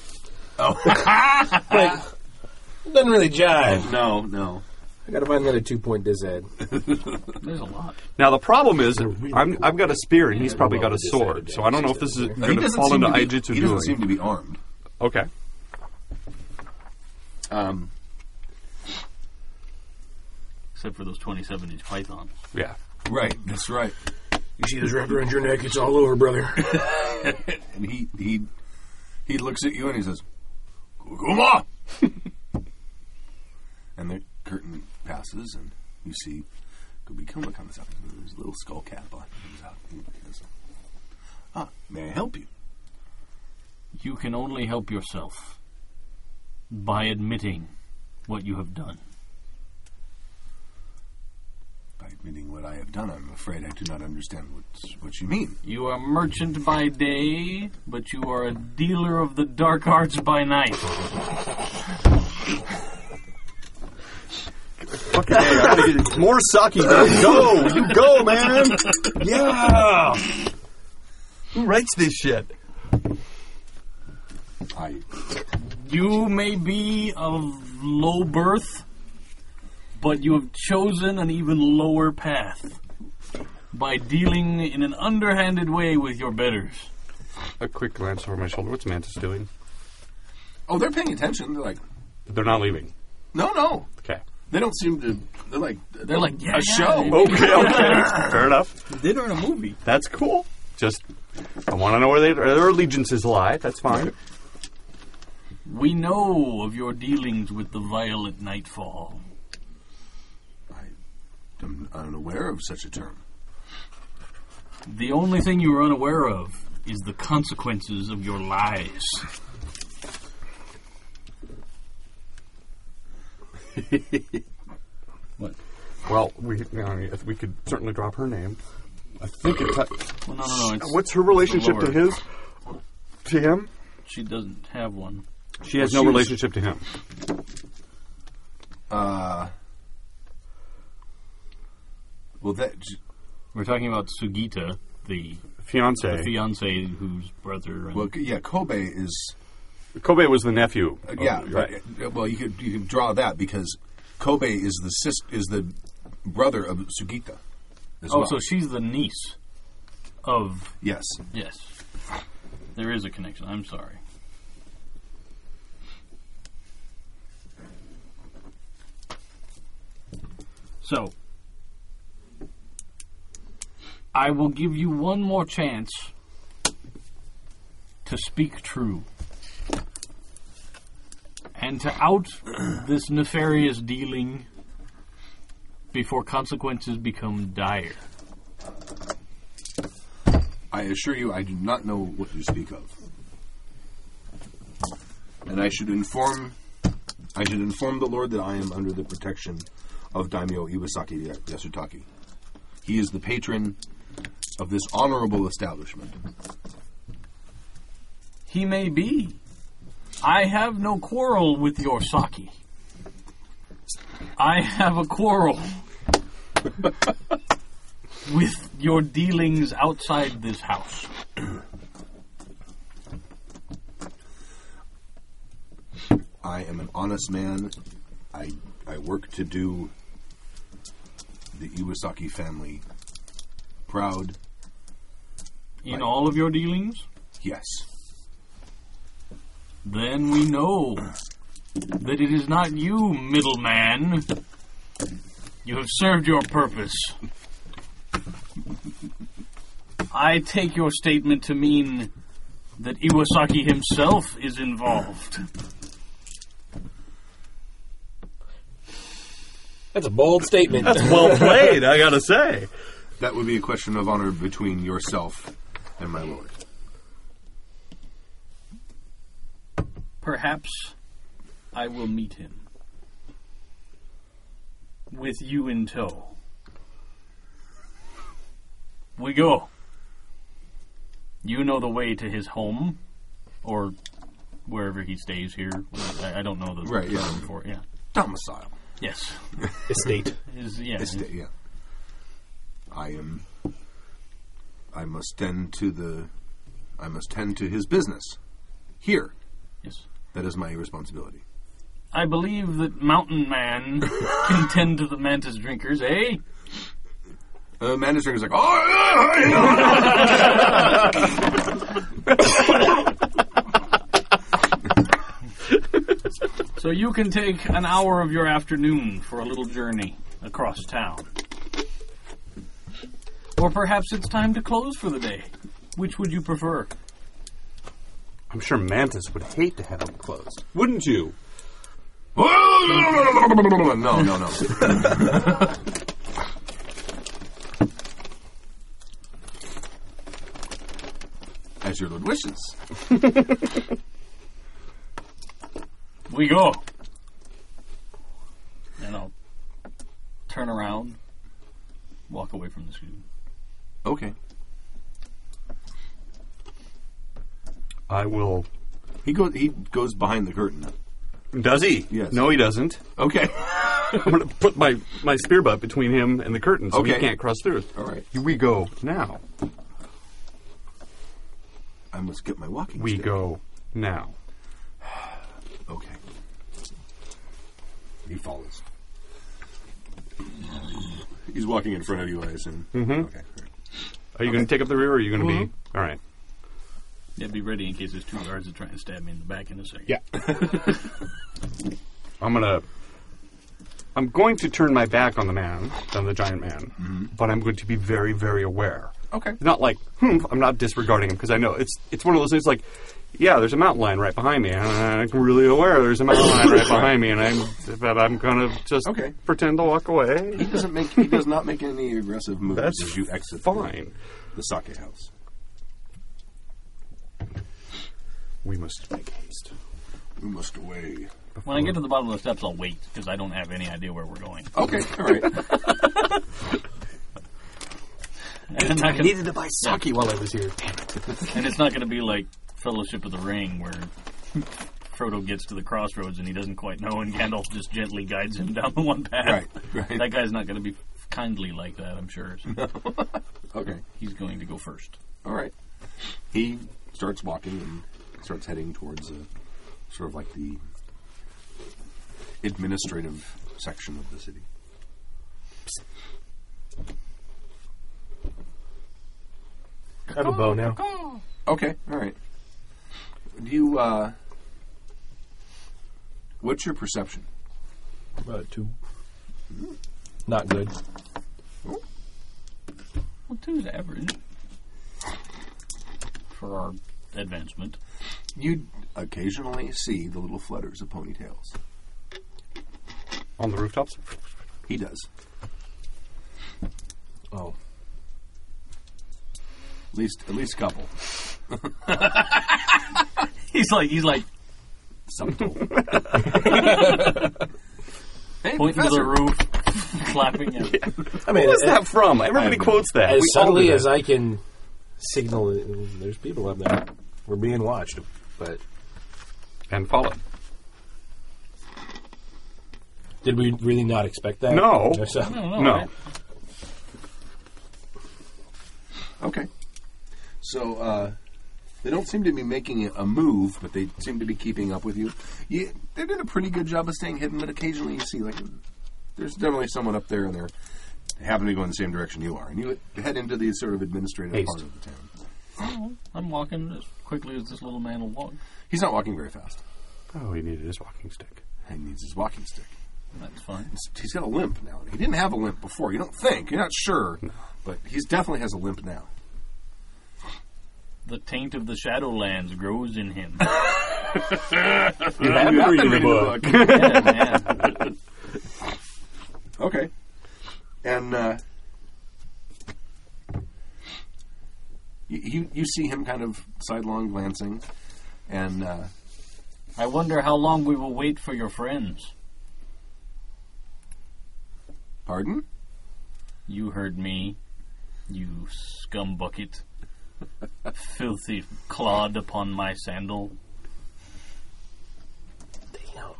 F: oh.
E: Doesn't really jive.
F: no, no.
E: I got to find another two point disad.
D: There's a lot.
G: Now the problem is, that
E: really
G: I'm, I've got a spear and he's probably
E: well,
G: got a
E: this
G: sword,
E: is-
G: so I don't know if this is
E: He
G: going to fall
F: seem
G: into
F: to be,
G: Aijutsu
F: he doesn't
G: dueling.
F: seem to be armed.
G: okay.
F: Um,
D: Except for those 27 inch pythons.
G: Yeah.
F: right. That's right.
E: You see this wrapped around your neck? It's all over, brother.
F: And he he he looks at you and he says, "Kuma." and the curtain passes, and you see Kubi Kuma comes out. with his little skull cap on. He comes out and he goes, "Ah, may I help you?"
D: You can only help yourself by admitting what you have done.
F: By admitting what I have done, I'm afraid I do not understand what what you mean.
D: You are merchant by day, but you are a dealer of the dark arts by night.
G: Fucking A, I gotta get more sake. dude. Go, you go, man. Yeah. Who writes this shit?
F: I
D: You may be of low birth, but you have chosen an even lower path by dealing in an underhanded way with your betters.
G: A quick glance over my shoulder. What's Mantis doing?
F: oh, they're paying attention. They're like,
G: They're not leaving.
F: no, no.
G: Okay.
F: They don't seem to. They're like
D: They're like, yeah,
F: a show.
G: Okay. Okay. Fair enough.
D: Dinner and a movie.
G: That's cool. Just, I want to know where they, their allegiances lie. That's fine.
D: We know of your dealings with the Violet Nightfall.
F: I'm unaware of such a term.
D: The only thing you are unaware of is the consequences of your lies.
G: Well, we you know, if we could certainly drop her name. I think it's
D: Well, no, no, no. It's,
G: what's her relationship to
D: Lord.
G: his, to him.
D: She doesn't have one.
G: She has
F: Well,
G: no
F: she was-
G: relationship to him.
F: Uh, well, that j-
D: We're talking about Sugita, the
G: Fiance.
D: fiance whose brother. And
F: well, c- yeah, Kobe is
G: Kobe was the nephew.
F: uh, yeah,
G: Oh,
F: right.
G: right.
F: Well, you could you could draw that because Kobe is the sis, is the brother of Sugita. As
D: oh,
F: well.
D: so she's the niece of
F: yes,
D: Yes. There is a connection. I'm sorry. So, I will give you one more chance to speak true and to out this nefarious dealing before consequences become dire.
F: I assure you, I do not know what you speak of, and I should inform. I should inform the Lord that I am under the protection of Daimyo Iwasaki Yasutaki. He is the patron of this honorable establishment.
D: He may be. I have no quarrel with your sake. I have a quarrel with your dealings outside this house.
F: I am an honest man. I I work to do the Iwasaki family proud.
D: In all of your dealings?
F: Yes.
D: Then we know that it is not you, middleman. You have served your purpose. I take your statement to mean that Iwasaki himself is involved.
E: That's a bold statement.
G: well played, I gotta say.
F: That would be a question of honor between yourself and my lord.
D: Perhaps I will meet him. With you in tow. We go. You know the way to his home, or wherever he stays here. I, I don't know the
F: Right, yeah.
D: term for it. Yeah.
F: Domicile. Mm-hmm.
D: Yes.
E: Estate.
D: His, yeah.
F: This day, yeah. I am. I must tend to the. I must tend to his business. Here,
D: Yes.
F: that is my responsibility.
D: I believe that Mountain Man can tend to the mantis drinkers, eh?
F: Uh, Mandarin is like, oh,
D: So you can take an hour of your afternoon for a little journey across town. Or perhaps it's time to close for the day. Which would you prefer?
G: I'm sure Mantis would hate to have him closed. Wouldn't you?
F: no, no, no, no. As your lord wishes.
D: We go. And I'll turn around, walk away from the screen.
F: Okay.
G: I will.
F: He goes. He goes behind the curtain.
G: Does he?
F: Yes.
G: No, he doesn't.
F: Okay.
G: I'm gonna put my, my spear butt between him and the curtain so he
F: Okay.
G: can't cross through.
F: All right.
G: Here we go. Now.
F: I must get my walking.
G: We
F: stick.
G: go. Now.
F: Okay. He follows. He's walking in front of you, I assume. Mm-hmm. Okay.
G: Are you going to take up the rear or are you going to be. All right.
D: Yeah, be ready in case there's two guards that try and stab me in the back in a second.
G: Yeah. I'm gonna. I'm going to turn my back on the man, on the giant man,
F: Mm-hmm.
G: but I'm going to be very, very aware.
F: Okay.
G: Not like, hmm, I'm not disregarding him because I know it's it's one of those things like, yeah, there's a mountain lion right behind me, and I'm really aware there's a mountain lion right behind me, and I'm but I'm gonna just
F: Okay.
G: pretend to walk away.
F: He doesn't make. He does not make any aggressive moves
G: That's
F: as you exit the-
G: Fine.
F: the sake house.
G: We must make haste.
F: We must away.
D: When I get to the bottom of the steps, I'll wait because I don't have any idea where we're going.
F: Okay. All right.
D: And, I can-
E: to buy sake while I was here.
D: and it's not going to be like Fellowship of the Ring where Frodo gets to the crossroads and he doesn't quite know, and Gandalf just gently guides him down the one path.
F: right. Right.
D: That guy's not going to be kindly like that, I'm sure. So
F: okay.
D: he's going to go first.
F: All right. He starts walking and starts heading towards uh sort of like the administrative section of the city.
E: I have a bow now.
F: Okay, all right. Do you? uh What's your perception?
E: About two. Not good.
D: Well, two's average for our advancement.
F: You occasionally see the little flutters of ponytails.
G: On the rooftops?
F: He does.
E: Oh.
F: At least, at least a couple.
D: He's like, he's like
F: Subtle. hey,
D: pointing to the
F: professor.
D: roof, clapping. At
E: I mean,
G: What's
E: as,
G: that from? Everybody quotes that.
E: as
G: Eh, We all
E: subtly
G: do
E: as
G: that.
E: I can signal, uh, there's people up there. We're being watched, but
G: and follow.
E: did we really not expect that?
G: No.
E: Just, uh,
D: I don't know,
G: No.
D: right?
F: Okay. So uh, they don't seem to be making a- a move, but they seem to be keeping up with you. you they did a pretty good job of staying hidden, but occasionally you see like there's definitely someone up there, and they're they happen to go in the same direction you are, and you head into the sort of administrative
C: Haste.
F: part of the town.
D: I'm walking as quickly as this little man will walk.
F: He's not walking very fast.
G: Oh, he needed his walking stick.
F: He needs his walking stick.
D: That's fine.
F: He's got a limp now. He didn't have a limp before. You don't think? You're not sure, but he's definitely has a limp now.
D: The taint of the Shadowlands grows in him.
F: I've not been reading the book.
D: Yeah, man.
F: Okay. And uh, you, you you see him kind of sidelong glancing, and uh,
D: I wonder how long we will wait for your friends.
F: pardon.
D: You heard me, you scumbucket. Filthy clod upon my sandal.
C: Damn.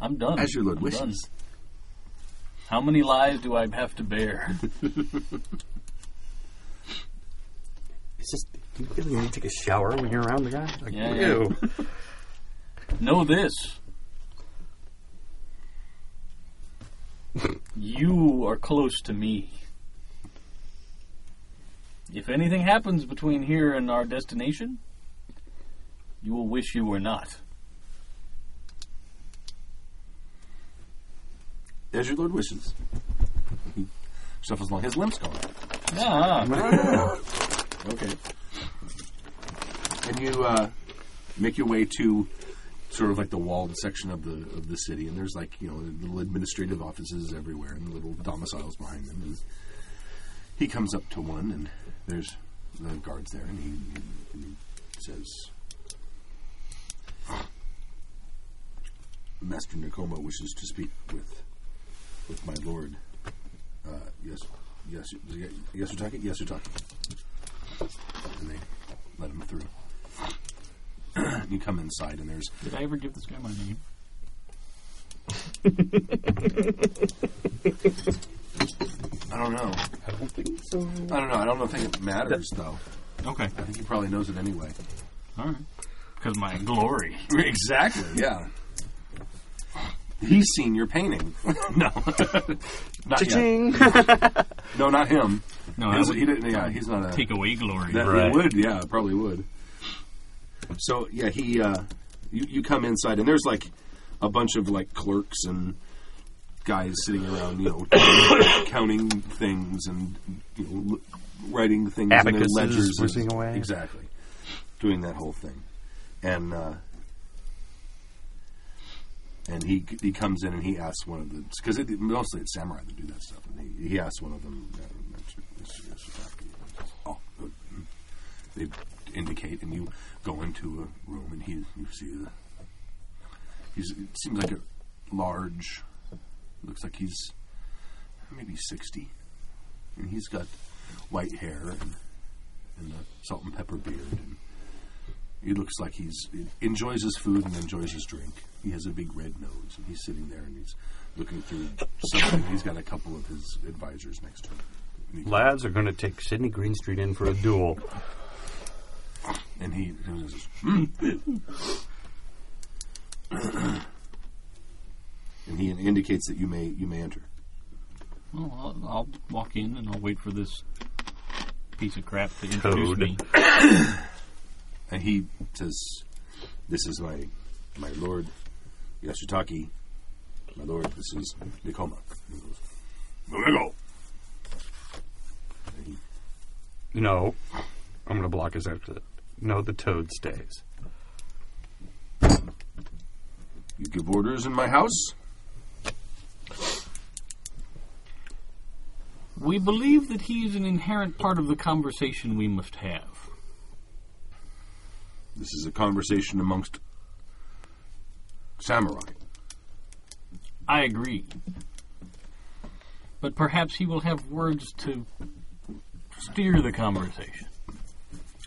D: I'm done.
F: As your Lord
D: I'm
F: wishes.
D: done. How many lies do I have to bear?
G: It's just, you really need to take a shower when you're around the guy? Like,
D: Yeah, yeah.
G: ew.
D: know this. you are close to me. If anything happens between here and our destination, you will wish you were not.
F: As your Lord wishes. Mm-hmm. He shuffles along. His limp's gone.
D: Ah,
F: Okay. And you uh, make your way to sort of like the walled section of the of the city, and there's like you know little administrative offices everywhere, and little domiciles behind them. And he comes up to one, and there's the guards there, and he, and he says, "Master Nakoma wishes to speak with with my lord." Uh, yes, yes, yes, yes, Utaki, yes, Utaki and they let him through. you come inside, and there's
D: did I ever give this guy my name?
F: I don't know. I don't think so. I don't know. I don't know think it matters though.
D: Okay,
F: I think he probably knows it anyway.
D: all right. Because my glory.
F: Exactly. Yeah. He's seen your painting. no, not yet.
G: Ching!
F: No, not him.
D: No,
F: he,
D: I
F: doesn't-
D: Oh, would
F: he didn't. Yeah, he's not a.
D: take away glory.
F: That
C: Right.
F: he would, yeah, probably would. So yeah, he uh, you you come inside and there's like a bunch of like clerks and guys sitting around, you know, counting things and you know l- writing things in their
G: Abacuses
F: ledgers, and-
G: whizzing away.
F: exactly, doing that whole thing, and. Uh, and he he comes in and he asks one of the because it, mostly it's samurai that do that stuff. And he, he asks one of them. uh, Mr. Mr. Sasaki, Oh, uh, they indicate, and you go into a room, and he you see the. He's, it seems like a large. Looks like he's maybe sixty, and he's got white hair and, and a salt and pepper beard, and he looks like he's he enjoys his food and enjoys his drink. He has a big red nose, and he's sitting there and he's looking through something. He's got a couple of his advisors next to him. And he-
G: Lads are going to take Sidney Greenstreet in for a duel.
F: And he "Hmm." goes, and he indicates that you may you may enter.
D: Well, I'll, I'll walk in and I'll wait for this piece of crap to introduce
G: Toad.
D: me.
F: And he says, "This is my my lord, Yasutaki. My lord, this is Nikoma." And he goes, "Amigo." And he-
G: No. I'm going to block his exit. No, the toad stays.
F: You give orders in my house.
D: We believe that he is an inherent part of the conversation we must have.
F: This is a conversation amongst samurai.
D: I agree. But perhaps he will have words to steer the conversation.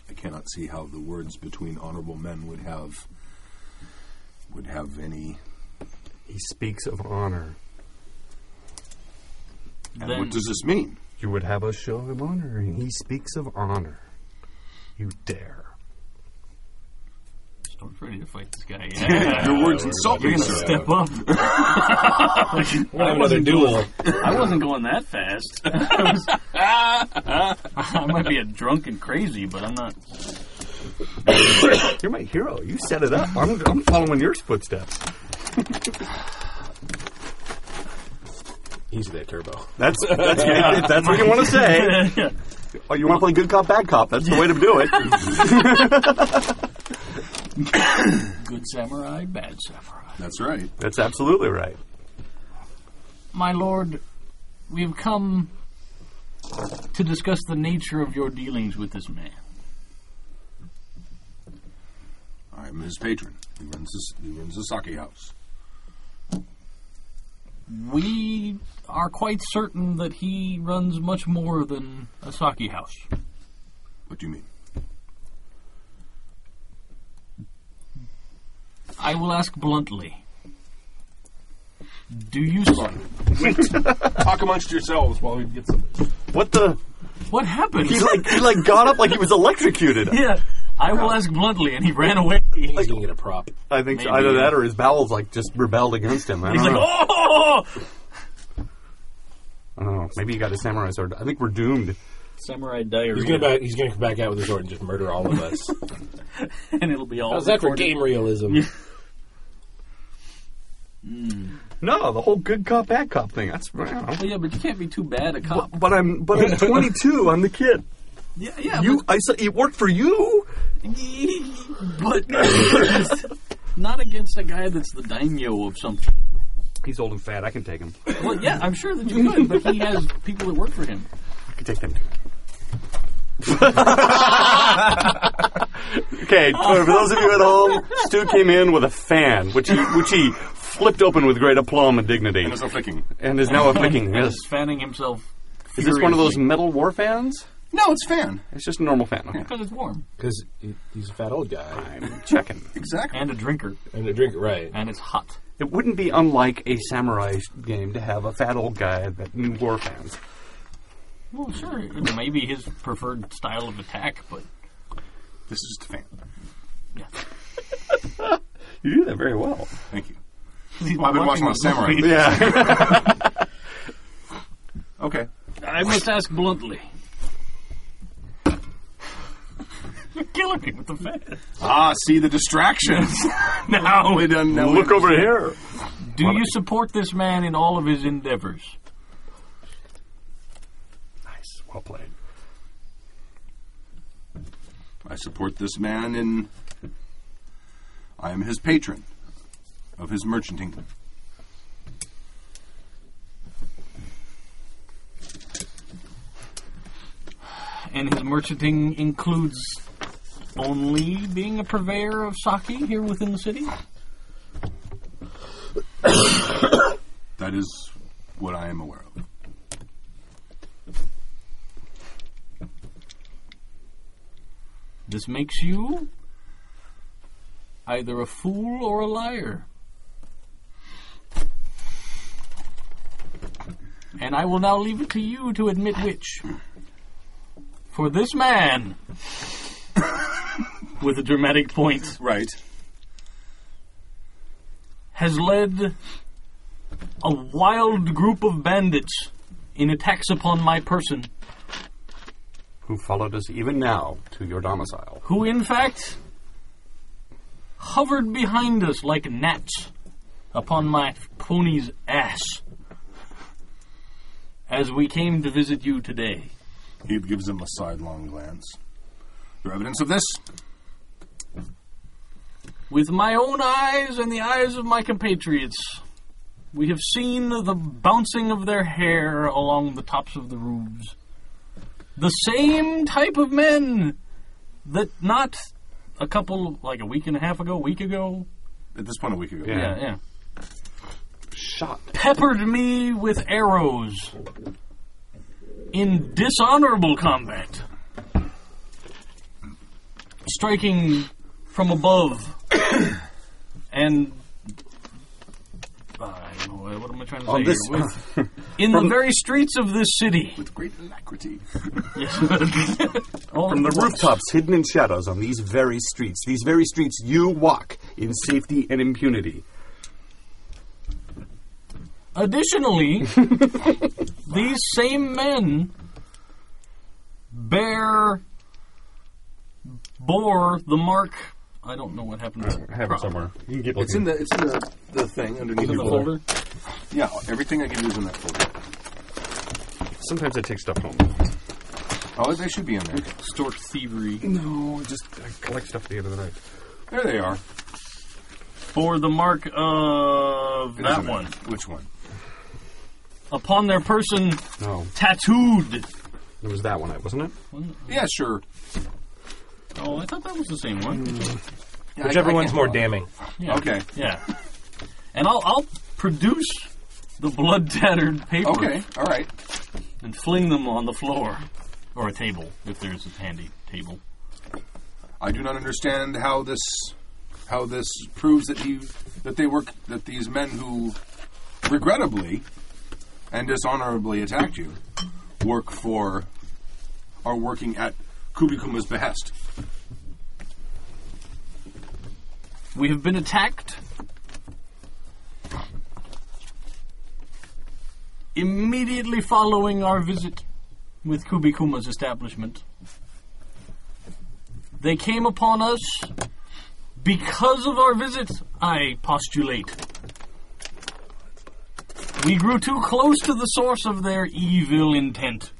F: I cannot see how the words between honorable men would have would have any.
G: He speaks of honor.
F: And
D: Then-
F: what does this mean?
G: You would have us show him honor, and he speaks of honor. You dare.
D: I'm ready to fight this guy. Yeah.
F: Your words insult
D: You're
F: me,
D: gonna
F: sir.
D: step up.
E: I have another duel.
D: I wasn't going that fast. I, was- I might be a drunk and crazy, but I'm not.
G: You're my hero. You set it up. I'm, I'm following your footsteps.
E: He's the turbo.
G: That's that's, if that's what you want to say. Oh, you want to play good cop, bad cop? That's the way to do it.
D: Good samurai, bad samurai.
F: That's right.
G: That's absolutely right.
D: My lord, we've come to discuss the nature of your dealings with this man.
F: I'm his patron. He runs this. He runs the sake house.
D: We are quite certain that he runs much more than a sake house.
F: What do you mean?
D: I will ask bluntly. Do you s-
F: Talk amongst yourselves while we get some.
G: What the?
D: what happened?
G: He like he like got up like he was electrocuted.
D: yeah, I will ask bluntly, and he ran away.
E: He's gonna get a prop.
G: I think so.
D: Maybe.
G: either that or his bowels like just rebelled against him. I
D: He's
G: don't
D: like,
G: know.
E: uh-huh.
D: oh!
G: I don't know. Maybe he got a samurai sword. I think we're doomed.
D: Samurai diary.
E: He's gonna back, he's gonna come back out with his sword and just murder all of us.
D: and it'll be all.
E: How's that for
D: recorded.
E: game realism?
G: No, the whole good cop, bad cop thing. That's I don't know.
D: Well, yeah, but you can't be too bad a cop.
G: But, but I'm but I'm 22. I'm the kid.
D: yeah, yeah,
G: You, I said it worked for you.
D: but, but not against a guy that's the daimyo of something.
G: He's old and fat. I can take him.
D: Well, yeah, I'm sure that you could, but he has people that work for him.
G: I can take them. okay, for those of you at home, Stu came in with a fan, which he which he flipped open with great aplomb and dignity,
F: And there's no flicking.
G: and is now a flicking. Yes.
D: He's fanning himself.
G: Is this one of those metal war fans?
F: No, it's fan.
G: It's just a normal fan. Okay.
D: Because it's warm
E: Because he's a fat old guy
G: I'm checking.
F: Exactly.
D: and a drinker,
E: and a drinker, right?
D: and it's hot.
G: It wouldn't be unlike a samurai game to have a fat old guy that knew war fans.
D: Well, sure, it may be his preferred style of attack, but
F: This is just a fan.
G: You do that very well.
F: Thank you. I've been watching my samurai.
G: Yeah.
F: Okay.
D: I must ask bluntly. You're killing me with the fan.
F: Ah, see the distractions.
D: Now,
F: we done now.
G: Look over here.
D: do you support this man in all of his endeavors?
G: Nice. Well played.
F: I support this man in. I am his patron of his merchanting.
D: And his merchanting includes only being a purveyor of sake here within the city?
F: That is what I am aware of.
D: This makes you either a fool or a liar. And I will now leave it to you to admit which. For this man, with a dramatic point,
F: Right.
D: has led a wild group of bandits in attacks upon my person,
G: Who followed us even now to your domicile?
D: who in fact hovered behind us like gnats upon my pony's ass as we came to visit you today.
F: He gives him a sidelong glance. Your evidence of this?
D: With my own eyes and the eyes of my compatriots, we have seen the bouncing of their hair along the tops of the roofs. The same type of men that not a couple, like a week and a half ago, week ago,
F: At this point, a week ago.
D: yeah, yeah,
G: Shot.
D: peppered me with arrows in dishonorable combat, striking from above, and I don't know what am I not trying to
G: On Oh,
D: say
G: this- uh,
D: you're with. In the very streets of this city.
F: With great alacrity.
D: All
G: From the
D: at once.
G: rooftops, hidden in shadows, on these very streets, these very streets you walk in safety and impunity.
D: Additionally, these same men bear bore the mark. I don't know what happened. To
G: I have it somewhere. You can get
F: It's in the it's in the, the thing underneath
D: the
F: your
D: folder.
F: Yeah, everything I can do is in that folder.
G: Sometimes I take stuff home.
F: Oh, they should be in there.
D: Stork thievery.
G: No, just I collect stuff at the end of the night.
F: There they are.
D: Bore the mark of
F: It
D: that
F: doesn't matter.
D: one
F: Which one?
D: upon their person,
G: No,
D: tattooed.
G: it was that one, wasn't it?
F: Yeah, sure.
D: Oh, I thought that was the same one.
F: Yeah,
E: Whichever
F: I- I
E: one's
F: can't-
E: more damning.
D: Yeah.
F: Okay.
D: Yeah. And I'll I'll produce the blood tattered paper
F: Okay. All right.
D: and fling them on the floor or a table if there's a handy table.
F: I do not understand how this how this proves that he that they were that these men who regrettably and dishonorably attacked you work for are working at Kubikuma's behest.
D: We have been attacked. Immediately following our visit with Kubikuma's establishment, they came upon us because of our visit, I postulate. We grew too close to the source of their evil intent.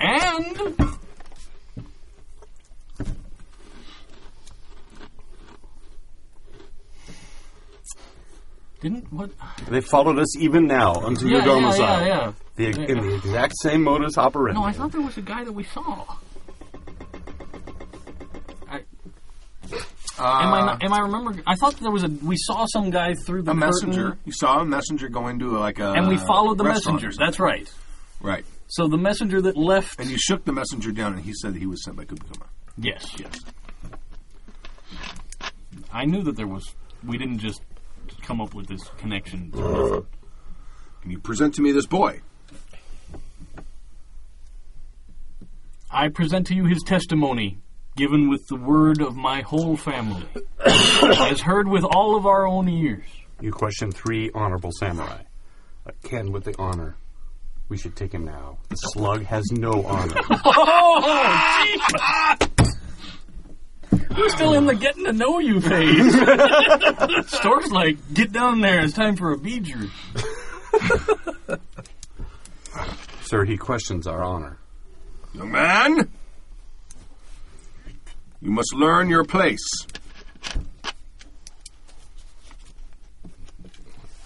D: And didn't what
G: They followed us even now onto your domicile.
D: Yeah, yeah,
G: The,
D: Yeah,
G: in the exact same modus operandi.
D: No, I thought there was a guy that we saw. I, am I not, am I remembering? I thought there was a we saw some guy through the
F: Uh, A
D: curtain,
F: messenger. You saw a messenger going to like a
D: and we followed the
F: restaurant or
D: messenger.
F: something.
D: That's right.
F: right.
D: So the messenger that left.
F: And you shook the messenger down, and he said that he was sent by Kubikuma.
D: yes, yes. I knew that there was. We didn't just come up with this connection.
F: Can you present to me this boy?
D: I present to you his testimony, given with the word of my whole family, as heard with all of our own ears.
G: You questioned three honorable samurai. Uh, Ken with the honor. We should take him now. The slug has no honor.
D: Oh, We're still in the getting to know you phase. Stork's like, get down there. It's time for a beeger.
G: Sir, he questions our honor.
F: Young man, you must learn your place.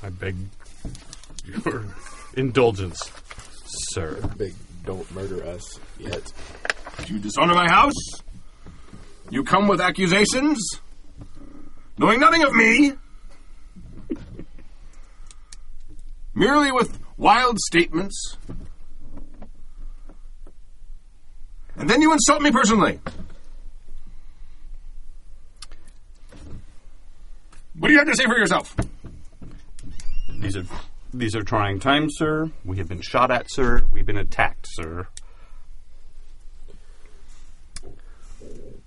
G: I beg your indulgence, sir.
E: Big, don't murder us yet.
F: You dishonor my house. You come with accusations, knowing nothing of me, merely with wild statements. And then you insult me personally. What do you have to say for yourself?
G: These are these are trying times, sir. We have been shot at, sir. We've been attacked, sir.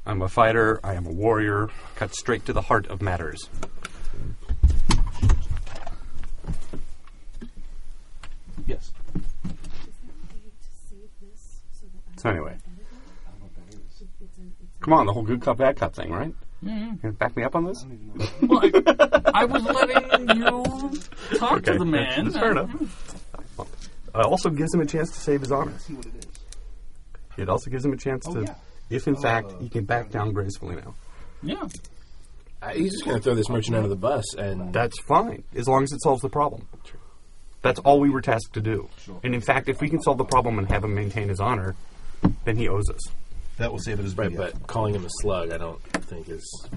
G: I'm a fighter. I am a warrior. Cut straight to the heart of matters.
E: Yes.
G: So anyway, come on, the whole good cop bad cop thing, right? You gonna back me up on this?
D: Well, I, I was letting you talk to the man.
G: that's fair enough. Uh, also gives him a chance to save his honor. It also gives him a chance to, if in fact he can back down gracefully now.
D: Yeah.
E: Uh, he's just going to throw this merchant under the bus, and
G: That's fine, as long as it solves the problem. That's all we were tasked to do. And in fact, if we can solve the problem and have him maintain his honor, then he owes us.
K: That will save it as
E: right, but calling him a slug, I don't think is.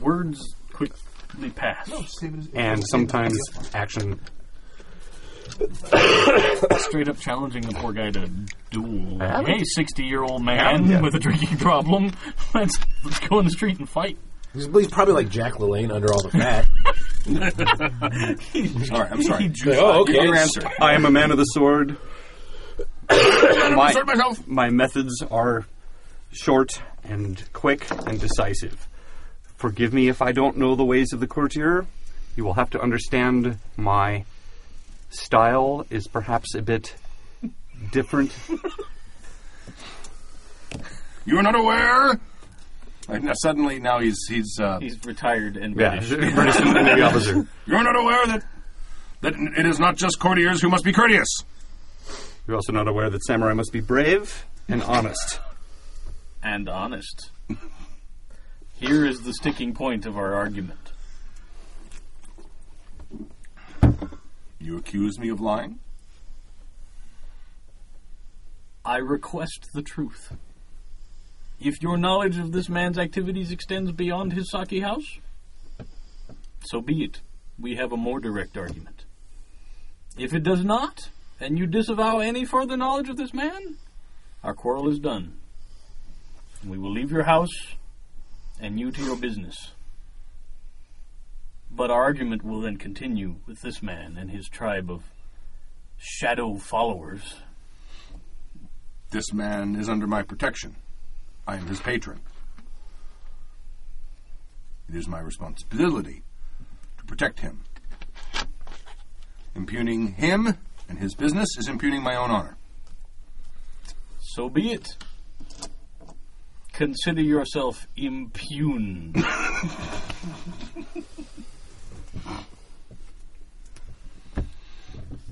D: Words quickly pass.
G: And sometimes action.
D: Straight up challenging the poor guy to duel.
G: haven't.
D: Hey, 60 year old man with a drinking problem, let's, let's go in the street and fight.
E: He's, he's probably like Jack LaLanne under all the fat.
F: Sorry, I'm sorry.
E: Like, oh, okay.
F: Your
E: it's-
F: answer.
G: I am a man of the sword. my,
F: myself.
G: my methods are short and quick and decisive. Forgive me if I don't know the ways of the courtier. You will have to understand my style is perhaps a bit different.
F: You are not aware. Like, now suddenly, now he's he's. Uh,
D: He's retired and
G: yeah,
D: British.
G: British Navy officer.
F: you are not aware that that it is not just courtiers who must be courteous.
G: You're also not aware that samurai must be brave and honest.
D: and honest. Here is the sticking point of our argument.
F: You accuse me of lying.
D: I request the truth. If your knowledge of this man's activities extends beyond his sake house, so be it. We have a more direct argument. If it does not, and you disavow any further knowledge of this man, our quarrel is done. We will leave your house, and you to your business. But our argument will then continue with this man and his tribe of shadow followers.
F: This man is under my protection. I am his patron. It is my responsibility to protect him. Impugning him and his business is impugning my own honor.
D: So be it. Consider yourself impugned.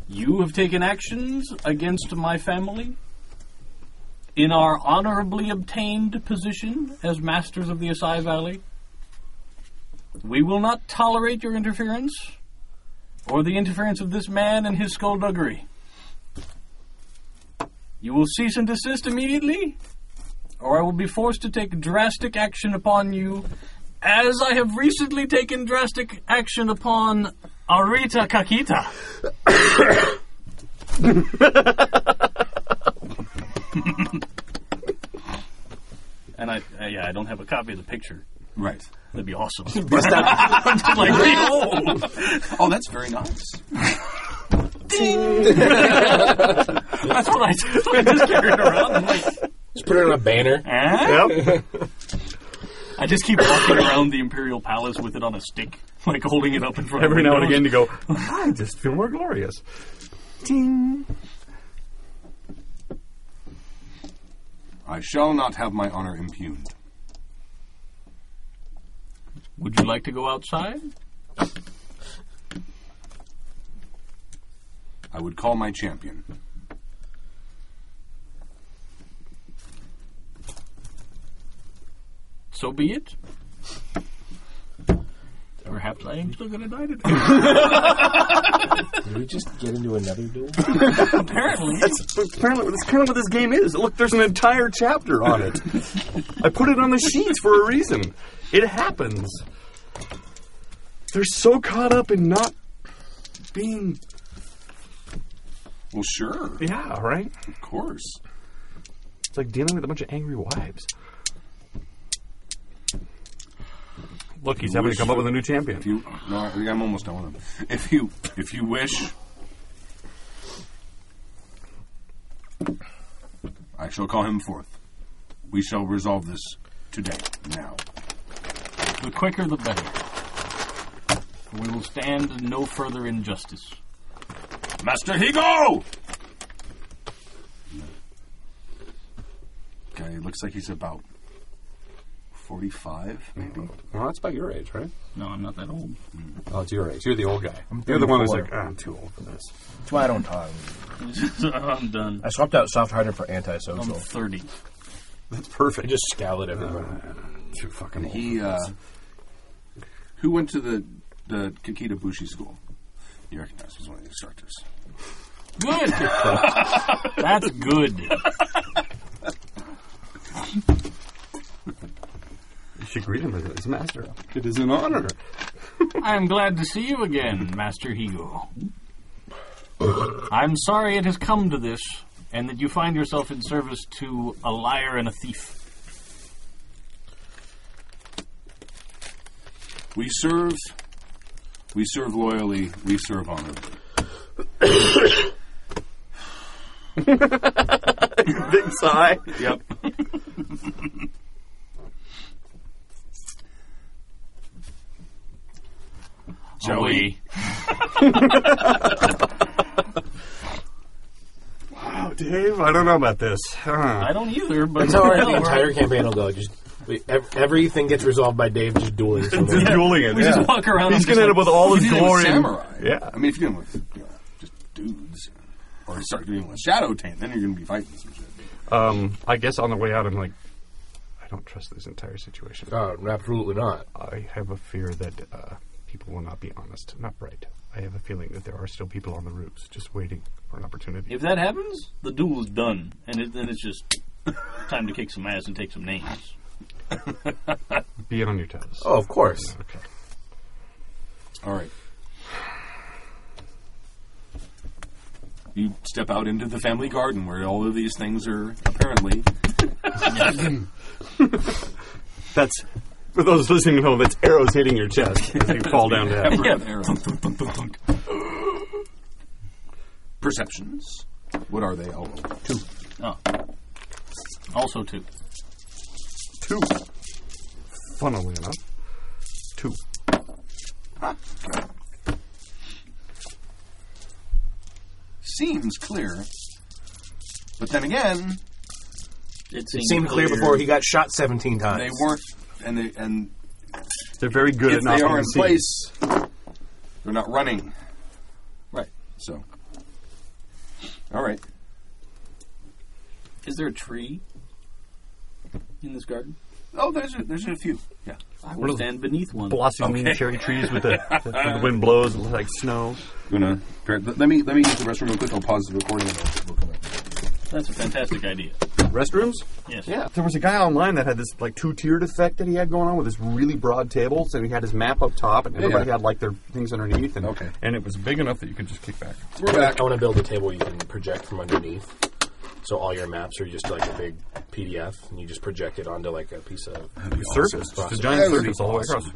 D: you have taken actions against my family in our honorably obtained position as masters of the Asai Valley. We will not tolerate your interference or the interference of this man and his skullduggery. You will cease and desist immediately, or I will be forced to take drastic action upon you, as I have recently taken drastic action upon Arita Kakita. and I, uh, yeah, I don't have a copy of the picture.
F: Right.
D: That'd be awesome. I'm just like, "Whoa."
F: Oh, that's very nice.
D: that's what I, that's what I just carried around. I'm like,
E: Just put it on a banner.
D: Huh? I just keep walking around the Imperial Palace with it on a stick, like holding it up in front
G: Every
D: of
G: now and
D: windows.
G: again, you go, I just feel more glorious.
F: I shall not have my honor impugned.
D: Would you like to go outside?
F: I would call my champion.
D: So be it. Perhaps I am still going to die today.
E: Did we just get into another duel?
D: Apparently.
G: That's, apparently, that's kind of what this game is. Look, there's an entire chapter on it. I put it on the sheet for a reason. It happens. They're so caught up in not being.
F: Well, sure,
G: Yeah, right?
F: of course.
G: It's like dealing with a bunch of angry wives. Look, he's having to come up with a new champion.
F: If you, no, I think I'm almost done with him. If you, if you wish, I shall call him forth. We shall resolve this today, now.
D: The quicker the better. For We will stand no further injustice.
F: Master Higo! Okay, looks like he's about 45, maybe.
G: Well, that's about your age, right?
D: No, I'm not that old.
G: Oh, it's your age. You're the old guy. You're the one who's
K: 34.
G: like, ah, I'm too old for this.
K: That's why I don't talk.
D: I'm done.
K: I swapped out soft hearted for antisocial.
D: I'm 30.
G: That's perfect.
E: Just scowl at everyone.
G: too fucking old.
F: He, uh, who went to the, the Kikita Bushi school? You recognize he's one of the instructors.
D: Good! That's good.
G: You should greet him as his master. It is an honor.
D: I am glad to see you again, Master Higo. I'm sorry it has come to this, and that you find yourself in service to a liar and a thief.
F: We serve. We serve loyally. We serve honorably.
G: Big sigh. Yep.
D: Joey.
G: Oh, Dave, I don't know about this.
D: I don't either, but
E: That's how our the entire campaign will go. Just we, ev- everything gets resolved by Dave just dueling. someone.
G: Just dueling it.
D: we
G: yeah.
D: just walk around.
G: He's
D: and just
G: going to end up with all his
F: You did it with
G: glory. and-
F: samurai.
G: Yeah.
F: I mean, if you did it with you know, just dudes, or start doing it with shadow taint, then you're going to be fighting some shit.
G: Um, I guess on the way out, I'm like, I don't trust this entire situation.
E: Oh, absolutely not.
G: I have a fear that uh, people will not be honest, not right. I have a feeling that there are still people on the roofs just waiting for an opportunity.
D: If that happens, the duel is done, and it, then it's just time to kick some ass and take some names.
G: be on your toes.
E: Oh, of course.
G: Okay.
F: All right. You step out into the family garden where all of these things are apparently.
G: That's for those listening at home. That's arrows hitting your chest as you fall down to
F: peppered with arrows. Thunk, thunk, thunk, thunk, thunk. Perceptions. What are they? Oh, two.
D: Oh. Also, two.
G: two. Funnily enough, two.
F: Seems clear. But then again,
D: It
E: Seemed clear before he got shot 17 times.
F: they weren't, and they and
G: They're very good
F: if
G: at not
F: they
G: being
F: are in
G: seen.
F: place, they're not running. Right. So. All right.
D: Is there a tree in this garden?
F: Oh, there's a, there's a few. Yeah.
D: I will stand beneath one.
G: Blossoming cherry trees with the, when the wind blows like snow.
F: You wanna- Let let me let me use the restroom real quick. I'll pause the recording. And I'll, we'll come back.
D: That's a fantastic idea.
G: Restrooms?
D: Yes.
G: Yeah. There was a guy online that had this like two tiered effect that he had going on with this really broad table. So he had his map up top, and everybody
F: yeah.
G: had like their things underneath. And,
F: Okay.
G: And it was big enough that you could just kick back.
F: We're back.
E: I want to build a table you can project from underneath. So all your maps are just like a big PDF, and you just project it onto like a piece of
G: Surface, just a giant
F: That'd be
G: surface all the way across.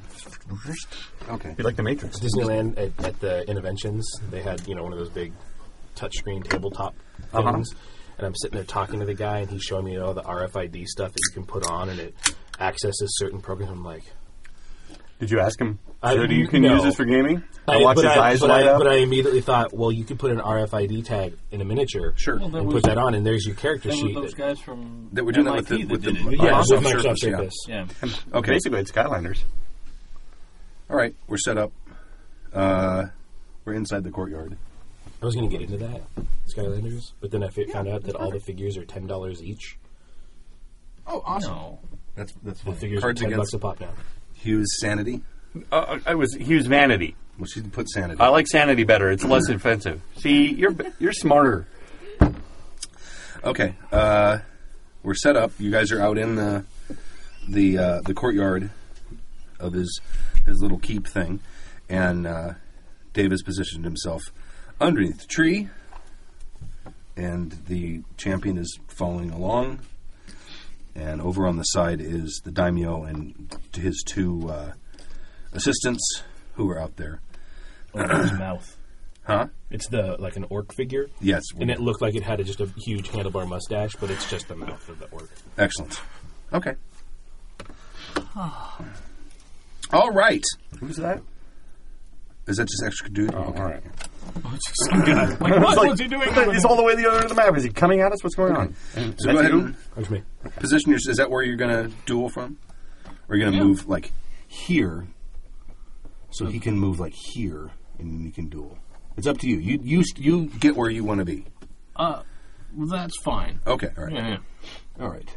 F: awesome. Okay.
G: Be like the Matrix.
E: Disneyland at, at the Interventions. They had you know one of those big touchscreen tabletop things,
G: Uh-huh.
E: and I'm sitting there talking to the guy, and he's showing me all the RFID stuff that you can put on, and it accesses certain programs. I'm like,
G: Did you ask him?
E: I-
G: "Sir, do you can
E: no.
G: use this for gaming? I, watch
E: but
G: his eyes
E: but
G: light
E: I,
G: up.
E: But I immediately thought, well, you could put an RFID tag in a miniature,
F: Sure. Well,
E: and
D: that
E: put
D: was-
E: that on, and there's your character
D: That
E: sheet.
D: was those
E: that-
D: guys from
F: That were doing that with
D: MIT
F: the- with
D: did it.
F: the-
E: yeah,
F: Microsoft
E: with Microsoft
F: Surface, yeah.
E: Surface.
D: Yeah.
F: Okay.
G: Basically, it's Skyliners.
F: All right. We're set up. Uh, we're inside the courtyard.
E: I was going to get into that Skylanders, but then I fi- found out that all the figures are ten dollars each.
F: Oh, awesome.
D: No.
F: That's that's
E: The
F: fine.
E: figures
F: Cards
E: are ten bucks
F: against
E: a pop now.
F: Hughes sanity.
G: Uh, I was Hughes Vanity.
F: Well, she put sanity.
G: I like Sanity better. It's less offensive. See, you're b- you're smarter.
F: Okay. Uh, we're set up. You guys are out in the the uh, the courtyard of his his little keep thing, and uh, Dave has positioned himself underneath the tree, and the champion is following along. And over on the side is the daimyo and his two uh, assistants who are out there.
D: Over his mouth.
F: Huh?
E: It's the like an orc figure,
F: Yes.
E: and it looked like it had a, just a huge handlebar mustache, but it's just the mouth of the orc.
F: Excellent. Okay. All right.
G: Who's that?
F: Is that just extra dude? okay.
G: all right.
D: Like, what was he doing?
G: He's all the way the other end of the map. Is he coming at us? What's going on?
F: So go ahead
G: you?
F: and
E: That's me.
F: position yourself. Is that where you're going to duel from? Or are you going to move like here? So he can move like here, and then you can duel. It's up to you. You you st- you get where you want to be.
D: Uh, that's fine.
F: Okay. All right.
D: Yeah.
F: All right.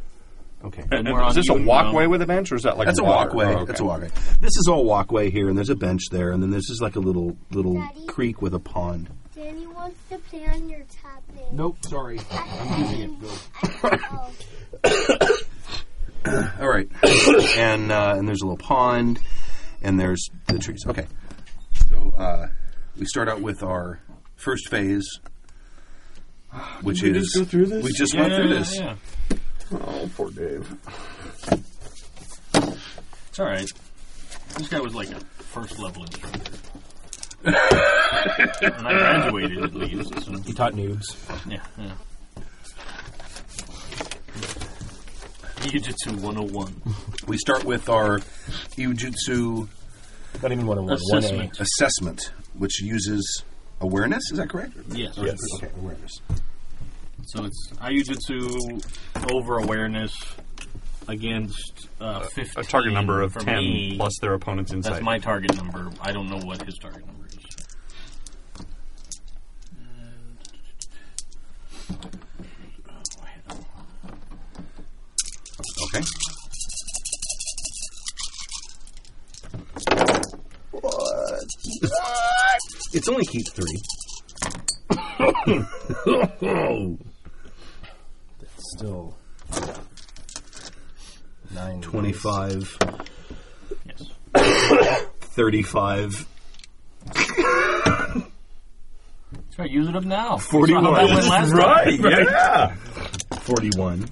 F: Okay.
D: And um, we're
G: Is
D: on
G: this a
D: you now.
G: walkway with a bench, or is that like
F: That's a
G: water?
F: walkway.
G: Oh, okay.
F: That's a walkway. This is all walkway here, and there's a bench there, and then there's just like a little little
L: Daddy?
F: creek with a pond.
L: Danny wants to play on your topic.
F: Nope. Sorry.
L: I'm using it. Go.
F: All right, and uh, and there's a little pond, and there's the trees. Okay, so uh, we start out with our first phase, which is
G: just go through this?
F: we just
D: Yeah,
F: went through this.
D: yeah.
G: Oh, poor Dave.
D: It's all right. This guy was like a first level instructor. and I graduated at least. So,
E: He taught noobs.
D: yeah, yeah. Jiu-Jitsu 101.
F: We start with our Ujutsu
E: Not even 101.
D: Assessment.
E: 1A.
F: assessment, which uses awareness. Is that correct?
D: Yes.
F: Or- Okay, awareness.
D: So it's Ayujutsu over awareness against uh, 15.
G: A target number of
D: for
G: 10
D: me.
G: plus their opponent's insight.
D: That's my target number. I don't know what his target number is.
O: Okay.
E: It's only heat three. That's still nine.
F: 25,
D: Yes.
F: 35,
D: That's right. Use it up now.
F: 41.
D: Saw how that went last time.
F: right, yeah. 41.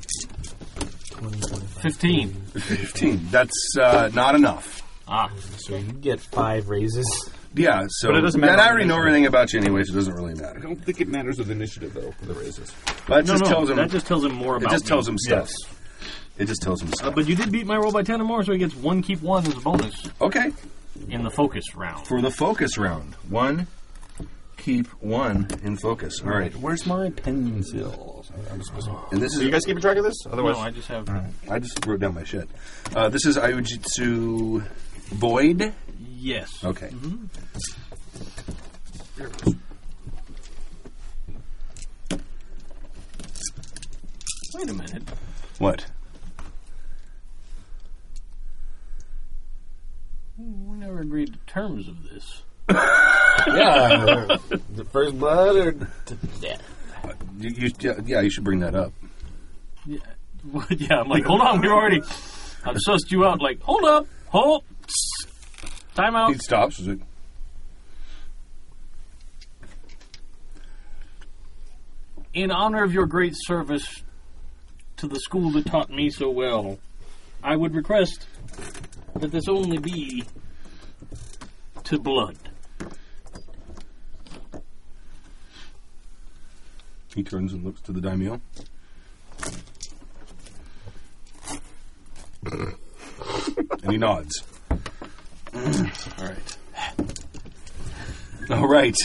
D: 15.
F: 15. That's uh, not enough.
D: Ah.
E: So you get five raises.
F: Yeah, so.
G: But it doesn't matter.
F: And I already know everything about you anyway, so it doesn't really matter.
O: I don't think it matters with initiative though for the raises.
F: But it just tells him.
D: that just tells him more
F: it
D: about
F: just tells
D: me.
F: him stuff. It just tells him stuff.
D: Uh, but you did beat my roll by 10 or more, so he gets one keep one as a bonus
F: okay,
D: in the focus round.
F: for the focus round, one, keep one in focus. All right,
O: Where's my pencil? I'm supposed to-
F: and this
G: Are you
F: is.
G: guys keeping track of this? Otherwise,
D: No, I just have.
F: I just wrote down my shit. Uh, this is Ayujitsu Void.
D: Yes. Mm-hmm.
F: Okay.
D: Wait a minute.
F: What?
D: We never agreed to terms of this.
E: Yeah, the first blood or
D: Yeah.
F: You, you, yeah, yeah, you should bring that up.
D: Yeah. Well, yeah, I'm like, hold on, we've already. I've sussed you out. Like, hold up, hold. Time out.
F: He stops. Is it?
D: In honor of your great service to the school that taught me so well, I would request that this only be to blood.
F: He turns and looks to the daimyo. and he nods. All right. All right.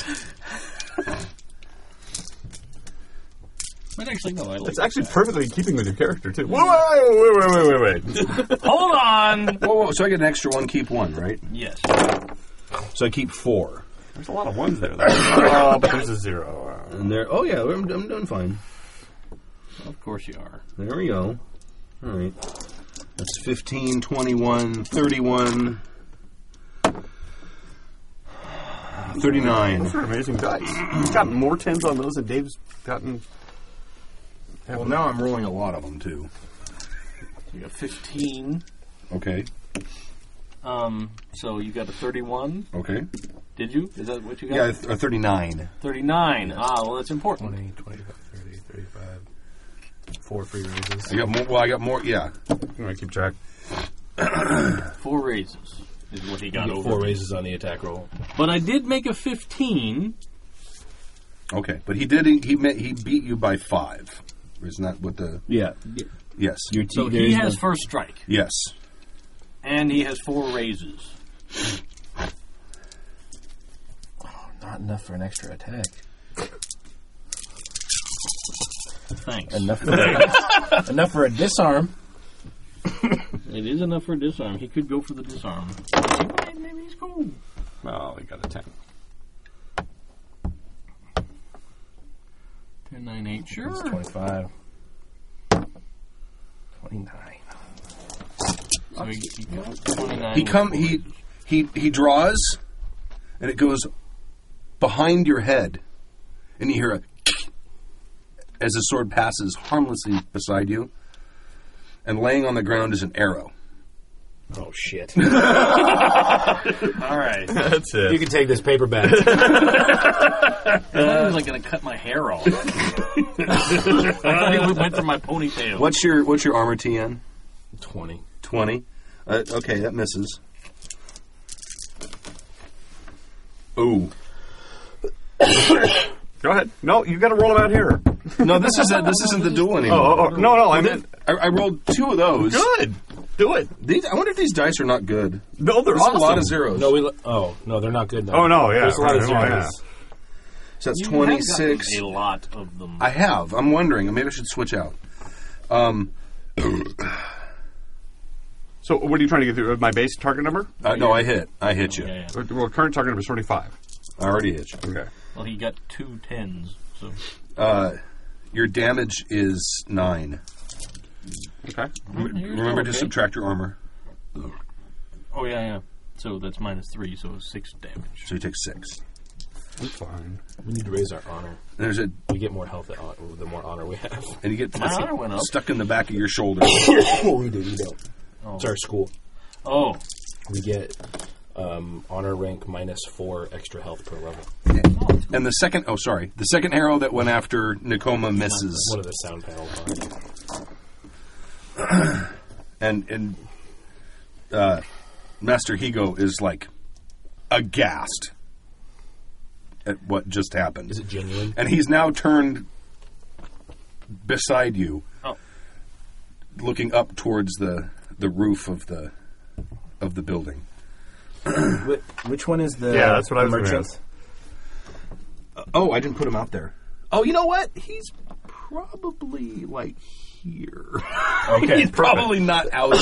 D: But actually, no, I like
G: it's actually perfectly in keeping with your character, too. Whoa, wait, wait, wait, wait, wait.
D: Hold on!
F: Whoa, whoa, so I get an extra one, keep one, right?
D: yes.
F: So I keep four.
G: There's a lot of ones there, though. oh, but there's a zero.
F: And there, oh yeah, I'm, I'm doing fine.
D: Of course you are.
F: There we go. All right. That's 15, 21, 31, 39.
G: Those are amazing dice. He's gotten more tens on those than Dave's gotten.
F: Well, now I'm rolling a lot of them, too.
D: You got 15.
F: Okay,
D: Um, so you got a 31.
F: okay.
D: Did you? Is that what you got?
F: Yeah, th- uh, 39.
D: 39. Ah, well, that's important.
E: 20, 25, 30, 35, four free raises.
F: I got more. Well, I got more. Yeah.
G: I'm going to keep track.
D: Four raises is what he got
E: You get
D: over.
E: four raises on the attack roll.
D: But I did make a 15.
F: Okay, but he did. He met, he beat you by five. Isn't that what the?
E: Yeah,
F: Yes.
E: your team.
D: So he has first strike.
F: yes.
D: And he has four raises.
P: Not enough for an extra attack.
D: Thanks.
P: Enough for, enough for a disarm.
D: It is enough for disarm. He could go for the disarm. Hey, Maybe he's cool.
G: Oh, he got a ten.
D: 10, 9, 8.
P: It's
D: Sure.
P: 25. 29.
D: So he, he got 29.
F: He come. He he he draws, and it goes behind your head, and you hear a as the sword passes harmlessly beside you, and laying on the ground is an arrow.
E: Oh shit!
D: All right.
G: That's
E: you
G: it.
E: can take this paper back.
D: I thought he was like going to cut my hair off. I thought he went for my ponytail.
F: What's your what's your armor TN?
E: Twenty.
F: Twenty. Uh, okay, that misses.
G: Ooh. Go ahead. No, you got to roll them out here.
F: No, this isn't this isn't the duel anymore.
G: Oh, oh, oh, no, no, I meant
F: I, I rolled two of those.
G: good. Do it.
F: These, I wonder if these dice are not good.
G: No, they're
F: There's
G: awesome.
F: a lot of zeros.
E: No, we. Lo- oh no, they're not good. No.
G: Oh no, yeah.
E: There's a lot of
G: right, oh, yeah.
E: zeros.
F: so that's
D: You have gotten
F: twenty six.
D: A lot of them.
F: I have. I'm wondering. Maybe I should switch out. Um,
G: So, what are you trying to get through? My base target number?
F: uh, no, I hit. I hit you.
D: Yeah, yeah.
G: Uh, Well, current target number is twenty-five.
F: I already hit you.
G: Okay.
D: Well, he got two tens. So
F: Uh, your damage is nine.
G: Okay.
F: Remember to subtract your armor,
D: oh yeah, yeah. So that's minus three, so six damage.
F: so you take six.
G: I'm fine.
E: We need to raise our honor.
F: There's a
E: We get more health at hon- the more honor we have.
F: and you get
D: My honor went up.
F: stuck in the back of your shoulder.
E: Well, we do. We don't.
D: Oh.
E: It's our school.
D: Oh,
E: We get um, honor rank minus four extra health per level.
F: and the second, oh sorry, the second arrow that went after Nakoma misses,
E: One of the sound panel.
F: and and uh, Master Higo is like aghast at what just happened.
E: Is it genuine?
F: and he's now turned beside you,
D: Oh.
F: looking up towards the the roof of the of the building.
Q: Which one is the
G: Yeah, that's what I was gonna ask.
F: Oh, I didn't put him out there. Oh, you know what? He's probably like here.
G: Okay.
F: he's probably not out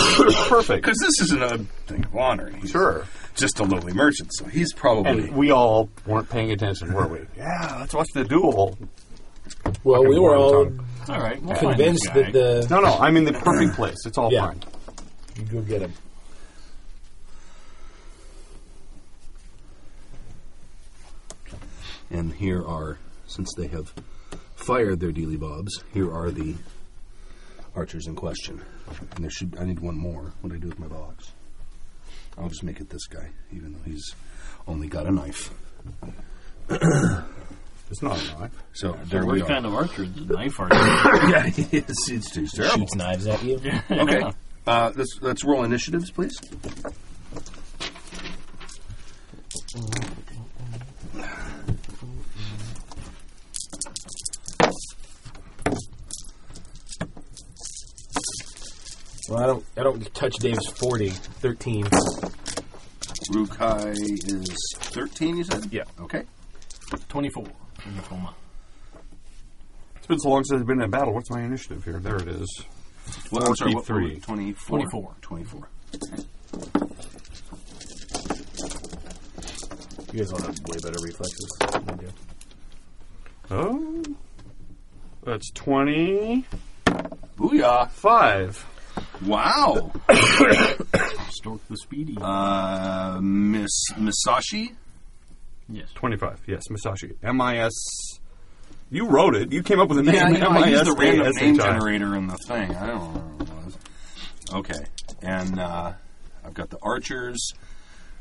G: Perfect.
F: because this isn't a thing of honor. He's
G: Sure.
F: just a lowly merchant, so he's probably.
R: And we all weren't paying attention, were we?
G: Yeah. Let's watch the duel.
E: Well, we were all
D: all right. We'll find this
E: convinced
D: guy.
E: that the
G: No, no. I'm in the perfect place. It's all
E: Yeah.
G: fine.
E: you go get him.
F: and here are, since they have fired their dealy bobs, here are the archers in question. And there should I need one more. What do I do with my box? I'll just make it this guy, even though he's only got a knife.
G: It's not a lie.
F: So
D: So
F: there we
D: we're
F: are.
D: kind of archer, the knife archer.
F: yeah, it's, it's just terrible.
E: Shoots knives at you.
F: Okay. Uh, let's let's roll initiatives, please.
E: Well, I don't. I don't touch Dave's 40. 13.
F: Rukai is thirteen. You said.
E: Yeah.
F: Okay.
D: Twenty-four. in the coma.
G: It's been so long since I've been in a battle. What's my initiative here? There it is.
F: Well, I'm sorry, what-
G: 43.
F: 24.
D: 24.
F: 24.
E: You guys all have way better reflexes. than I do.
G: Oh. That's twenty-five.
F: Booyah! Wow.
D: Stork the speedy.
F: Uh, Miss Misashi.
D: yes.
G: 25. Yes, Masashi. MIS. You wrote it. You came up with a name.
F: Yeah, you know, I used
G: MIS
F: the random name
G: SHI.
F: generator in the thing. I don't know what it was. Okay, and uh, I've got the archers,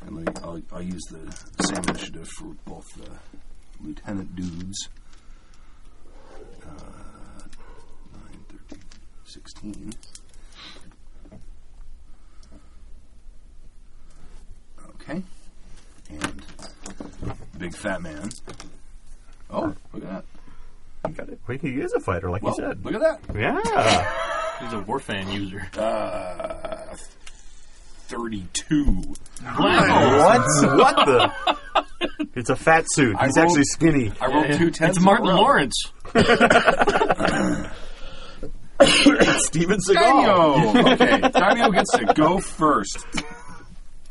F: and like, I'll, I'll use the same initiative for both the lieutenant dudes. Uh, 9, 13, 16. Okay, and big fat man. Oh, look at that!
G: You got it. Wait, he is a fighter, like
F: Well,
G: you said.
F: look at that!
G: Yeah.
D: He's a Warfan user.
F: 32.
G: what? What the? It's a fat suit.
F: I
G: He's
F: rolled-
G: actually skinny.
F: I rolled two tens.
D: It's Martin
F: in a row.
D: Lawrence.
G: Steven Seagal.
F: Daniel. okay, Daniel gets to go first.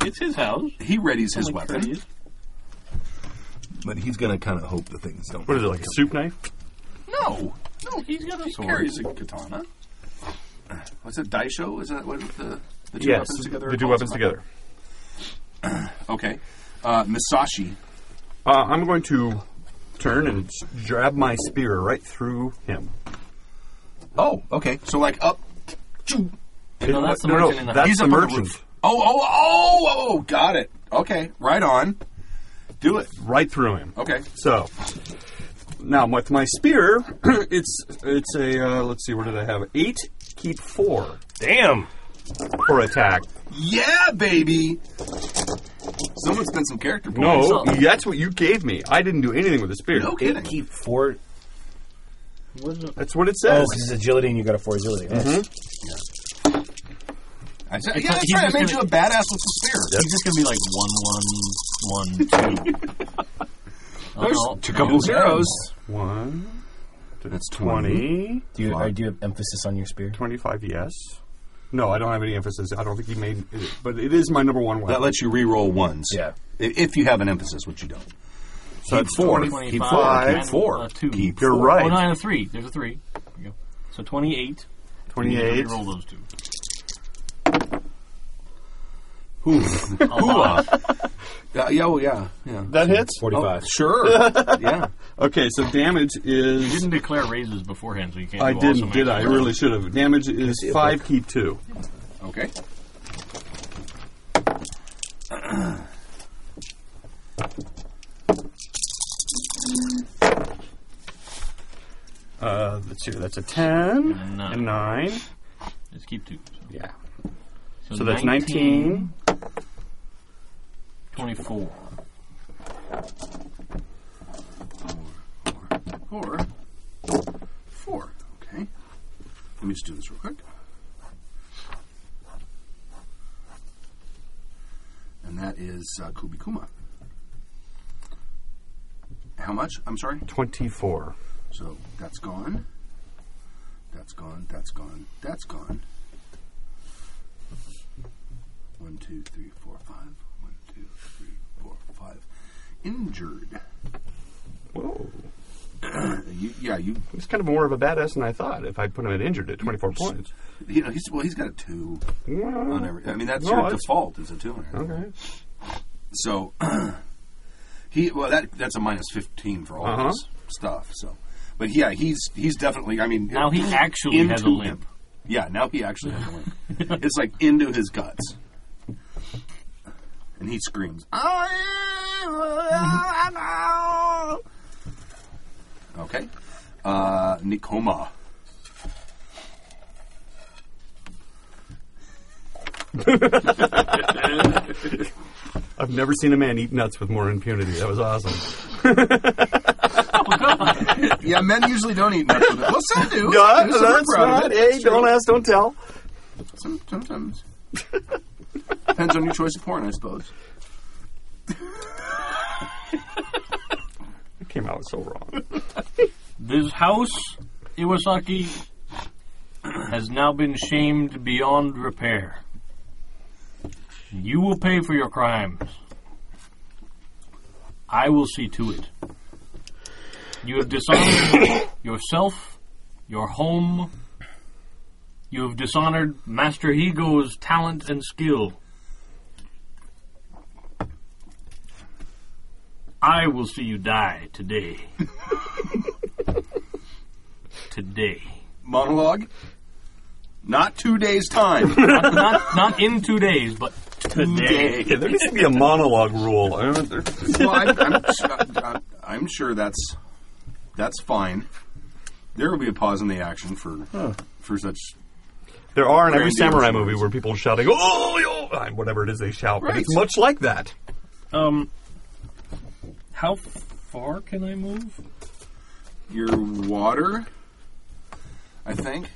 D: It's his house.
F: He readies his
D: Like
F: weapon,
D: courteous.
F: but he's gonna kind of hope the things don't.
G: What is it, like a soup knife?
F: No, no, he's got a he
D: sword.
F: carries a katana. What's it, daisho? Is that what the the two
G: yes.
F: weapons together?
G: The
F: are
G: two
F: called?
G: weapons together.
F: Okay, uh, Misashi.
G: Uh, I'm going to turn and s- jab my spear right through him.
F: Oh, okay. So like up. Choo.
D: No, that's the
G: no,
D: merchant
G: no,
D: in the
G: that's
F: He's
G: the
F: up on the
G: merchant.
F: roof. Oh, oh, oh, oh! Got it. Okay, right on. Do it.
G: Right through him.
F: Okay.
G: So now with my spear, it's it's a uh, let's see, where did I have it? eight? Keep four.
E: Damn.
G: for attack.
K: Yeah, baby. Someone spent some character points.
G: No, that's what you gave me. I didn't do anything with the spear.
K: No kidding.
E: Keep four.
G: That's what it
E: Oh,
G: says.
E: because it's agility and you got a four agility. Yes.
K: I said, yeah, that's right. I made you a badass with the spear.
D: He's just gonna be like one, one, one, two. Uh-oh.
K: There's a couple zeros.
G: One.
K: That's
G: 20.
E: Do you, uh, do you have emphasis on your spear?
G: 25, yes. No, I don't have any emphasis. I don't think he made it, but it is my number one
K: That
G: weapon.
K: lets you re-roll ones.
E: Yeah.
K: If, if you have an emphasis, which you don't.
G: So that's four.
K: Keep
D: 25,
K: four. Keep
D: and
K: four.
D: a two.
K: Keep
G: You're
K: four.
G: right.
D: Oh, no, and a three. There's a three. There you go. So 28. You
G: 28.
D: roll those two.
K: Uh, yeah, oh, yeah, yeah.
G: That hits? Oh,
K: Oh,
F: 45.
K: sure. yeah.
G: Okay, so damage
D: You
G: is.
D: didn't declare raises beforehand, so you can't.
G: I
D: do
G: didn't,
D: awesome
G: did I? I
D: actions.
G: really should have. Damage is 5, keep 2.
K: Okay.
G: Uh, let's see, that's a 10.
D: And nine.
G: And 9.
D: Just keep two.
G: Yeah.
D: So,
G: So that's 19.
D: 24.
K: Four. Four. Okay. Let me just do this real quick. And that is uh, Kubikuma. How much? I'm sorry.
G: 24.
K: So that's gone. That's gone. That's gone. That's gone. One, two, three, four, five. One, two, three, four, five. Injured.
G: Whoa.
K: You, yeah, you.
G: He's kind of more of a badass than I thought if I put him at injured at 24 points.
K: You know, he's well. He's got a two on every. I mean, that's
G: No,
K: your
G: it's-
K: default is a two. on everything.
G: Okay.
K: So he well that that's a minus fifteen for all
G: Uh-huh.
K: this stuff. So, but yeah, he's he's definitely. I mean,
D: Now he actually has a
K: into
D: limp.
K: him. Yeah, now he actually has a limp. it's like into his guts, and he screams. okay, uh, Nikoma.
G: I've never seen a man eat nuts with more impunity. That was awesome.
K: Yeah, men usually don't eat much of it. Well, some do. Some do. Some are proud of it. It's true.
G: ask, don't tell.
K: Some, sometimes. Depends on your choice of porn, I suppose.
G: It came out so wrong.
D: This house, Iwasaki, has now been shamed beyond repair. You will pay for your crimes. I will see to it. You have dishonored yourself, your home. You have dishonored Master Higo's talent and skill. I will see you die today. today.
K: Monologue. Not two days' time.
D: Not not in two days, but today.
G: Yeah, there needs to be a monologue rule. I don't know, there-
K: well, I'm, I'm, I'm, I'm sure that's that's fine. There will be a pause in the action for for such.
G: There are in every
K: Grandiose
G: samurai
K: words.
G: movie where people are shouting, oh, yo," whatever it is they shout. But it's
K: Right.
G: much like that.
D: Um, how far can I move?
K: Your water, I think.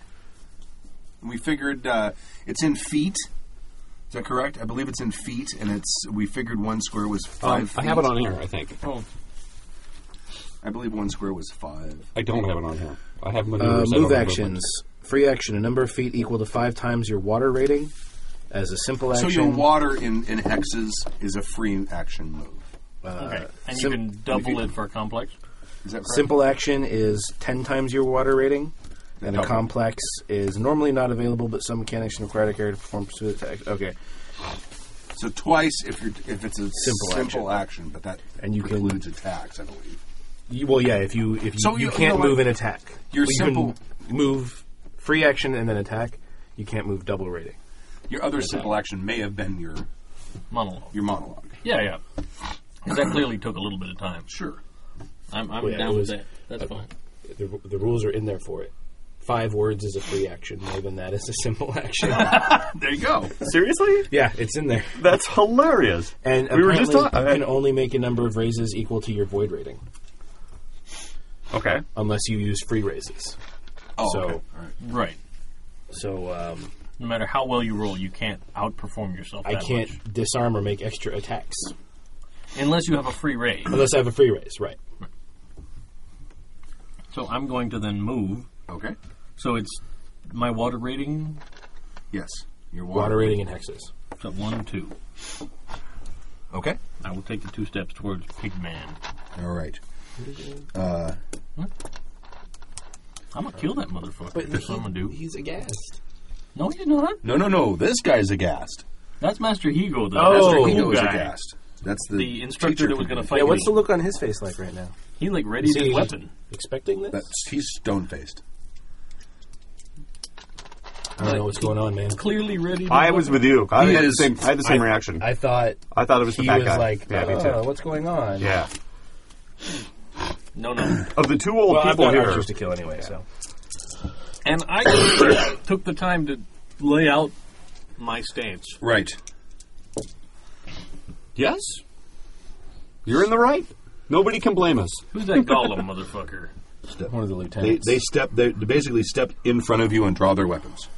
K: We figured uh, it's in feet. Is that correct? I believe it's in feet, and it's we figured one square was
E: Um,
K: five. feet.
S: I have it on here, I think.
K: I believe one square was five.
S: I don't have it on here. I have
E: Uh,
S: maneuvers. I don't
E: move
S: have
E: actions. Free action. A number of feet equal to five times your water rating. As a simple
K: So
E: action.
K: your water in, in hexes is a free action move.
D: Okay, and
E: Uh, sim-
D: you can double it for a complex.
K: Is that correct?
E: Simple action is 10 times your water rating, and a
K: Double.
E: complex is normally not available, but some mechanics can require a character to perform pursuit attack. Okay,
K: So twice if you're if it's a simple,
E: action.
K: action. but that
E: And you can-
K: precludes attacks, I believe.
E: you, well, yeah, if you if you,
K: So
E: you,
K: you-
E: can't
K: you know
E: move
K: what?
E: an attack,
K: Your
E: Well, you
K: simple-
E: can move free action and then attack. You can't move double rating.
K: Your other simple action may have been your
D: Monologue.
K: your monologue.
D: Yeah, yeah. Because that clearly took a little bit of time.
K: Sure.
D: I'm, I'm
F: Yeah, it
D: down with
F: was-
D: that. That's fine.
F: The, the rules are in there for it.
E: five words is a free action. More than that is a simple action.
D: There you go.
G: Seriously?
E: yeah, it's in there.
G: That's hilarious.
E: And
G: We were just
E: apparently
G: talking-
E: you can only make a number of raises equal to your void rating
G: Okay.
E: unless you use free raises.
T: Oh,
E: so
T: okay.
D: Right.
E: so um,
D: No matter how well you roll, you can't outperform yourself.
E: I
D: that
E: can't
D: much.
E: disarm or make extra attacks
D: unless you have a free raid.
E: unless I have a free raise. Right.
D: So I'm going to then move.
T: Okay.
D: So it's my water rating.
T: Yes. Your
E: Water rating and hexes.
D: It's at one and two.
T: Okay.
D: I will take the two steps towards Pigman.
T: All right.
D: I'm gonna kill that motherfucker. That's what I'm gonna do.
E: He's aghast.
D: No, he's not.
T: No, no, no. This guy's aghast.
D: That's Master Higo, though.
E: Oh.
D: That's the
T: he
D: cool
T: goes
D: guy.
T: aghast. That's the,
D: The instructor
T: teacher
D: that was
T: from-
D: gonna
E: Yeah,
D: fight
E: what's the
D: me.
E: look on his face like right now?
D: he like readies
E: Is
D: his
E: he-
D: weapon.
E: Expecting this?
T: That's, he's stone faced.
E: I don't know what's going on, man.
D: Clearly ready. To
G: I was with you. I
T: He
G: had the
T: is-
G: same, I had the same reaction. I,
E: I thought
G: thought it was the
E: he
G: bad
E: was
G: guy.
E: like,
G: yeah, me
E: "Oh,
G: too.
E: what's going on?
G: Yeah.
D: No, no.
G: Of the two old
E: Well, I've
G: people
E: got
G: here,
E: archers to kill anyway, so.
D: And I took the time to lay out my stance.
F: Right.
D: Yes.
G: you're in the right. Nobody can blame us.
D: Who's that Gollum motherfucker?
E: One of the
F: They,
E: lieutenants.
F: they step. They basically step in front of you and draw their weapons.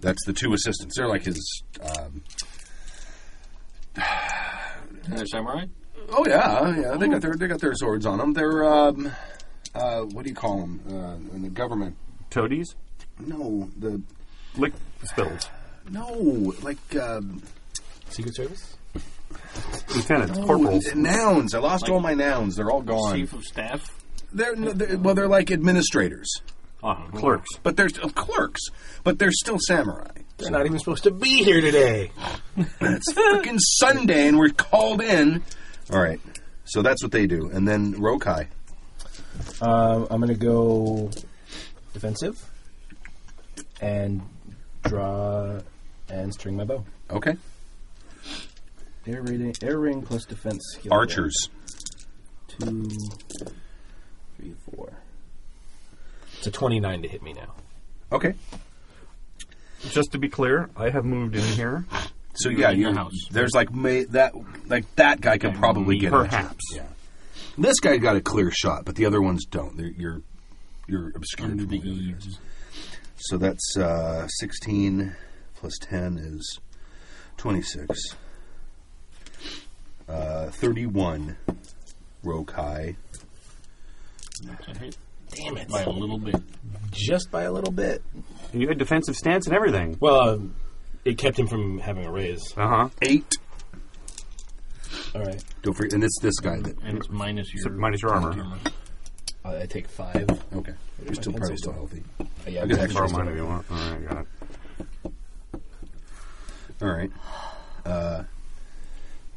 F: That's the two assistants. They're like his. Um,
D: Another samurai?
F: oh yeah, yeah. They got their they got their swords on them. They're um, uh, what do you call them uh, in the government?
G: Toadies?
F: No, the
G: Lick spills.
F: no like um,
E: Secret Service?
G: Lieutenants,
F: oh,
G: corporals.
F: nouns. I lost all my nouns. They're all gone.
D: Chief of Staff?
F: They're, no, they're well, they're like administrators,
D: Uh,
G: Uh-huh. Clerks.
F: but they're uh, clerks, but they're still samurai.
E: They're not even supposed to be here today.
F: It's fucking Sunday, and we're called in. All right, so that's what they do, and then Rokai.
E: Um, I'm going to go defensive and draw and string my bow.
F: Okay,
E: Air, rating, air ring plus defense. skill.
F: archers.
E: Two, three, four. It's a 29 to hit me now.
F: Okay,
G: Just to be clear, I have moved in here.
F: so yeah,
D: in your
F: you
D: house.
F: there's like may, that like that guy could probably get at you.
G: Perhaps.
F: Yeah, this guy got a clear shot, but the other ones don't. They're, you're you're obscured
D: Under
F: from
D: the
F: the other guys.
D: eaves.
F: So that's uh, 16 plus 10 is 26. Uh, 31 Rokai.
E: Damn it.
D: By a little bit.
E: Just by a little bit.
G: And you had defensive stance and everything.
E: Well, um, it kept him from having a raise.
G: Uh huh.
F: 8.
E: All right.
F: Don't forget, and it's this guy that.
D: And it's minus your.
G: Minus your armor.
E: Uh, I take five. Uh,
F: Okay. You're still probably still healthy.
E: yeah,
F: I
E: I'm
F: got
E: gonna
F: extra
G: Borrow
E: just-
G: mine if you want. All right, got it.
F: All right. Uh,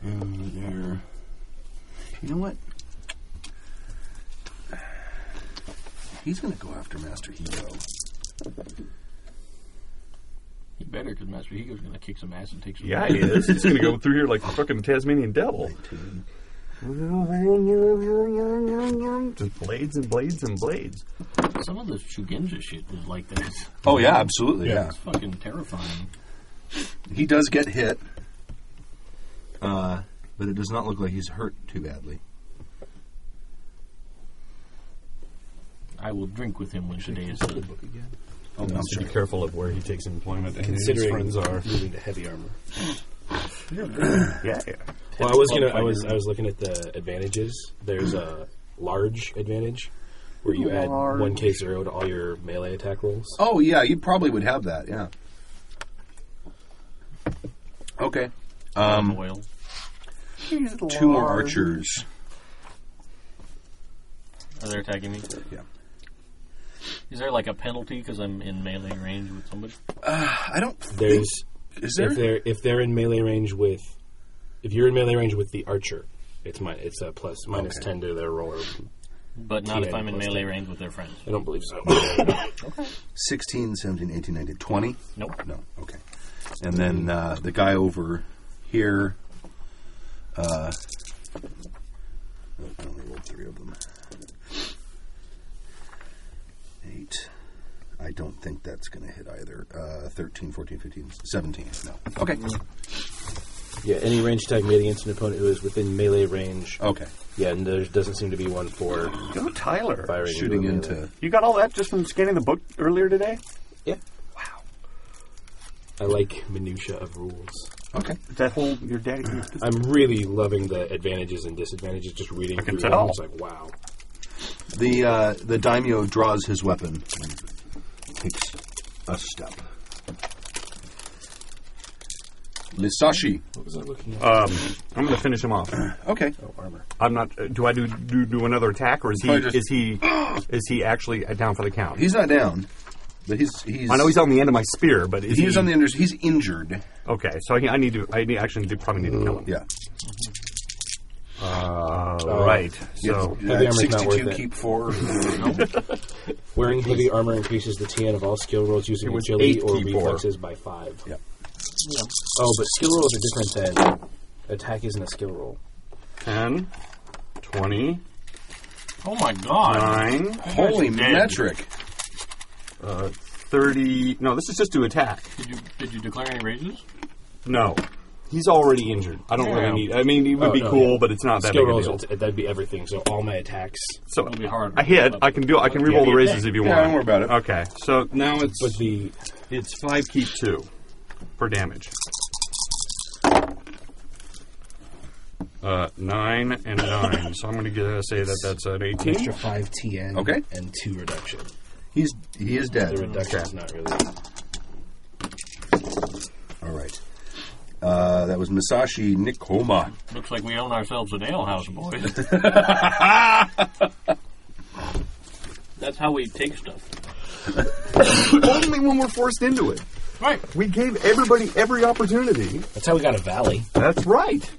F: um, there. You know what? He's going to go after Master Hero.
D: He better, because Master Higo's going to kick some ass and take some.
G: Yeah, it is. It's going to go through here like the fucking Tasmanian devil. Just blades and blades and blades.
D: Some of this Shugenja shit is like that.
F: Oh, yeah, absolutely. yeah.
D: It's fucking terrifying.
F: He does get hit, uh, but it does not look like he's hurt too badly.
D: I will drink with him when today is done.
F: Oh, I'm
U: Be
F: sorry.
U: careful of where he takes employment and
E: Considering
U: who his friends are.
E: moving to heavy armor.
G: Yeah, yeah.
E: Well, I was gonna. I was. I was looking at the advantages. There's a large advantage where you add one k zero to all your melee attack rolls.
F: Oh, yeah, you probably would have that, yeah. Okay. Um,
D: Oil.
F: two more archers.
D: Are they attacking me?
F: Yeah.
D: Is there like a penalty because I'm in melee range with somebody?
F: I don't.
E: There's
F: think- Is there?
E: if they're if they're in melee range with if you're in melee range with the archer, it's my it's a plus minus
F: Okay.
E: ten to their roller.
D: But not if
E: Yeah,
D: I'm in
E: plus
D: melee range with their friends.
E: I don't believe so.
F: 16, 17, 18, 19, 20?
D: Nope.
F: No, okay. And then uh, the guy over here. oh, Uh, I only rolled three of them. Eight. don't think that's going to hit either. Uh, 13, 14, 15, 17. No. Okay.
E: Yeah, any range attack made against an opponent who is within melee range.
F: Okay.
E: Yeah, and there doesn't seem to be one for
G: Go Tyler.
E: firing into
F: Shooting
E: a melee.
F: into.
G: You got all that just from scanning the book earlier today?
E: Yeah. Wow. I like minutia of rules.
F: Okay.
G: That whole your daddy.
E: I'm really loving the advantages and disadvantages. Just reading
G: can
E: through them,
G: tell.
E: it's like wow.
F: The uh, the daimyo draws his weapon and takes a step. Lisashi.
E: What was I looking at?
G: Um, I'm going to finish him off.
F: Okay.
E: Oh,
G: I'm not. Uh, do I do, do do another attack, or is he
F: Probably just-
G: is he is he actually uh, down for the count?
F: He's not down, but he's he's.
G: I know he's on the end of my spear, but is
F: He's
G: he,
F: on the under. He's injured.
G: Okay, so I, I need to. I need, actually do, probably need to kill him.
F: Yeah.
G: Uh,
E: Mm,
G: right. So
F: Yeah,
E: Heavy armor's not
F: Sixty-two.
E: worth it.
F: Keep four.
E: Wearing heavy armor increases the TN of all skill rolls using
G: was
E: agility
G: eight
E: or
G: keyboard.
E: reflexes by five.
F: Yep.
E: Oh, but skill roll is different than attack. Isn't a skill roll.
G: 10, 20,
D: Oh my god.
G: 9,
F: Holy
D: dead.
F: metric!
G: 30. No, this is just to attack.
D: Did you did you declare any rages?
G: No. He's already injured. I don't
D: Yeah.
G: really need. I mean, it would
E: Oh,
G: be
E: no,
G: cool,
E: yeah.
G: but it's not that
E: skill
G: big a
E: rolls,
G: deal.
E: will- that'd be everything. So all my attacks.
G: So
D: be hard.
G: I hit. I can do. I can re-roll the raises if you
F: Yeah,
G: want.
F: don't worry about it.
G: Okay. So now it's
E: But the
G: it's five keep two for damage. Uh, nine and nine. so I'm going to get, say that that's an
K: An extra
G: eighteen.
K: five TN
F: Okay.
K: and two reduction.
F: He's he is
E: the
F: dead.
E: reduction is not really.
F: All right. Uh, that was Masashi Nikoma.
D: Looks like we own ourselves an ale house, boys. That's how we take stuff.
G: Only when we're forced into it.
D: Right.
G: We gave everybody every opportunity.
E: That's how we got a valley.
G: That's right.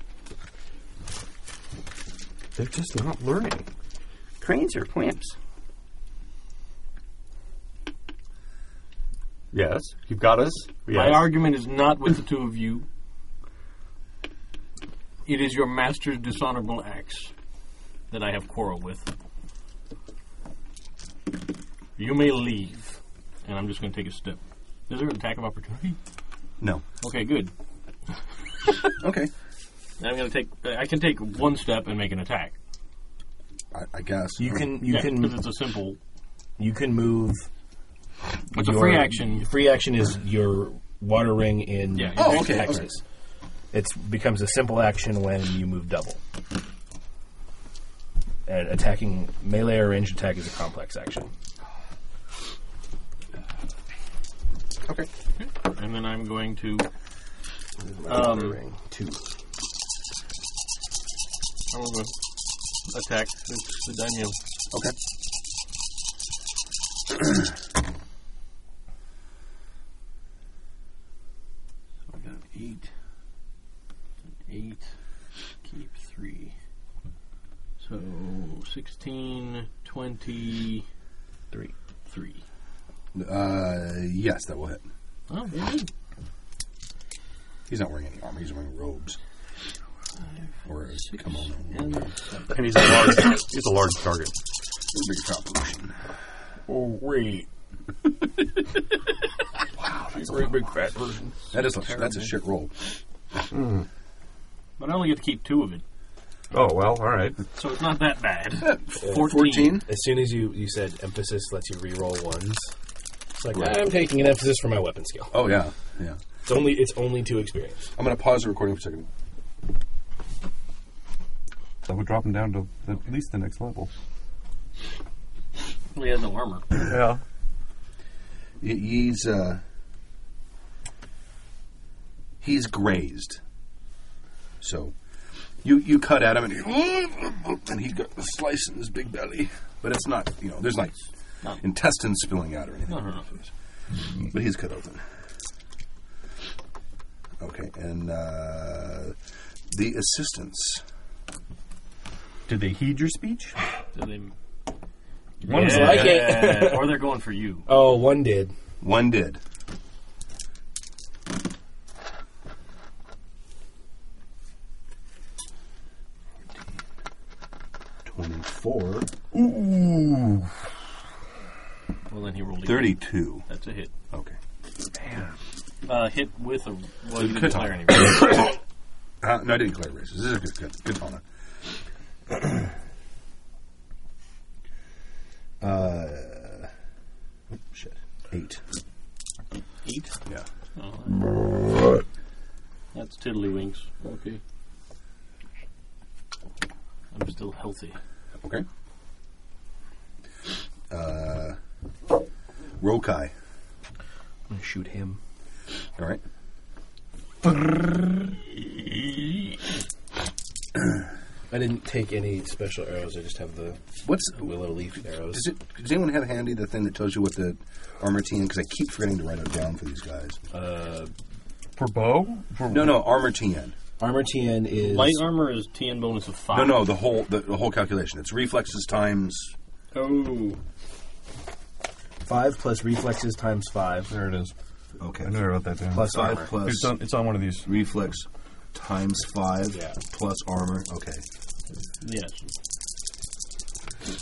G: They're just not learning. Cranes are clamps. Yes, you've got us.
D: My
G: Yes.
D: argument is not with the two of you. It is your master's dishonorable acts that I have quarrel with. You may leave, and I'm just going to take a step. Is there an attack of opportunity?
F: No.
D: Okay, good.
F: Okay.
D: I'm going to take. I can take one step and make an attack.
F: I, I guess
K: You can you
D: Yeah, 'cause
K: can
D: it's a simple.
K: you can move.
D: It's a
K: your-
D: free action.
K: Free action is your water ring in
D: Yeah.
F: Oh, okay,
K: Texas. It becomes a simple action when you move double. And attacking melee or ranged attack is a complex action.
D: and then I'm going to. um,
K: Water ring two.
D: I'm going to attack the, the daimyo.
F: Okay.
D: I got an eight. An eight. Keep three. So 16, 23. Three.
F: Uh, yes, that will hit.
D: Oh, really?
F: He's not wearing any armor. He's wearing robes or a kimono.
D: And
G: and he's a large. he's a large target.
F: Big proposition.
K: Oh wait.
F: That is a, that's a shit roll.
D: but I only get to keep two of it,
G: Oh well, all right.
D: so it's not that bad. 14.
F: Fourteen.
E: As soon as you, you said emphasis lets you reroll ones, it's like I'm taking an emphasis for my weapon skill.
F: Oh yeah, yeah.
E: It's only it's only two experience.
F: I'm gonna pause the recording for a second.
G: That would drop him down to at least the next level.
D: Well, He has no armor.
G: Yeah.
F: Y- He's uh, he's grazed. So you you cut at him and he, and he got a slice in his big belly, but it's not you know there's like intestines spilling out or anything.
D: No, no, no.
F: But he's cut open. Okay, and uh, the assistants.
G: Did they heed your speech?
D: So they
E: One's like it.
D: Yeah, or they're going for you.
E: Oh, one did.
F: One did. Twenty-four. Ooh.
D: Well, then he rolled a hit.
F: Thirty-two.
D: That's a hit.
F: Okay.
D: Uh, hit with a. Well, you didn't
F: Good
D: declare
F: time.
D: any. race.
F: Uh, no, I didn't declare races. This is good. Good. Good Tana. Uh, oh,
V: Shit. Eight.
D: Eight.
F: Yeah.
D: That's tiddlywinks. Okay. I'm still healthy.
F: Okay. Uh, Rokai.
E: I'm gonna shoot him.
F: All right.
E: I didn't take any special arrows. I just have the
F: What's
E: willow leaf arrows.
F: does it? Does anyone have handy the thing that tells you what the armor team? Because I keep forgetting to write it down for these guys.
G: For bow? For
F: No, no, armor TN.
E: Armor TN is
D: Light armor is TN bonus of five.
F: No, no, the whole the, the whole calculation. It's reflexes times.
D: Oh.
E: five plus reflexes times five
G: There it is.
F: Okay.
G: I knew I wrote that down.
E: plus
F: Five
E: armor.
F: plus
G: It's on, it's on one of these.
F: reflex times five
W: Yeah.
F: plus armor. Okay.
D: Yes.
F: These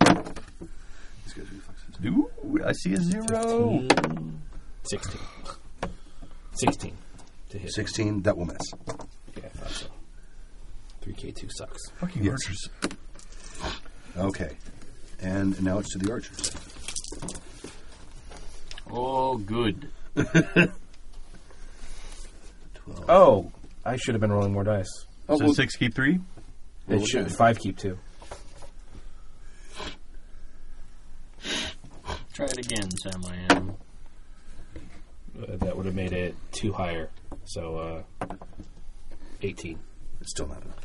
F: guys' reflexes.
G: Ooh, I see a zero.
W: 16. 16 to hit.
F: Sixteen. That will miss.
W: Yeah, I thought so. 3K2 sucks.
G: Fucking
F: Yes.
G: archers.
F: Okay. And now it's to the archers.
D: Oh, good.
E: Oh, I should have been rolling more dice.
F: Oh,
G: so
F: well,
G: six keep three.
E: It should five keep two.
D: Try it again, Sam. I am.
W: Uh, that would have made it two higher. So, uh, 18.
F: it's still not enough.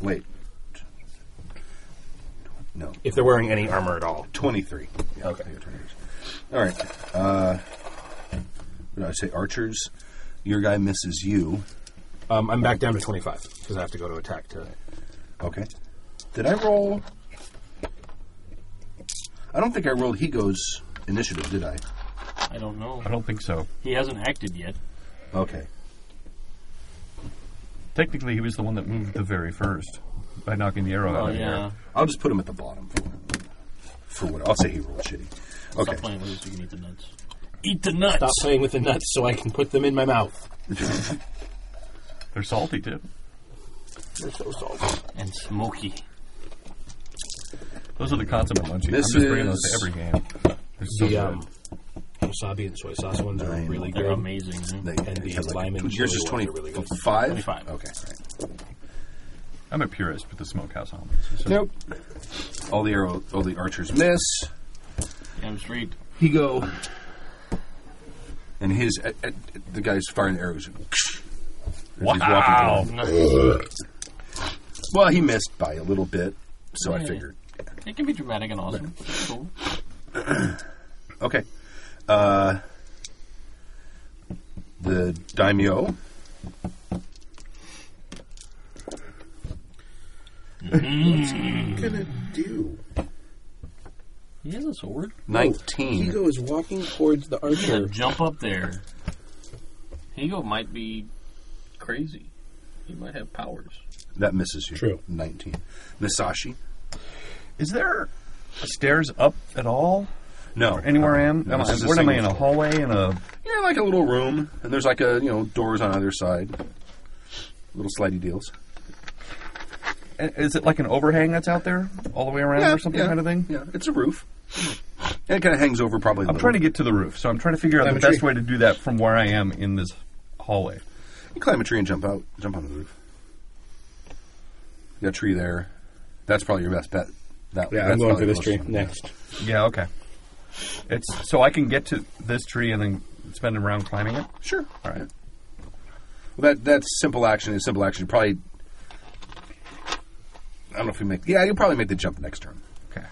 F: Wait. No.
W: If they're wearing any armor at all.
F: 23. Yeah, okay. 23. All right. Uh, what did I say? Archers. Your guy misses you.
W: Um, I'm back down to 25 because I have to go to attack to.
F: Okay. Did I roll? I don't think I rolled He Goes initiative, did I?
D: I don't know.
G: I don't think so.
D: He hasn't acted yet.
F: Okay.
G: Technically, he was the one that moved the very first by knocking the arrow
D: Oh
G: out of the air.
D: yeah.
F: I'll just put him at the bottom for, for what I'll say he rolled shitty.
D: Stop
F: Okay.
D: playing with us. You can eat the nuts. Eat the nuts.
W: Stop playing with the nuts so I can put them in my mouth.
G: They're salty too.
W: They're so salty.
D: And smoky.
G: Those are the consummate munchies.
F: This
G: I'm just bringing those
F: is-
G: to every game. They're so
W: The
G: good.
W: um, wasabi and soy sauce ones are
F: Nine.
W: really
D: They're
W: good.
D: amazing. huh?
F: They-
W: and the
F: they have
W: lime and
F: yours is
W: chili ones are really
F: 25?
W: good.
D: Twenty-five.
F: Okay.
G: I'm a purist with the smokehouse homies. So
F: Nope. All the arrow, all the archers miss.
D: Damn straight.
F: He go. And his, uh, uh, the guy's firing the arrows.
G: Wow.
F: Well, he missed by a little bit, so I
D: Yeah.
F: figured.
D: It can be dramatic and awesome. Cool.
F: Okay. Uh, the daimyo. What's he gonna do?
D: He has a sword.
F: Nineteen.
E: Ego is walking towards the
D: He's gonna
E: archer.
D: jump up there. Higo might be crazy. He might have powers.
F: That misses you.
E: True.
F: Nineteen. Misashi.
G: Is there stairs up at all?
F: No.
G: Anywhere I am?
F: Uh, No,
G: am I,
F: this is a
G: where am I in
F: single
G: a
F: floor.
G: hallway? In a
F: Yeah, like a little room, and there's like a you know doors on either side. Little slidey deals.
G: is it like an overhang that's out there all the way around or something
F: yeah,
G: kind of thing?
F: Yeah, it's a roof. And it kind of hangs over probably. a
G: I'm
F: little.
G: trying to get to the roof, so I'm trying to figure out
E: Climb
G: the
E: a
G: best
E: tree.
G: way to do that from where I am in this hallway.
F: You climb a tree and jump out, jump onto the roof. You got a tree there. That's probably your best bet. That,
E: Yeah,
F: that's
E: I'm going
F: probably
E: for this
F: the
E: tree
F: closest one.
E: next.
G: Yeah, okay. It's so I can get to this tree and then spend a round climbing it.
F: Sure.
G: All right.
F: Well, that that's simple action. Is simple action. You Probably. I don't know if you make. Yeah, you'll probably make the jump next turn.
G: Okay.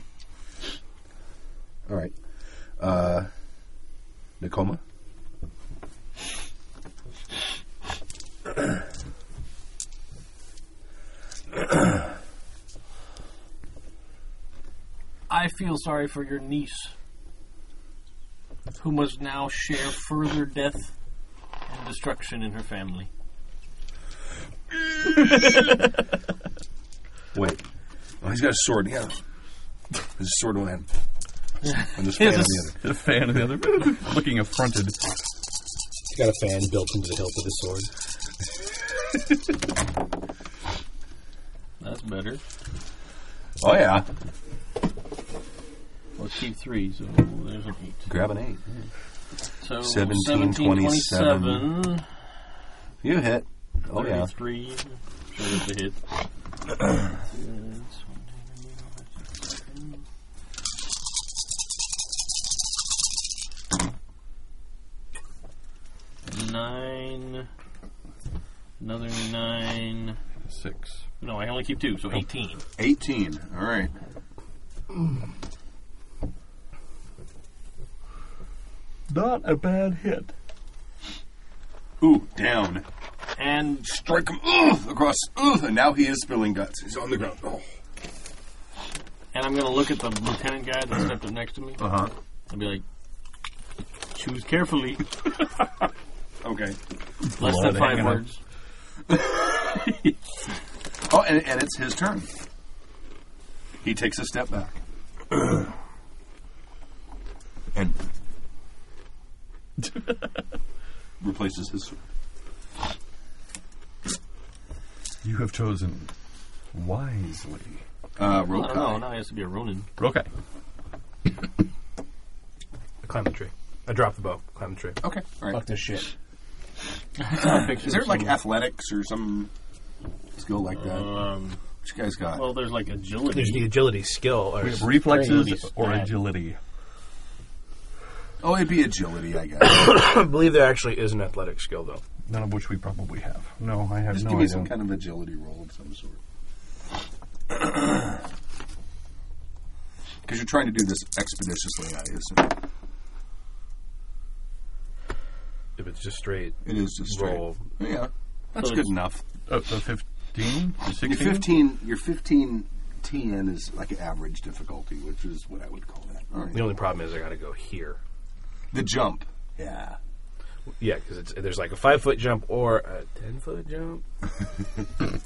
F: All right. Uh, Nakoma.
D: I feel sorry for your niece, who must now share further death and destruction in her family.
F: Wait. Oh, he's got a sword. Yeah. His sword in one hand. I'm just fan on
D: Yes.
F: the other.
G: The fan of the other, looking affronted.
E: He's got a fan built into the hilt of his sword.
D: That's better.
F: Oh yeah,
D: Well, keep three, so there's an eight.
F: grab an eight.
D: So
F: 17,
D: 1727.
F: You hit. Oh yeah.
D: 33. Sure that's a hit. Nine. Another nine.
F: Six.
D: No, I only keep two, so 18.
F: 18. All right.
G: Not a bad hit.
F: Ooh, down.
D: And
F: Strike him ooh, across. Ooh, and now he is spilling guts. He's on the ground. Oh.
D: and I'm going to look at the lieutenant guy that stepped up next to me.
F: Uh huh.
D: I'll be like, choose carefully.
F: Okay.
D: Less than five
F: hanging out.
D: words.
F: Oh, and, and it's his turn. He takes a step back. and replaces his sword.
G: You have chosen wisely.
F: Uh,
D: I don't know.
F: Rokai.
D: Now he has to be a Ronin.
G: Okay.
E: I climb the tree. I drop the bow. Climb the tree.
F: Okay. All right.
K: Fuck this shit.
F: Is there like athletics or some skill like that?
D: Um,
F: what you guys got?
D: well, there's like agility.
E: There's the agility skill. Or
G: Reflexes or
D: Right.
G: agility.
F: oh, it'd be agility, I guess.
E: I believe there actually is an athletic skill, though.
G: None of which we probably have. No, I have
F: Just
G: no
F: give me
G: idea.
F: some kind of agility roll of some sort. Because you're trying to do this expeditiously, I assume.
E: If it's just straight,
F: It is just straight.
E: roll.
F: Yeah, that's
D: So
F: good
D: it's-
F: enough.
G: Uh, the 15? The
F: Your
G: 16?
F: 15, your 15 TN is like average difficulty, which is what I would call that. All right.
E: The only problem is I got to go here.
F: The jump. Yeah.
E: Yeah, because there's like a five foot jump or a ten foot jump.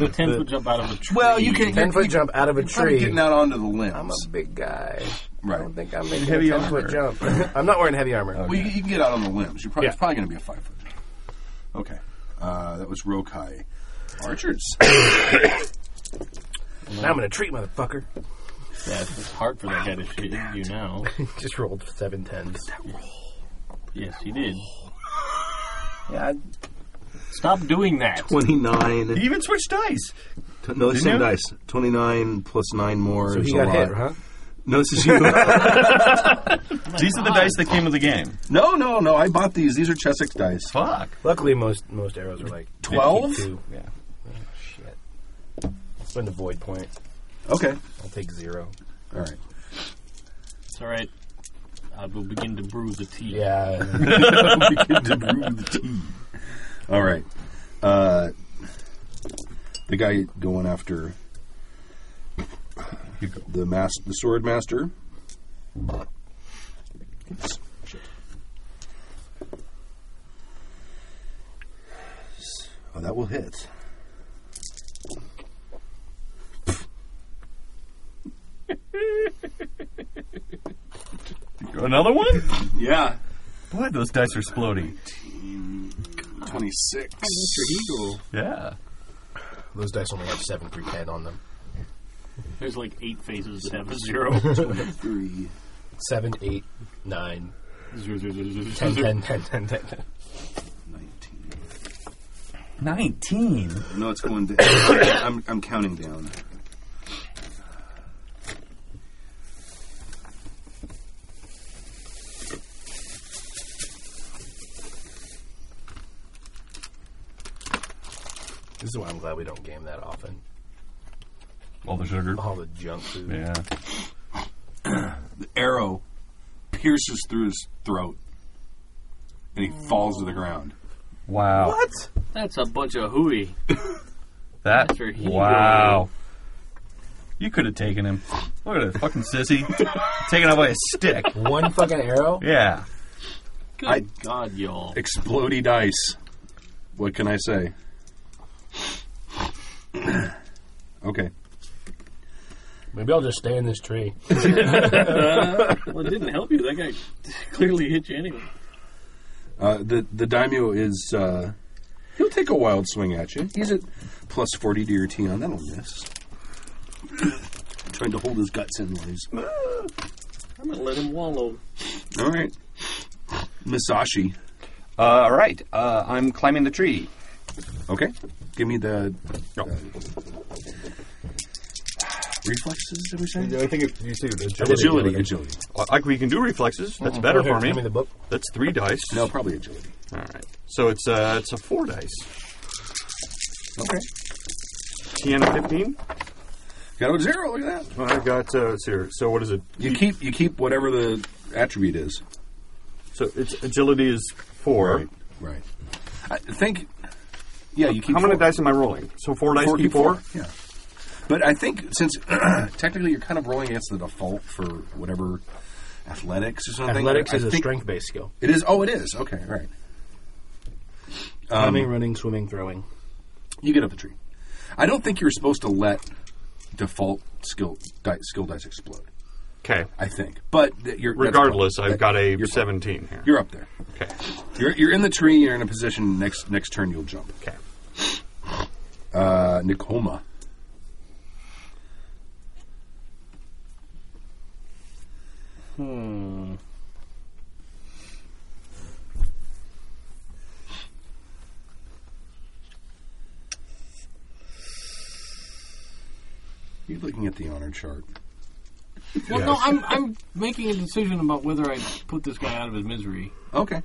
D: a ten foot jump out of a tree.
F: Well, you can
K: Ten foot jump out of a
F: Probably
K: tree.
F: getting out onto the limbs.
K: I'm a big guy. I
F: right.
K: don't think I'm making
G: Heavy
K: a ten foot
F: armor.
K: jump. I'm not wearing heavy armor.
F: Well, you, you can get out on the limbs. You're probably, It's
E: Yeah.
F: probably going to be a five foot. jump. Okay. Uh, that was Rokai. Archers.
E: Now I'm gonna treat motherfucker.
D: Yeah, it's hard for that guy to shoot you now.
E: Just rolled seven tens.
D: Yes, he did.
K: Yeah,
D: Stop doing that.
F: 29.
G: He even switched dice.
F: Oh No,
G: same you?
F: dice. 29 plus 9 more.
K: so he got hit, huh?
F: No, this is you.
G: These are the dice that came with the game.
F: no, no, no. I bought these. These are Chessex dice.
G: Fuck.
E: Luckily, most most arrows are like
F: 12?
E: 52.
G: Yeah.
E: Shit. Spend a void point.
F: Okay.
E: I'll take zero.
F: All right.
D: It's all right. I will begin to brew the tea.
E: Yeah.
F: Begin to brew the tea. All right. Uh, the guy going after the mas- the sword master. Oh, Oops. Shit. Oh, that will hit.
G: Another one?
F: Yeah.
G: Boy, those dice are exploding.
F: 26.
G: Yeah.
E: Those dice only have seven through ten on them.
D: There's like eight phases that have a zero. Zero,
F: Three.
E: Seven, eight, nine,
D: zero, zero, zero, zero,
E: ten,
D: zero.
E: ten, ten, ten, ten, ten.
F: 19.
G: 19.
F: No, it's going down. I'm, I'm counting down.
E: This is why I'm glad we don't game that often.
G: All the sugar.
E: All the junk food.
G: Yeah.
F: The arrow pierces through his throat, and he falls to the ground.
G: Wow. What?
D: That's a bunch of hooey.
G: That.
D: That's your hero.
G: Wow. You could have taken him. Look at that fucking sissy. taken out by a stick.
E: One fucking arrow.
G: Yeah.
D: Good
F: I-
D: God, y'all.
F: Explody dice. What can I say? okay.
E: Maybe I'll just stay in this tree.
D: Well, it didn't help you. That guy clearly hit you anyway.
F: Uh, the the daimyo is uh, he'll take a wild swing at you. He's at plus forty to your T on that'll miss. Trying to hold his guts in while he's
D: I'm gonna let him wallow.
F: all right. Misashi,
G: Uh, all right, uh, I'm climbing the tree.
F: okay, give me the reflexes. Did we say
B: I think if you see the
F: agility? Agility.
G: Like we can do reflexes. That's better for me.
E: Hand me the book.
G: That's three dice.
F: No, probably agility.
G: All right. So it's uh, it's a four dice.
F: Okay,
G: T and a fifteen.
F: got a zero. Look at that.
G: Well, I got uh, let's see here. So what is it?
F: You keep you keep whatever the attribute is.
G: So it's agility is four.
F: Right. I think. Yeah, you keep.
G: How many
F: four.
G: dice am I rolling? So four dice. keep four.
F: Yeah. But I think since technically you're kind of rolling against the default for whatever athletics or something.
K: Athletics
F: I
K: is a
F: think-
K: strength based skill.
F: It is. Oh, it is. Okay, right.
K: Climbing, running, swimming, throwing.
F: You get up the tree. I don't think you're supposed to let default skill dice, skill dice explode.
G: Okay.
F: I think, but th- you're that's
G: Regardless,
F: fine.
G: I've
F: That-
G: got a
F: you're fine.
G: seventeen here.
F: You're up there.
G: Okay.
F: You're, you're in the tree. You're in a position. Next next turn, you'll jump.
G: Okay.
F: Uh, Nicoma. Hmm. You're looking at the honor chart.
D: Well, no, I'm I'm making a decision about whether I put this guy out of his misery.
F: Okay.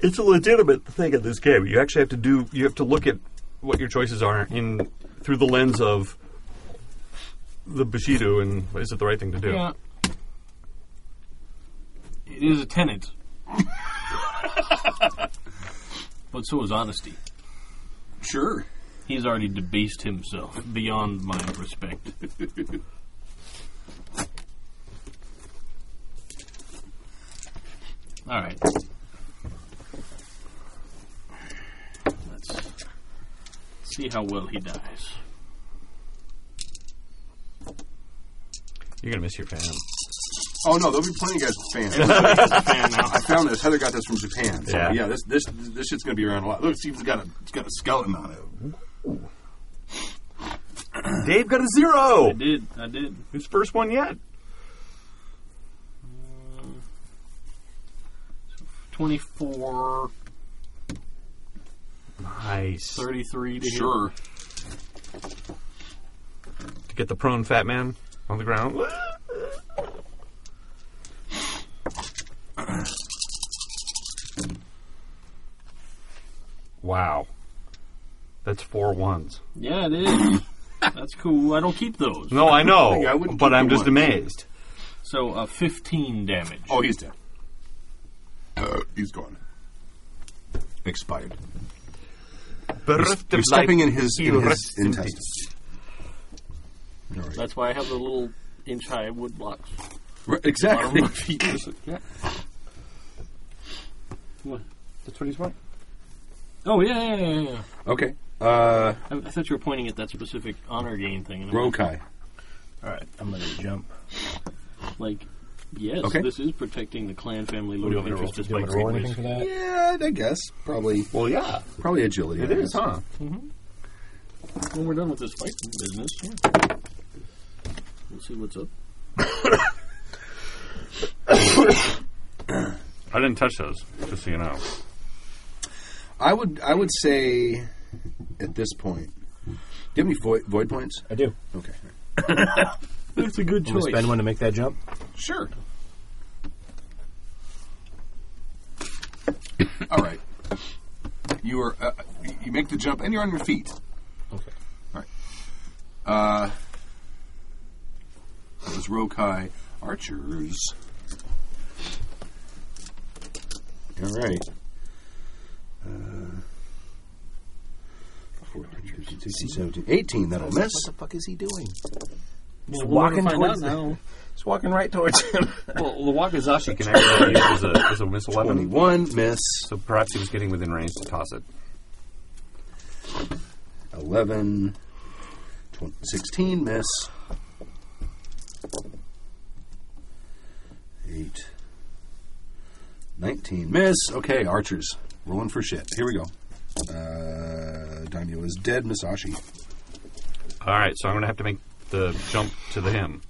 G: It's a legitimate thing in this game. You actually have to do. You have to look at what your choices are in through the lens of the Bushido, and is it the right thing to do?
D: Yeah. It is a tenant. but so is honesty.
F: Sure.
D: He's already debased himself beyond my respect. All right. Let's see how well he dies.
G: You're gonna miss your fam.
F: Oh no, there'll be plenty of guys with fans. I found this. Heather got this from Japan. So,
G: Yeah.
F: yeah. This this this shit's gonna be around a lot. Look, Steve's got a it's got a skeleton on it.
G: Dave got a zero.
D: I did. I did.
G: His first one yet.
D: 24,
G: Nice.
D: 33 to hit.
F: Sure.
G: To get the prone fat man on the ground. wow. That's four ones.
D: Yeah, it is. That's cool. I don't keep those.
G: No, I know,
F: I wouldn't
G: but
F: keep
G: I'm
F: the
G: just
F: ones.
G: amazed.
D: So, uh, 15 damage.
F: Oh, he's dead. Uh, he's gone. Expired. You're stepping in his, in his intestines. All right.
D: That's why I have the little inch high wood blocks.
F: Right, Exactly.
G: That's what he's want.
D: Oh, yeah, yeah, yeah, yeah, yeah.
F: okay. Uh,
D: I, I thought you were pointing at that specific honor gain thing. and I'm
F: Rokai.
K: All right, I'm going to jump.
D: Like, yes,
F: Okay.
D: this is protecting the clan family
E: Do you
D: loyal
E: want me to roll,
D: interest
E: do you want
D: despite
E: me to roll
D: great
E: anything
D: risk.
E: for that?
F: Yeah, I guess probably
G: Well, yeah,
F: probably agility.
G: it
F: I
G: is,
F: guess.
G: huh?
D: When we're done with this fight business, yeah. we'll see what's up.
G: I didn't touch those, just so you know.
F: I would I would say at this point. Do you have any void, void points?
E: I do.
F: Okay.
D: That's a good
E: I'm going to spend one to make that jump.
F: Sure. All right. You are uh, you make the jump and you're on your feet.
E: Okay.
F: All right. Uh, that was Rokai Archers. All right. Uh, 17, 18, that'll miss.
E: fuck is he doing?
D: Well,
E: Just
D: we'll never
E: walking
D: find
E: towards
D: out now.
E: He's walking right towards him.
G: Well, the Wakazashi can actually use as a, as a missile weapon,
F: 21, miss.
G: so perhaps he was getting within range to toss it.
F: 11, 20, 16, miss. eight. 19. Miss. Okay, archers. Rolling for shit. Here we go. Uh, Daimyo is dead. Misashi.
G: All right, so I'm going to have to make the jump to the him.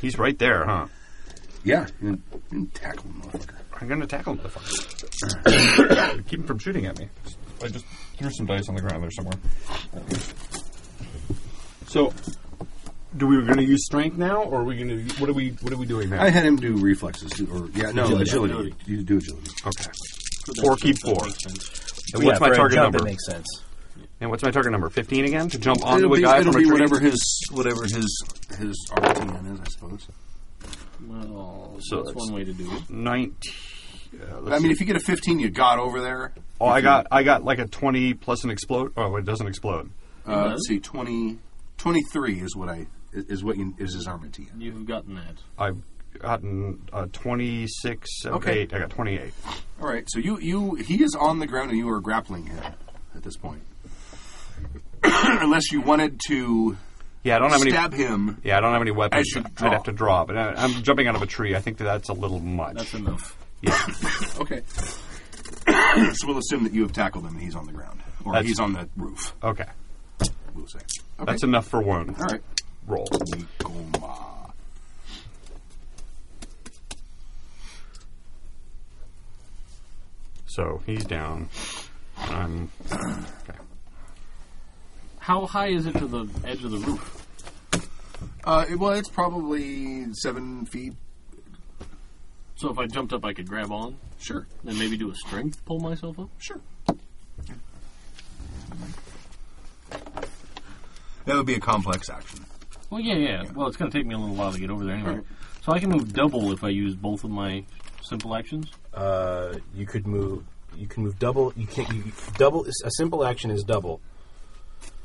G: He's right there, huh?
F: Yeah, you can tackle him, motherfucker.
G: I'm going to tackle him. with the fuck. Keep him from shooting at me. I just threw some dice on the ground there somewhere. So, do we going to use strength now, or are we going to? What are we? What are we doing now?
F: I had him do reflexes, too, or yeah, no agility. You do agility.
G: okay. Four keep four. And
E: yeah,
G: what's my
E: for a
G: target
E: jump, It
G: number?
E: makes sense.
G: And what's my target number? Fifteen again to jump onto
F: It'll
G: a
F: be,
G: guy
F: it'll
G: from a
F: be
G: tree?
F: whatever his whatever his his RTN is, I suppose.
D: Well,
G: So
D: that's
G: it's-
D: one way to do it.
G: Nineteen. Uh, let's
F: I mean,
G: see.
F: if you get a 15, you got over there.
G: oh, I got I got like a twenty plus an explode. Oh, it doesn't explode.
F: Uh, let's see, 20, 23 is what I is what you, is his armor TN.
D: You've gotten that.
G: I've gotten uh, twenty six.
F: Okay.
G: eight. I got twenty eight.
F: All right, so you you he is on the ground and you are grappling him at this point. Unless you wanted to
G: Yeah, I don't have any.
F: stab him.
G: Yeah, I don't have any weapons.
F: should draw.
G: I'd have to draw, but I, I'm jumping out of a tree. I think that that's a little much.
D: That's enough.
F: Okay. so we'll assume that you have tackled him and he's on the ground or
G: That's-
F: he's on the roof.
G: okay,
F: We'll say. Okay.
G: that's enough for one
F: All right.
G: roll.
F: Nikoma.
G: So he's down. I'm
D: How high is it to the edge of the roof?
F: Uh, it- well, it's probably seven feet.
D: So if I jumped up, I could grab on,
F: Sure.
D: then maybe do a strength pull myself up.
F: Sure. That would be a complex action.
D: Well, yeah, yeah. Well, it's going to take me a little while to get over there anyway. So I can move double if I use both of my simple actions.
E: Uh, you could move. You can move double. You can't. You, double. is- A simple action is double,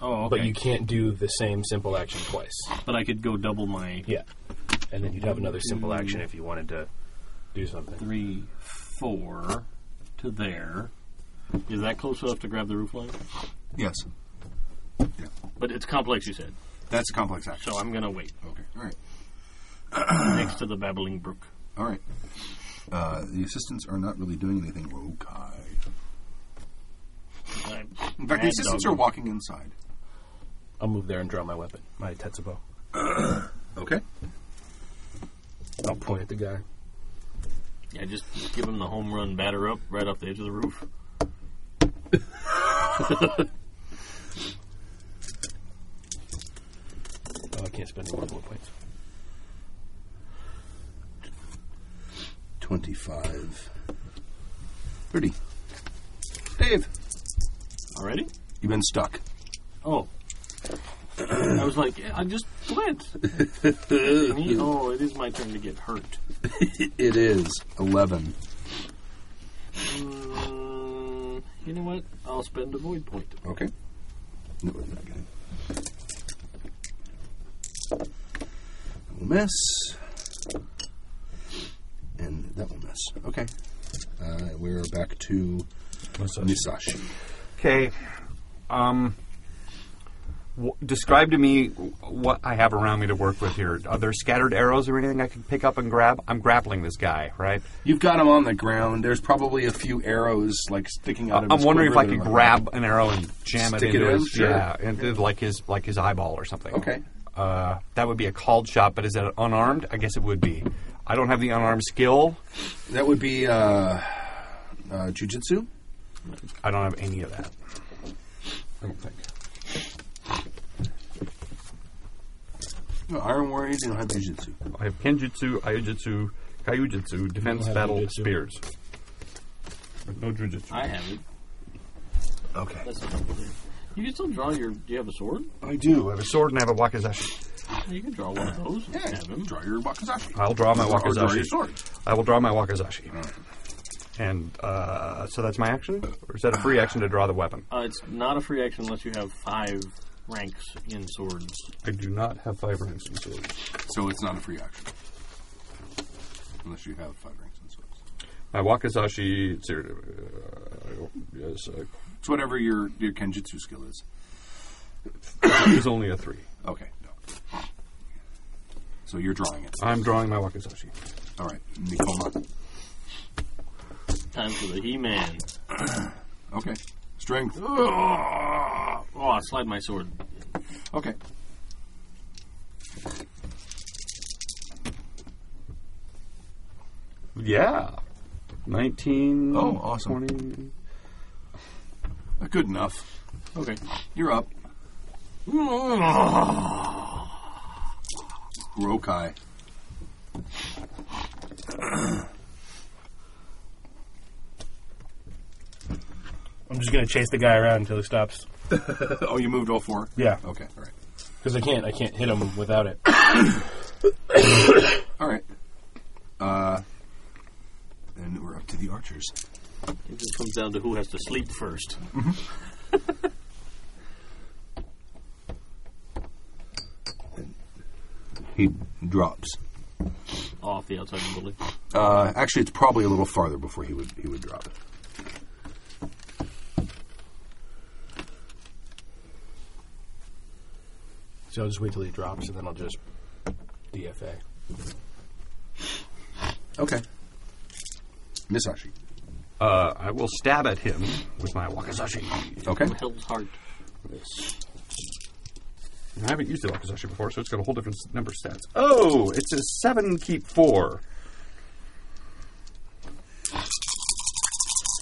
D: Oh, okay.
E: but you can't do the same simple action twice.
D: But I could go double my
E: Yeah, and then you'd have another simple action if you wanted to do something.
D: three, four to there. Is that close enough to grab the roof line?
F: Yes.
D: But it's complex, you said.
F: That's a complex action.
D: So I'm going to wait
F: Okay. All right.
D: next to the babbling brook.
F: All right. Uh, the assistants are not really doing anything. Okay.
D: I'm
F: In fact,
D: mad
F: the assistants
D: dog.
F: are walking inside.
E: I'll move there and draw my weapon, my tetsubo.
F: Okay.
E: I'll point at the guy.
D: Yeah, just give him the home run batter up right off the edge of the roof.
E: Oh, I can't spend any more bullet points.
F: 25. 30. Dave,
D: Already?
F: you've been stuck.
D: Oh. I was like, I just went. Me? oh, it is my turn to get hurt.
F: It is 11.
D: Mm, you know what? I'll spend a void point.
F: Okay. No, we're not gonna- That will miss. And that will miss. Okay. Uh, we're back to Musashi.
G: okay. Um, w- describe to me what I have around me to work with here. Are there scattered arrows or anything I can pick up and grab? I'm grappling this guy, right?
F: You've got him on the ground. There's probably a few arrows like sticking out of
G: I'm
F: his
G: wondering if I
F: quiver
G: could
F: that are-
G: grab an arrow and jam it
F: Stick it
G: into
F: in?
G: his,
F: Sure.
G: yeah, into, like his like his eyeball or something.
F: Okay.
G: Uh, that would be a called shot, but is that unarmed? I guess it would be. I don't have the unarmed skill.
F: That would be uh, uh, jujitsu.
G: I don't have any of that.
F: I don't think. No, Iron Warrior, you don't have jujitsu.
G: I have kenjutsu, ayujitsu, kaijutsu, defense battle, spears. But no jujitsu.
D: I have it.
F: Okay.
D: That's not over there. You can still draw your. Do you have a sword?
G: I do. I have a sword and I have a wakizashi.
D: You can draw one of those.
F: Yeah,
D: Have him.
F: draw your wakizashi.
G: I'll draw my
F: Or draw your
G: wakizashi.
F: sword.
G: I will draw my wakizashi. And uh, so that's my action? Or is that a free action to draw the weapon?
D: Uh, it's not a free action unless you have five ranks in swords.
G: I do not have five ranks in swords.
F: So it's not a free action. Unless you have five ranks and swords.
G: My wakizashi. it's here, uh, yes, uh,
F: It's whatever your, your kenjutsu skill is.
G: is only a three.
F: Okay, no. So you're drawing it.
G: I'm drawing my wakizashi.
F: All right, Nikoma.
D: Time for the He-Man.
F: Okay, strength.
D: Oh, I slide my sword.
F: Okay.
G: Yeah. 19.
F: Oh, awesome.
G: 20.
F: Good enough.
D: Okay.
F: You're up. Rokai.
E: I'm just gonna chase the guy around until he stops.
F: Oh, you moved all four?
E: Yeah,
F: Okay, all right.
E: because I can't. I can't hit him without it.
F: All right. Uh, and we're up to the archers.
D: It just comes down to who has to sleep first.
F: He drops.
D: Off the outside of the building.
F: Uh, actually, it's probably a little farther before he would he would drop.
E: So I'll just wait till he drops, and then I'll just DFA.
F: Okay. Misashi.
G: Uh, I will stab at him with my wakizashi.
F: Okay.
D: Hell's heart.
G: And I haven't used the wakizashi before, so it's got a whole different s- number of stats. Oh, it's a 7 keep 4.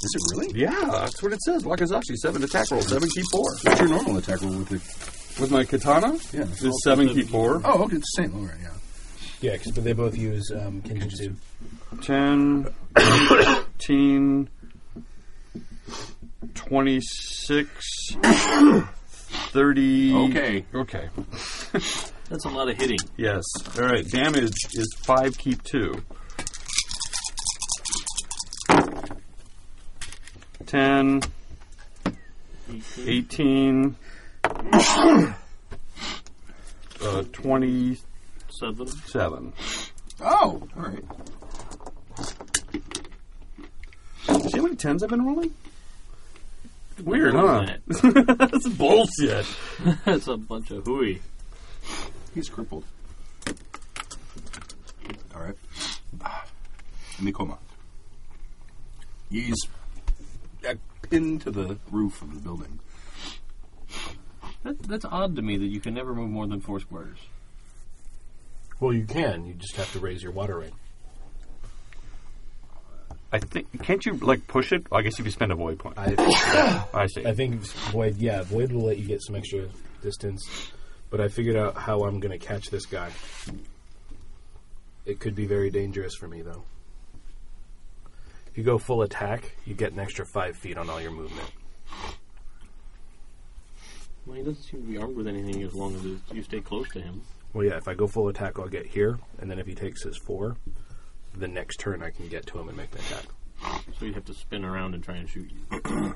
F: Is it really?
G: Yeah, that's what it says. Wakizashi, 7 attack roll, 7 keep 4.
F: What's your normal attack roll with the?
G: With my katana?
F: Yeah.
G: It's 7 keep 4.
F: Oh, okay, it's the same. All right, yeah.
E: Yeah, because they both use um, Kenjutsu.
G: Oh. 10, 18, 26, 30.
F: Okay.
G: Okay.
D: That's a lot of hitting.
G: Yes. All right. Damage is 5, keep 2. 10, 18, uh, 27.
D: Seven.
F: Oh, all right.
G: See how many 10s I've been rolling? Weird, huh?
D: What is
G: That's bullshit.
D: that? That's a bunch of hooey.
F: He's crippled. All right. Nikoma. He's uh, pinned to the roof of the building.
D: That, that's odd to me that you can never move more than four squares.
E: Well, you can. You just have to raise your water rate.
G: I think. Can't you like push it? I guess if you spend a void point.
E: I,
G: I see.
E: I think Void. Yeah, Void will let you get some extra distance. But I figured out how I'm gonna catch this guy. It could be very dangerous for me though. If you go full attack, you get an extra five feet on all your movement.
D: Well, he doesn't seem to be armed with anything as long as you- you stay close to him.
E: Well, yeah, if I go full attack, I'll get here, and then if he takes his four, the next turn I can get to him and make the attack.
D: So you have to spin around and try and shoot you.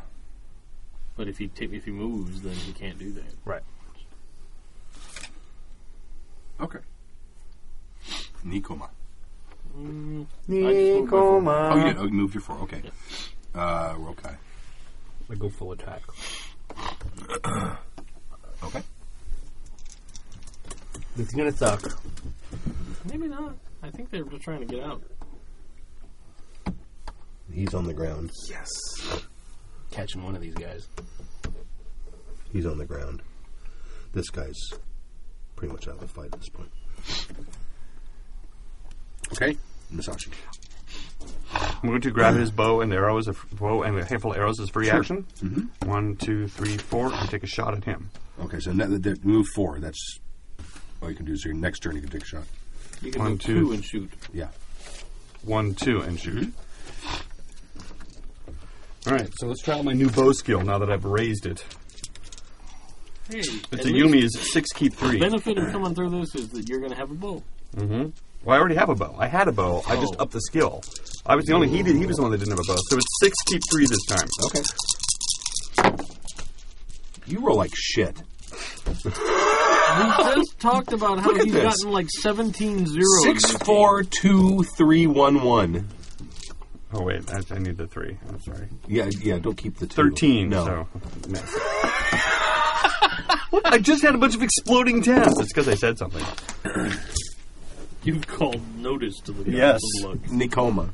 D: but if he ta- if he moves, then he can't do that.
E: Right.
F: Okay. Nikoma.
D: I just moved my forward.
F: oh,
E: Uh-huh.
F: you did. Oh, you moved your four. Okay. Uh, Rokai.
E: I go full attack.
F: Okay.
E: It's gonna suck.
D: Maybe not. I think they're just trying to get out.
X: He's on the ground.
E: Yes. Catching one of these guys.
X: He's on the ground. This guy's pretty much out of the fight at this point.
F: Okay. Misashi.
G: I'm going to grab his bow and arrow as a f- bow and a handful of arrows as free action. Mm-hmm. One, two, three, four, and take a shot at him.
F: Okay, so now that that- move four. That's all you can do. So your next turn, you can take a shot.
D: You can
G: One,
D: move
G: two.
D: two and Mm-hmm. shoot.
F: Yeah.
G: One, two, and shoot. All right, so let's try out my new bow skill now that I've raised it.
D: Hey,
G: It's
D: at
G: a
D: least
G: Yumi's six keep
D: The
G: three.
D: benefit of coming through this is that you're going to have a bow.
G: Well, I already have a bow. I had a bow. I just
D: Oh.
G: upped the skill. I was the only he did. He was the one that didn't have a bow. So it's six keep three this time.
F: Okay. You roll like shit.
D: We just talked about how
F: Look at
D: he's
F: this.
D: gotten like 17 zeros.
F: Six, four, two, three, one, one.
G: Oh wait, I, I need the three. I'm sorry.
F: Yeah, yeah. Don't keep the two.
G: Thirteen.
F: No.
G: So. no. what? I just had a bunch of exploding tens. It's because I said something.
D: You've called notice to the guy.
G: Yes.
D: to look.
F: Nicoma.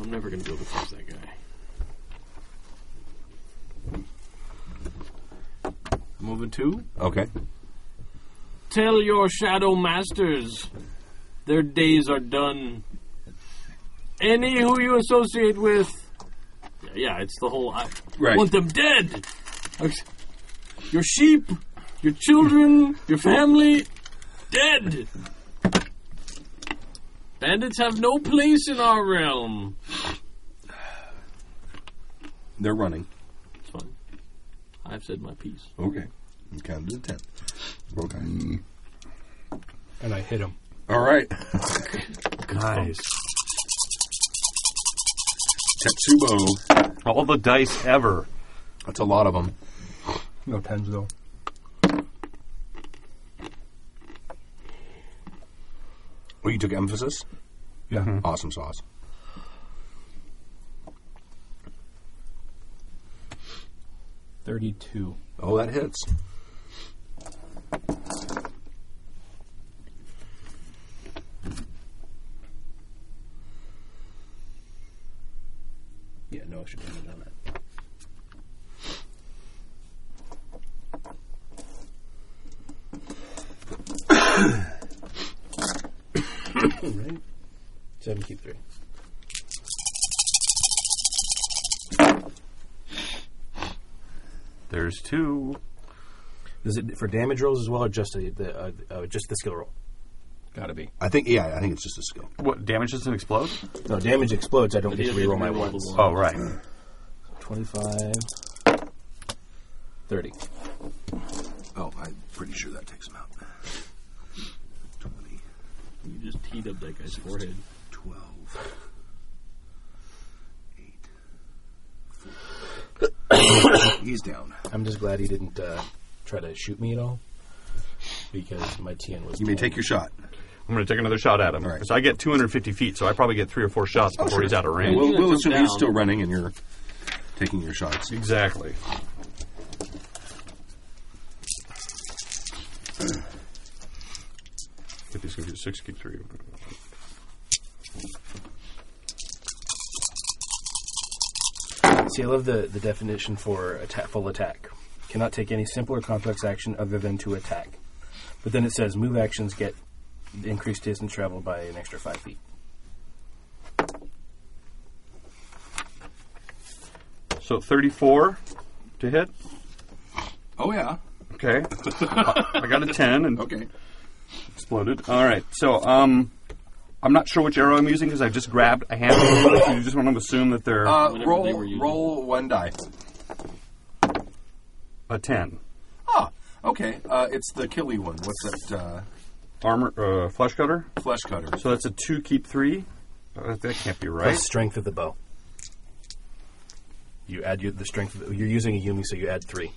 E: I'm never going to be able to close that guy. Moving to
F: Okay.
D: Tell your shadow masters their days are done. Any who you associate with. Yeah, yeah it's the whole. I
F: Right.
D: want them dead! Your sheep, your children, your family, dead! Bandits have no place in our realm.
F: They're running.
D: It's fine. I've said my piece.
F: Okay. I'm counting to ten. Okay.
E: and I hit him.
F: All right.
G: Nice.
F: Tetsubo.
G: All the dice ever.
F: That's a lot of them.
E: No tens though.
F: Well, Oh, you took emphasis. Mm-hmm.
E: Yeah.
F: Awesome sauce.
E: Thirty-two.
F: Oh, that hits.
E: Yeah, no extra damage on that. right. Seven keep three.
G: There's two.
E: Is it for damage rolls as well, or just a, the uh, uh, just the skill roll? Gotta be.
F: I think. Yeah, I think it's just a skill.
G: What damage doesn't explode?
E: No damage explodes. I don't get to
D: Yeah,
E: reroll my
D: reroll the
E: ones.
D: one.
G: Oh right.
E: 25, 30.
F: Oh, I'm pretty sure that takes him out. 20,
D: You just teed up that guy's forehead.
F: 12, 8, 4. He's down.
E: I'm just glad he didn't uh, try to shoot me at all because my TN was.
F: You
E: 10.
F: may take your shot.
G: I'm going to take another shot at him.
F: All right. Oh,
G: So I get 250 feet, so I probably get three or four shots before he's out of range.
F: We'll,
D: gonna
F: we'll
D: jump
F: assume he's
D: down.
F: still running and you're taking your shots.
G: Exactly. Get these confused. Six, keep three.
E: See, I love the, the definition for atta- full attack. Cannot take any simple or complex action other than to attack. But then it says move actions get increased distance traveled by an extra five feet.
G: So 34 to hit.
F: Oh, yeah.
G: Okay. I got a 10 and
F: Okay.
G: exploded. All right. So um, I'm not sure which arrow I'm using because I just grabbed a handful of bullets. You just want to assume that they're
F: Uh,
D: Whatever they were
F: roll,
D: using.
F: roll one die.
G: a 10.
F: Ah, okay. Uh, it's the killy one. What's that? Uh,
G: Armor, uh, flesh cutter.
F: flesh cutter.
G: So that's a 2, keep 3. Uh, that can't be
E: The
G: right.
E: strength of the bow. You add your, the strength. Of the, you're using a Yumi, so you add three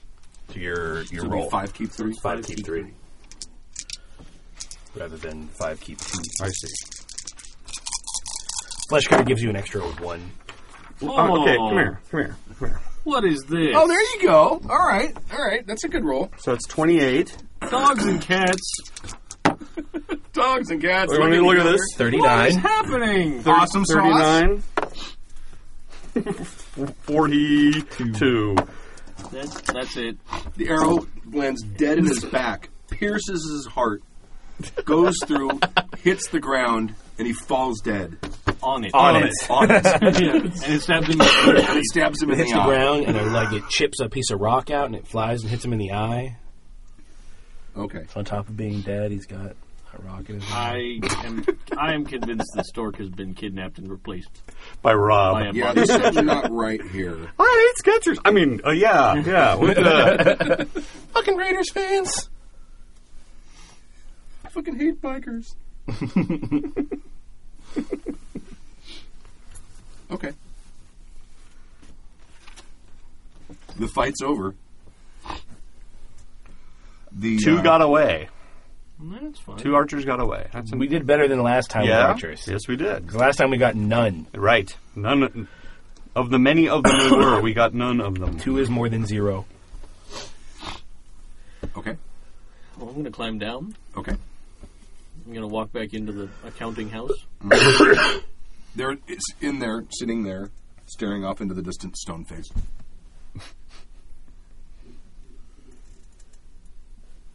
E: to your your
F: So it'd be
E: roll.
F: five keep three.
E: Five keep three. rather than five keep two.
G: I see.
E: Flesh cutter gives you an extra one.
G: Oh, okay,
D: Oh,
G: come here, come here, come here.
D: What is this?
F: Oh, there you go. All right, all right. That's a good roll.
G: So it's 28.
D: Dogs and cats.
F: Dogs and cats.
G: Wait, let me look at this.
D: What is
E: Thirty-nine.
D: happening?
F: Awesome sauce.
G: 39. 42.
D: That's, that's it.
F: The arrow lands dead in his back, pierces his heart, goes through, hits the ground, and he falls dead.
D: On it.
G: On it.
F: On it. And
D: Yeah. And it stabbed him. in the
F: it stabs him in
E: Hits
F: the
E: the
F: eye.
E: ground and it, like it chips a piece of rock out and it flies and hits him in the eye.
F: Okay.
E: So on top of being dead, he's got a rocket. In his eye.
D: I am. I am convinced that Stork has been kidnapped and replaced
G: By Rob.
D: by a
F: Yeah,
D: bot.
F: there's something not right here.
G: I hate Skechers. I mean, uh, yeah, yeah. What uh, the?
F: Fucking Raiders fans. I fucking hate bikers. okay. The fight's over. The
G: Two
F: uh,
G: got away.
D: That's fine.
G: Two archers got away. That's
E: we did better than the last time
G: yeah.
E: with archers.
G: Yes, we did.
E: The last time we got none.
G: Right. None of the many of them we were, we got none of them.
E: Two is more than zero.
F: Okay.
D: Well, I'm going to Oh, climb down
F: Okay.
D: I'm gonna walk back into the accounting house.
F: There, it's in there, sitting there, staring off into the distant stone face.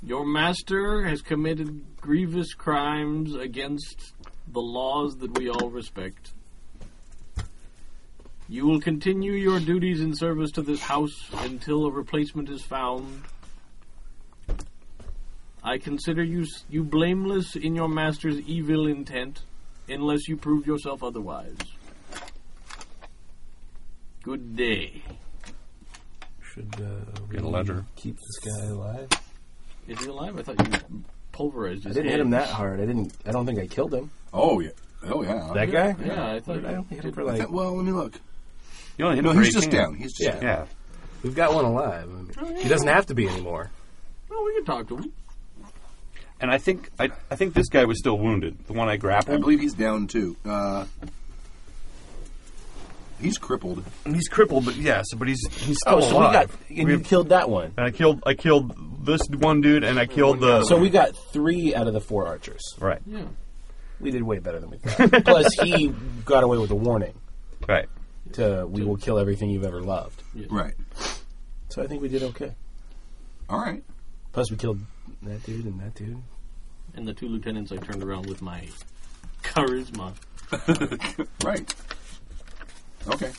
D: Your master has committed grievous crimes against the laws that we all respect. You will continue your duties in service to this house until a replacement is found. I consider you s- you blameless in your master's evil intent unless you prove yourself otherwise. Good day.
E: Should uh, we
G: Get a ledger.
E: keep this guy alive?
D: Is he alive? I thought you pulverized
K: I
D: his
K: didn't hit him
D: hands.
K: that hard. I didn't. I don't think I killed him.
F: Oh yeah, oh yeah.
K: That guy?
D: Yeah, I thought
K: I only hit him for like.
F: well, let me look.
G: You only hit
F: No,
G: him for
F: he's just
G: 18.
F: down. He's just
E: Yeah.
F: down.
G: Yeah.
K: We've got one alive. I
G: Oh,
K: mean, He doesn't have to be anymore.
D: Well, we can talk to him.
G: And I think I, I think this guy was still wounded. The one I
F: I
G: grappled.
F: believe he's down too. Uh, he's crippled.
G: he's crippled, but yes, but he's he's still
K: Oh, so we got. And you killed that one.
G: and I killed I killed this one dude, and I killed the
K: So we got three out of the four archers.
G: right
D: Yeah.
K: We did way better than we thought. Plus, he got away with a warning
G: right.
K: to "We will kill everything you've ever loved."
F: Right.
K: So I think we did okay.
F: All right.
K: Plus, we killed that dude and that dude.
D: And the two lieutenants I turned around with my charisma.
F: Right. Okay.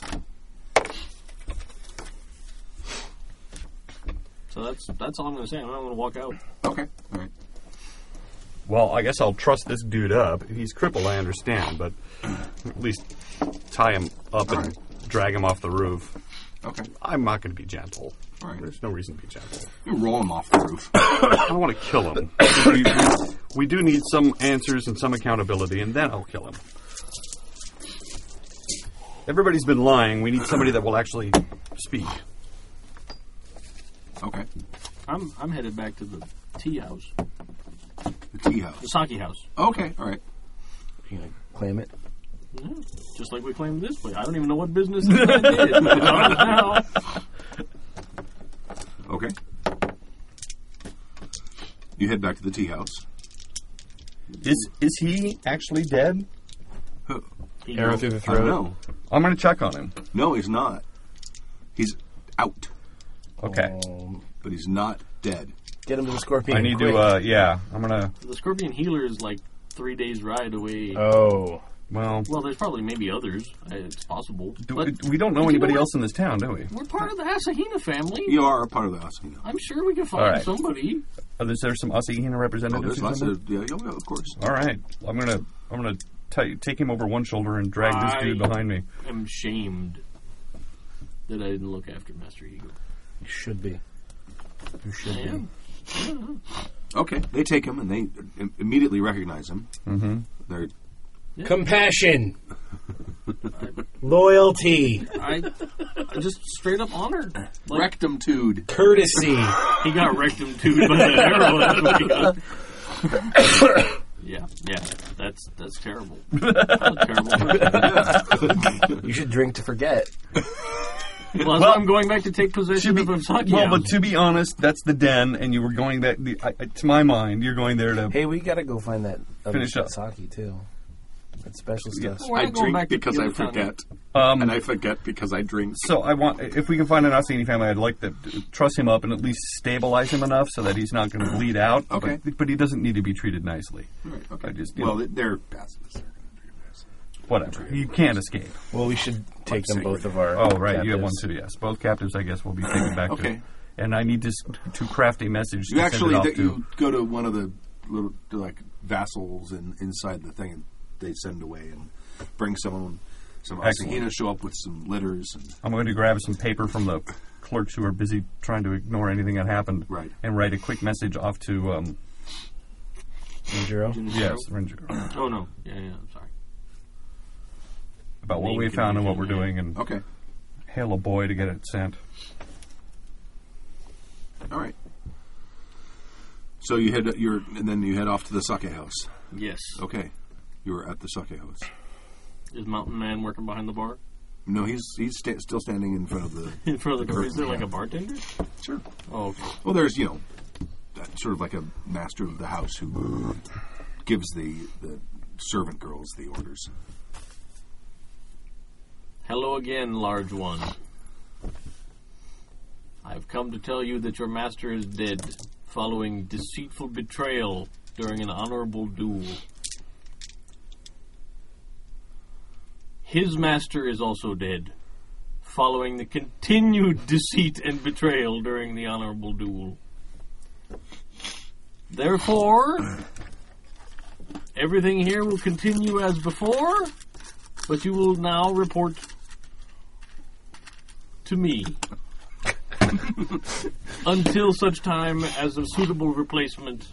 D: So that's that's all I'm going to say. I'm not going to walk out.
F: Okay. All right.
G: Well, I guess I'll trust this dude up. If he's crippled, I understand, but at least tie him up and drag him off the roof.
F: Okay.
G: I'm not going to be gentle.
F: All right.
G: There's no reason to be gentle.
F: You roll him off the roof.
G: I don't want to kill him. we, we- we do need some answers and some accountability, and then I'll kill him. Everybody's been lying. We need somebody that will actually speak.
F: Okay.
D: I'm I'm headed back to the tea house,
F: The tea
D: the
F: house.
D: sake house.
K: Oh.
F: Okay. All right.
K: You know, claim it.
D: Yeah, just like we claimed this place. I don't even know what business I did. It's ours now.
F: Okay. You head back to the tea house.
G: Is is he actually dead?
K: Arrow through the
F: I don't know.
G: I'm going to check on him.
F: No, he's not. He's out,
G: Okay.
K: Um,
F: but he's not dead.
K: get him to the scorpion.
G: I need
K: quick.
G: to. Uh, yeah, I'm going to.
D: The scorpion healer is like three days ride away.
K: oh,
G: Well,
D: well, there's probably maybe others. I- It's possible.
G: do,
D: but
G: we don't know
D: you
G: anybody
D: know what?
G: else in this town, do we?
D: we're part of the Hasahina family.
F: You are a part of the house, you know.
D: I'm sure we can find
G: right.
D: somebody.
G: Are there, is there some Ossahina
F: Oh,
G: representatives?
F: there's
G: or
F: lots
G: something?
F: of yeah, yeah, yeah, of course.
G: All right, I'm going to. I'm going to. T- take him over one shoulder and drag this
D: I-
G: dude behind me.
D: I'm shamed that I didn't look after Master Ego.
K: you should be. You should
D: I
K: be.
D: am.
F: Okay, they take him and they im- immediately recognize him. Mm-hmm. They're
K: Compassion, loyalty,
D: I, I just straight up honored. Like,
F: rectum tude.
K: courtesy.
D: He got rectum too by the arrow. That's what he got. yeah, yeah. That's that's terrible. I'm a terrible person.
K: you should drink to forget.
D: Well, that's why I'm going back to take possession of Osaki.
G: well, but to be honest, that's the den, and you were going that. The, I, I- to my mind, you're going there to.
K: Hey, we gotta go find that other
G: Finish up.
K: sake too. That special
F: Yeah.
K: stuff.
D: We're
F: I
D: not going
F: drink
D: back to
F: because
D: the
F: I
D: other town.
F: forget,
G: Um,
F: and I forget because I drink.
G: so I want, if we can find an Ossini family, I'd like to truss him up and at least stabilize him enough so that he's not going to bleed out.
F: Okay.
G: but, but he doesn't need to be treated nicely.
F: Right, okay.
G: I just-
F: well, they're passives. They're gonna drink this.
G: Whatever, you can't escape.
K: Well, we should take them both of our.
G: Oh, right, you have one
K: captives.
G: too. Yes, both captives, I guess, will be taken back.
F: Okay.
G: to And I need to s- to craft a message.
F: You
G: to
F: actually
G: send it
F: that
G: off to.
F: you go to one of the little like vassals and inside the thing, and they send away and bring someone. Some
G: Excellent.
F: Asahina show up with some litters. And,
G: I'm going to grab some paper from the clerks who are busy trying to ignore anything that happened,
F: Right.
G: and write a quick message off to um,
K: Jinjiro?
G: yes,
F: Mm-hmm.
G: Ranger,
D: Oh no. Yeah, yeah. I'm sorry.
G: about what
D: Name
G: we
D: can
G: found
D: be
G: and what we're
D: in there.
G: doing, and
F: okay,
G: hail a boy to get it sent.
F: all right. So you head you're and then you head off to the sake house.
D: Yes.
F: Okay, you were at the sake house.
D: Is Mountain Man working behind the bar?
F: No, he's he's sta- still standing in front of the.
D: In front of the Is there like a bartender?
F: Sure.
D: Oh, okay.
F: Well, there's you know, that sort of like a master of the house who gives the, the servant girls the orders.
D: Hello again, large one. I've come to tell you that your master is dead following deceitful betrayal during an honorable duel. His master is also dead following the continued deceit and betrayal during the honorable duel. Therefore, everything here will continue as before, but you will now report to me until such time as a suitable replacement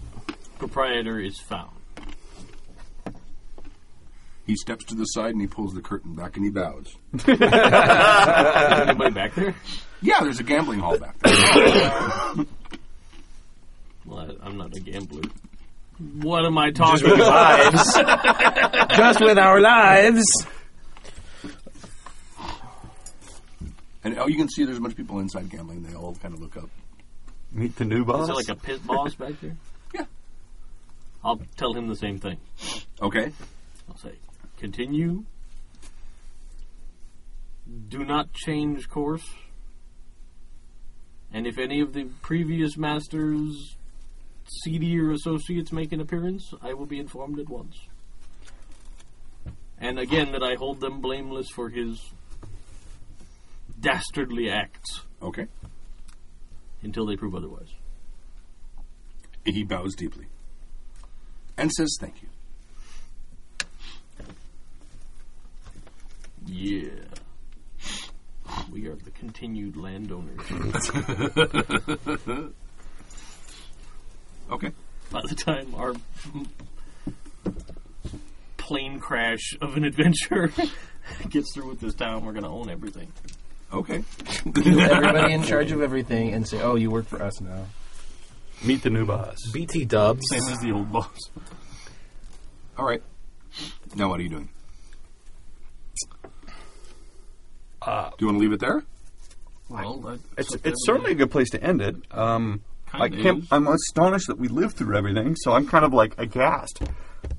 D: proprietor is found.
F: He steps to the side and he pulls the curtain back and he bows.
D: Anybody back there?
F: Yeah, there's a gambling hall back there.
D: Well, I, I'm not a gambler. What am I talking about?
K: Just with our lives.
F: And oh, you can see there's a bunch of people inside gambling. They all kind of look up.
G: Meet the new
D: Is
G: boss.
D: there like a pit boss back there?
F: Yeah.
D: I'll tell him the same thing.
F: Okay.
D: I'll say, continue. Do not change course. And if any of the previous masters, seedier associates make an appearance, I will be informed at once. And again, that I hold them blameless for his dastardly acts
F: Okay.
D: until they prove otherwise.
F: He bows deeply and says thank you.
D: Yeah. We are the continued landowners.
F: Okay.
D: by the time our plane crash of an adventure gets through with this town, we're going to own everything.
F: Okay.
K: Everybody in charge of everything and say, oh, you work for us now.
G: Meet the new boss.
K: BT E dubs.
D: Same as the old boss.
F: All right. Now what are you doing? Do you want to leave it there?
D: Well, that-
G: It's, it's certainly a good place to end it. Um, I
D: Kinda
G: can't,
D: is.
G: I'm astonished that we lived through everything, so I'm kind of like aghast.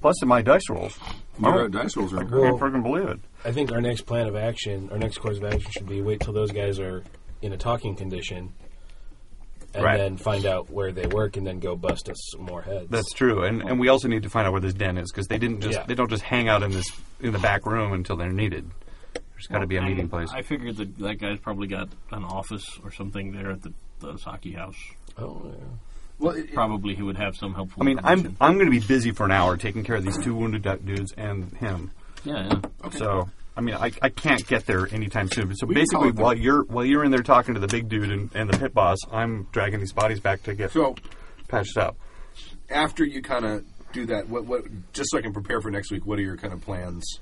G: Plus, in my dice rolls,
F: Your
G: Oh.
F: uh, dice rolls
G: I
F: are
G: can't freaking believe it.
E: I think our next plan of action, our next course of action, should be wait till those guys are in a talking condition, and
G: Right.
E: then find out where they work, and then go bust us some more heads.
G: That's true, and and we also need to find out where this den is because they didn't just
E: Yeah.
G: they don't just hang out in this in the back room until they're needed. There's got to be a meeting place.
D: I figured that that guy's probably got an office or something there at the, the Saki house.
E: oh, yeah.
F: Well, it, it-
D: Probably he would have some helpful.
G: I mean, I'm
D: information.
G: I'm going to be busy for an hour taking care of these two wounded du- dudes and him.
D: Yeah, yeah.
G: So I mean, I, I can't get there anytime soon. So
F: We can call
G: basically,
F: it the-
G: while you're while you're in there talking to the big dude and, and the pit boss, I'm dragging these bodies back to get
F: so
G: patched up.
F: after you kind of do that, what what just so I can prepare for next week? What are your kind of plans?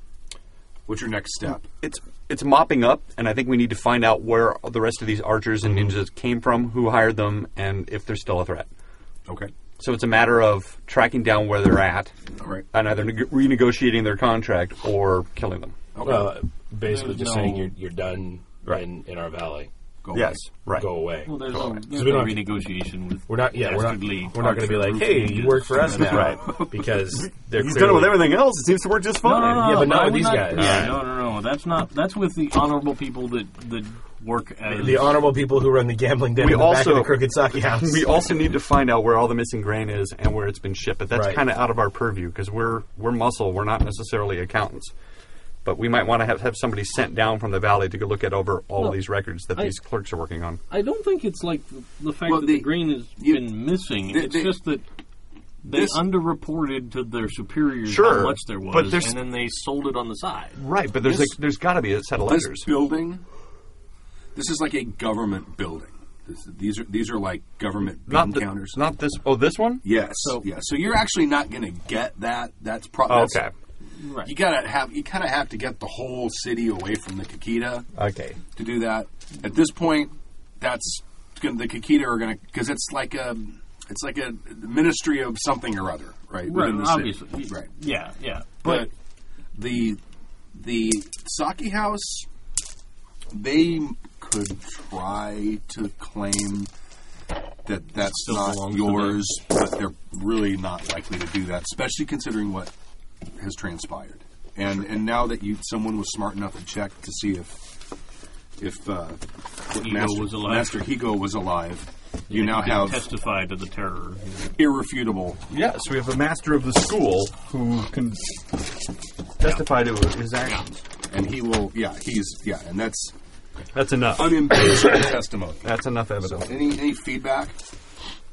F: What's your next step?
G: It's it's mopping up, and I think we need to find out where the rest of these archers and
F: Mm-hmm.
G: ninjas came from, who hired them, and if they're still a threat.
F: Okay.
G: So it's a matter of tracking down where they're at,
F: All right.
G: and either neg- renegotiating their contract or killing them.
F: Okay.
E: Well, basically
D: There's
E: just
D: no-
E: saying you're you're done
G: Right.
E: in, in our valley.
F: Go
G: right.
E: Go away.
D: Well, there's no, there's
E: we
D: no
E: don't-
D: renegotiation with.
E: We're not. Yeah, we're not.
D: dastardly
E: We're not going to be
D: archer
E: like,
D: group
E: hey,
D: ninjas.
E: you work for us now,
G: Right.
E: Because they're
G: He's done it
E: clearly
G: with everything else. It seems to work just
D: No,
G: fine.
D: no, no,
E: Yeah, but
D: no,
E: not
D: I
E: with
D: would
E: these guys.
D: Yeah,
E: Yeah.
D: no, no, no. That's not. That's with the honorable people that that work as
E: the honorable people who run the gambling den
G: We
E: in the back
G: also-
E: of the crooked sake house.
G: We also need to find out where all the missing grain is and where it's been shipped, but that's
E: Right.
G: kind of out of our purview because we're we're muscle. We're not necessarily accountants, but we might want to have, have somebody sent down from the valley to go look at over all
D: Well,
G: these records that
D: I-
G: these clerks are working on.
D: I don't think it's like the, the fact
F: Well,
D: that
F: they-
D: the grain has
F: you-
D: been missing.
F: they-
D: it's
F: they-
D: just that they
F: this-
D: underreported to their superiors
G: Sure,
D: how much there
G: but
D: was,
G: there's-
D: and then they sold it on the side.
G: Right, but there's
F: This-
G: like, there's got to be a set of
F: This
G: letters.
F: building. This is like a government building. This, these are these are like government bean
G: Not the,
F: counters.
G: not this. Oh, this one.
F: yes. So, yeah. So you're actually not going to get that. That's probably
G: Oh, okay.
D: Right.
F: You gotta have you kind of have to get the whole city away from the Kikita
G: Okay.
F: to do that. At this point, that's gonna, the Kikita are going to because it's like a it's like a ministry of something or other, right?
D: Right,
F: within the city.
D: obviously.
F: right?
D: Yeah, yeah.
F: But the the Saki House, they could try to claim that that's
C: Still
F: not
C: belongs to
F: yours, but they're really not likely to do that, especially considering what has transpired. And and now that you someone was smart enough to check to see if if uh, what
D: Higo
F: Master,
D: was alive.
F: Master Higo was alive, you
D: They
F: now
D: did
F: have
D: testify to the terror.
F: irrefutable.
B: Yes, we have a master of the school who can testify to his actions.
F: And he will, yeah, he's, yeah, and that's
B: That's enough.
F: unimpeached testimony.
B: That's enough evidence.
F: Any any feedback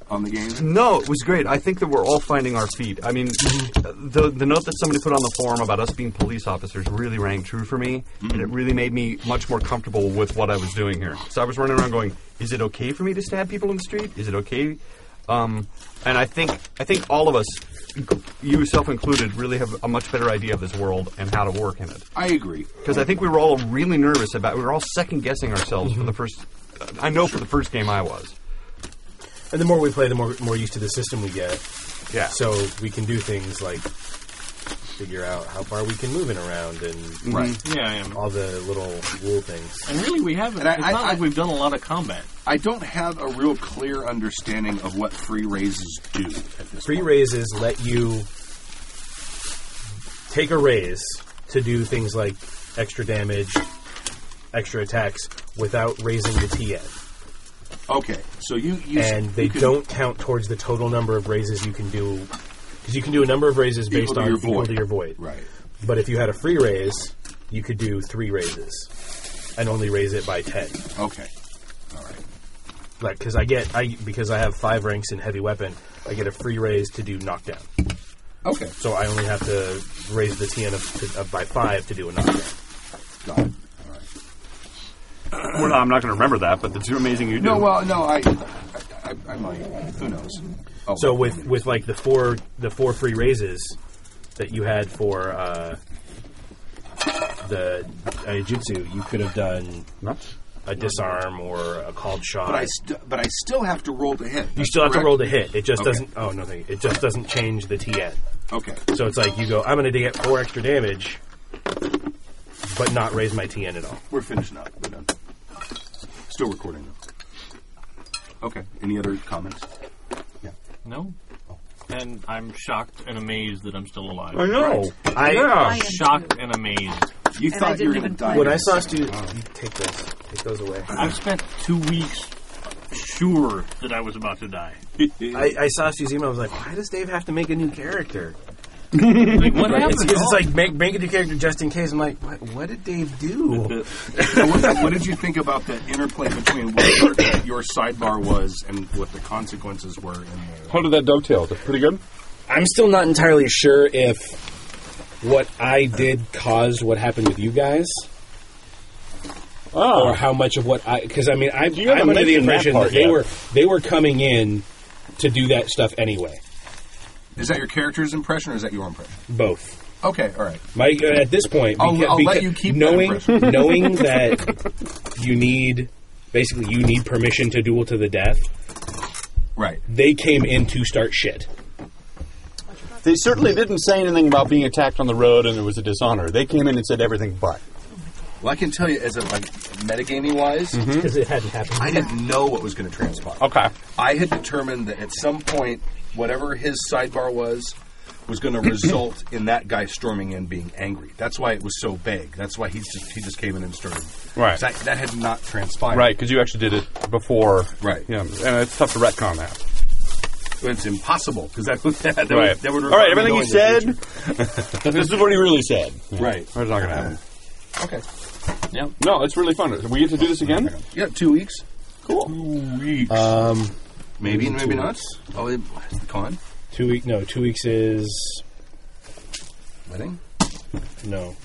F: on the game?
B: No, it was great. I think that we're all finding our feet. I mean, the the note that somebody put on the forum about us being police officers really rang true for me, and it really made me much more comfortable with what I was doing here. So I was running around going, "Is it okay for me to stab people in the street? Is it okay?" Um, and I think I think all of us, you self included, really have a much better idea of this world and how to work in it
F: I agree.
B: because I think we were all really nervous about. We were all second guessing ourselves for the
G: Mm-hmm.
B: first. I know for the first game I was.
E: And the more we play, the more more used to the system we get.
B: Yeah.
E: So we can do things like figure out how far we can move in around and
F: Right.
D: Yeah, I am.
E: all the little rule things.
D: And really, we haven't.
F: And I-
D: it's
F: I-
D: not
F: I-
D: like we've done a lot of combat.
F: I don't have a real clear understanding of what free raises do at this
E: Free
F: point.
E: raises let you take a raise to do things like extra damage, extra attacks without raising the TN.
F: Okay, so you, you
E: And they
F: you can-
E: don't count towards the total number of raises you can do because you can do a number of raises
F: Equal
E: based
F: to
E: on
F: your
E: equal
F: void.
E: to your void.
F: right.
E: But if you had a free raise, you could do three raises and only raise it by ten.
F: Okay, all right.
E: Like, because I get I because I have five ranks in heavy weapon, I get a free raise to do knockdown.
F: Okay,
E: So I only have to raise the TN of, to, of by five to do a knockdown.
F: got it.
G: Well, I'm not going to remember that, but the two amazing you do.
F: No, well, no, I, I, I, I might. Who knows? Oh,
E: So with with like the four the four free raises that you had for uh, the uh, jutsu, you could have done a disarm or a called shot.
F: but I, st- but I still have to roll to hit.
E: you still have to roll to hit. It just
F: Okay.
E: doesn't. Oh no, thank you. it just doesn't change the TN.
F: Okay,
E: So it's like you go, I'm going to get four extra damage, but not raise my TN at all.
F: we're finishing up. We're done. Still recording though. Okay. Any other comments?
D: No. And I'm shocked and amazed that I'm still alive.
G: know.
E: Oh, I
D: I'm shocked and amazed.
F: You
Y: And I
F: thought you
Y: didn't
F: were going to
Y: even-
F: die.
E: when I
F: in a
E: saw
F: second.
E: students take those, take those away.
D: I've spent two weeks sure that I was about to die.
E: I, I saw Suzima. I was like, why does Dave have to make a new character?
D: Like, what happened?
E: It's, it's like make make a new character just in case. I'm like, what, what did Dave do?
F: So what, what did you think about the interplay between what your, your sidebar was and what the consequences were? In the,
B: How did that dovetail? Pretty good.
C: I'm still not entirely sure if what I did caused what happened with you guys, or
G: Oh,
C: how much of what I. Because I mean, I,
G: You haven't
C: I'm under the
G: mentioned that
C: impression that,
G: part
C: they
G: yet.
C: were they were coming in to do that stuff anyway.
F: is that your character's impression or is that your impression?
C: Both.
F: Okay, all right.
C: My, at this point,
F: I'll-
C: beca-
F: I'll let
C: beca-
F: you keep that
C: knowing
F: impression.
C: knowing that you need basically you need permission to duel to the death.
F: Right.
C: They came in to start shit.
G: they certainly didn't say anything about being attacked on the road and it was a dishonor. They came in and said everything but.
F: Well, I can tell you, as a like metagamey wise,
B: Mm-hmm.
E: Because it hadn't happened.
F: I didn't know what was going to transpire.
G: Okay.
F: I had determined that at some point, whatever his sidebar was, was going to result in that guy storming in being angry. That's why it was so vague. That's why he just he just came in and started.
G: Right.
F: That, that had not transpired.
G: Right, because you actually did it before.
F: Right.
G: Yeah, and it's tough to retcon that.
F: It's impossible because that was that. that
G: right.
F: would- that would
G: All right.
F: require me
G: Everything you
F: knowing the
G: said. this is what he really said.
F: future. Right.
G: That's not going to happen.
F: Okay.
G: No, it's really fun. We get to do this again.
F: Yeah. Two weeks.
G: Cool.
F: Two weeks.
C: Um,
F: maybe and
C: two
F: maybe not. Oh, it- it's the con
C: two week no, two weeks is
F: wedding.
C: no.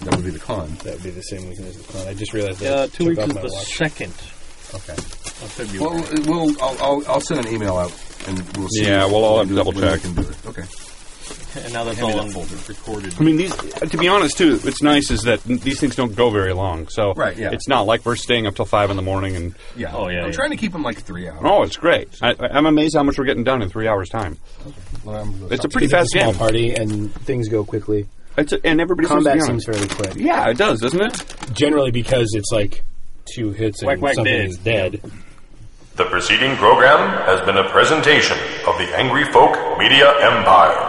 F: That would be the con.
C: That would be the same weekend as the con. I just realized that.
D: uh,
C: I
D: two
C: took
D: weeks
C: off
D: is
C: my
D: the
C: watch.
D: second
F: Okay.
D: of February.
F: Well, uh, we'll I'll, I'll, I'll send an email out and we'll see.
G: Yeah, we'll all have to
F: when
G: double
F: we
G: check.
F: can do it. Okay.
D: and now that's
F: hand me
D: all
F: that folder.
D: recorded.
G: I mean, these. To be honest, too, it's nice is that these things don't go very long. So
F: Right, yeah.
G: it's not like we're staying up till five in the morning. And
F: Yeah.
D: Oh, yeah,
F: I'm
D: yeah.
F: trying to keep them like three hours.
G: oh, it's great. I, I'm amazed how much we're getting done in three hours time.
F: Well, I'm really
G: It's a
F: sorry.
G: pretty fast
E: small
G: game.
E: party and things go quickly.
G: It's a, and everybody
E: Combat
G: seems to be on
E: seems fairly quick.
G: it. Yeah, it does, doesn't it?
C: Generally, because it's like two hits and
E: Whack, whack,
C: something
E: dead.
C: is dead.
Z: The preceding program has been a presentation of the Angry Folk Media Empire.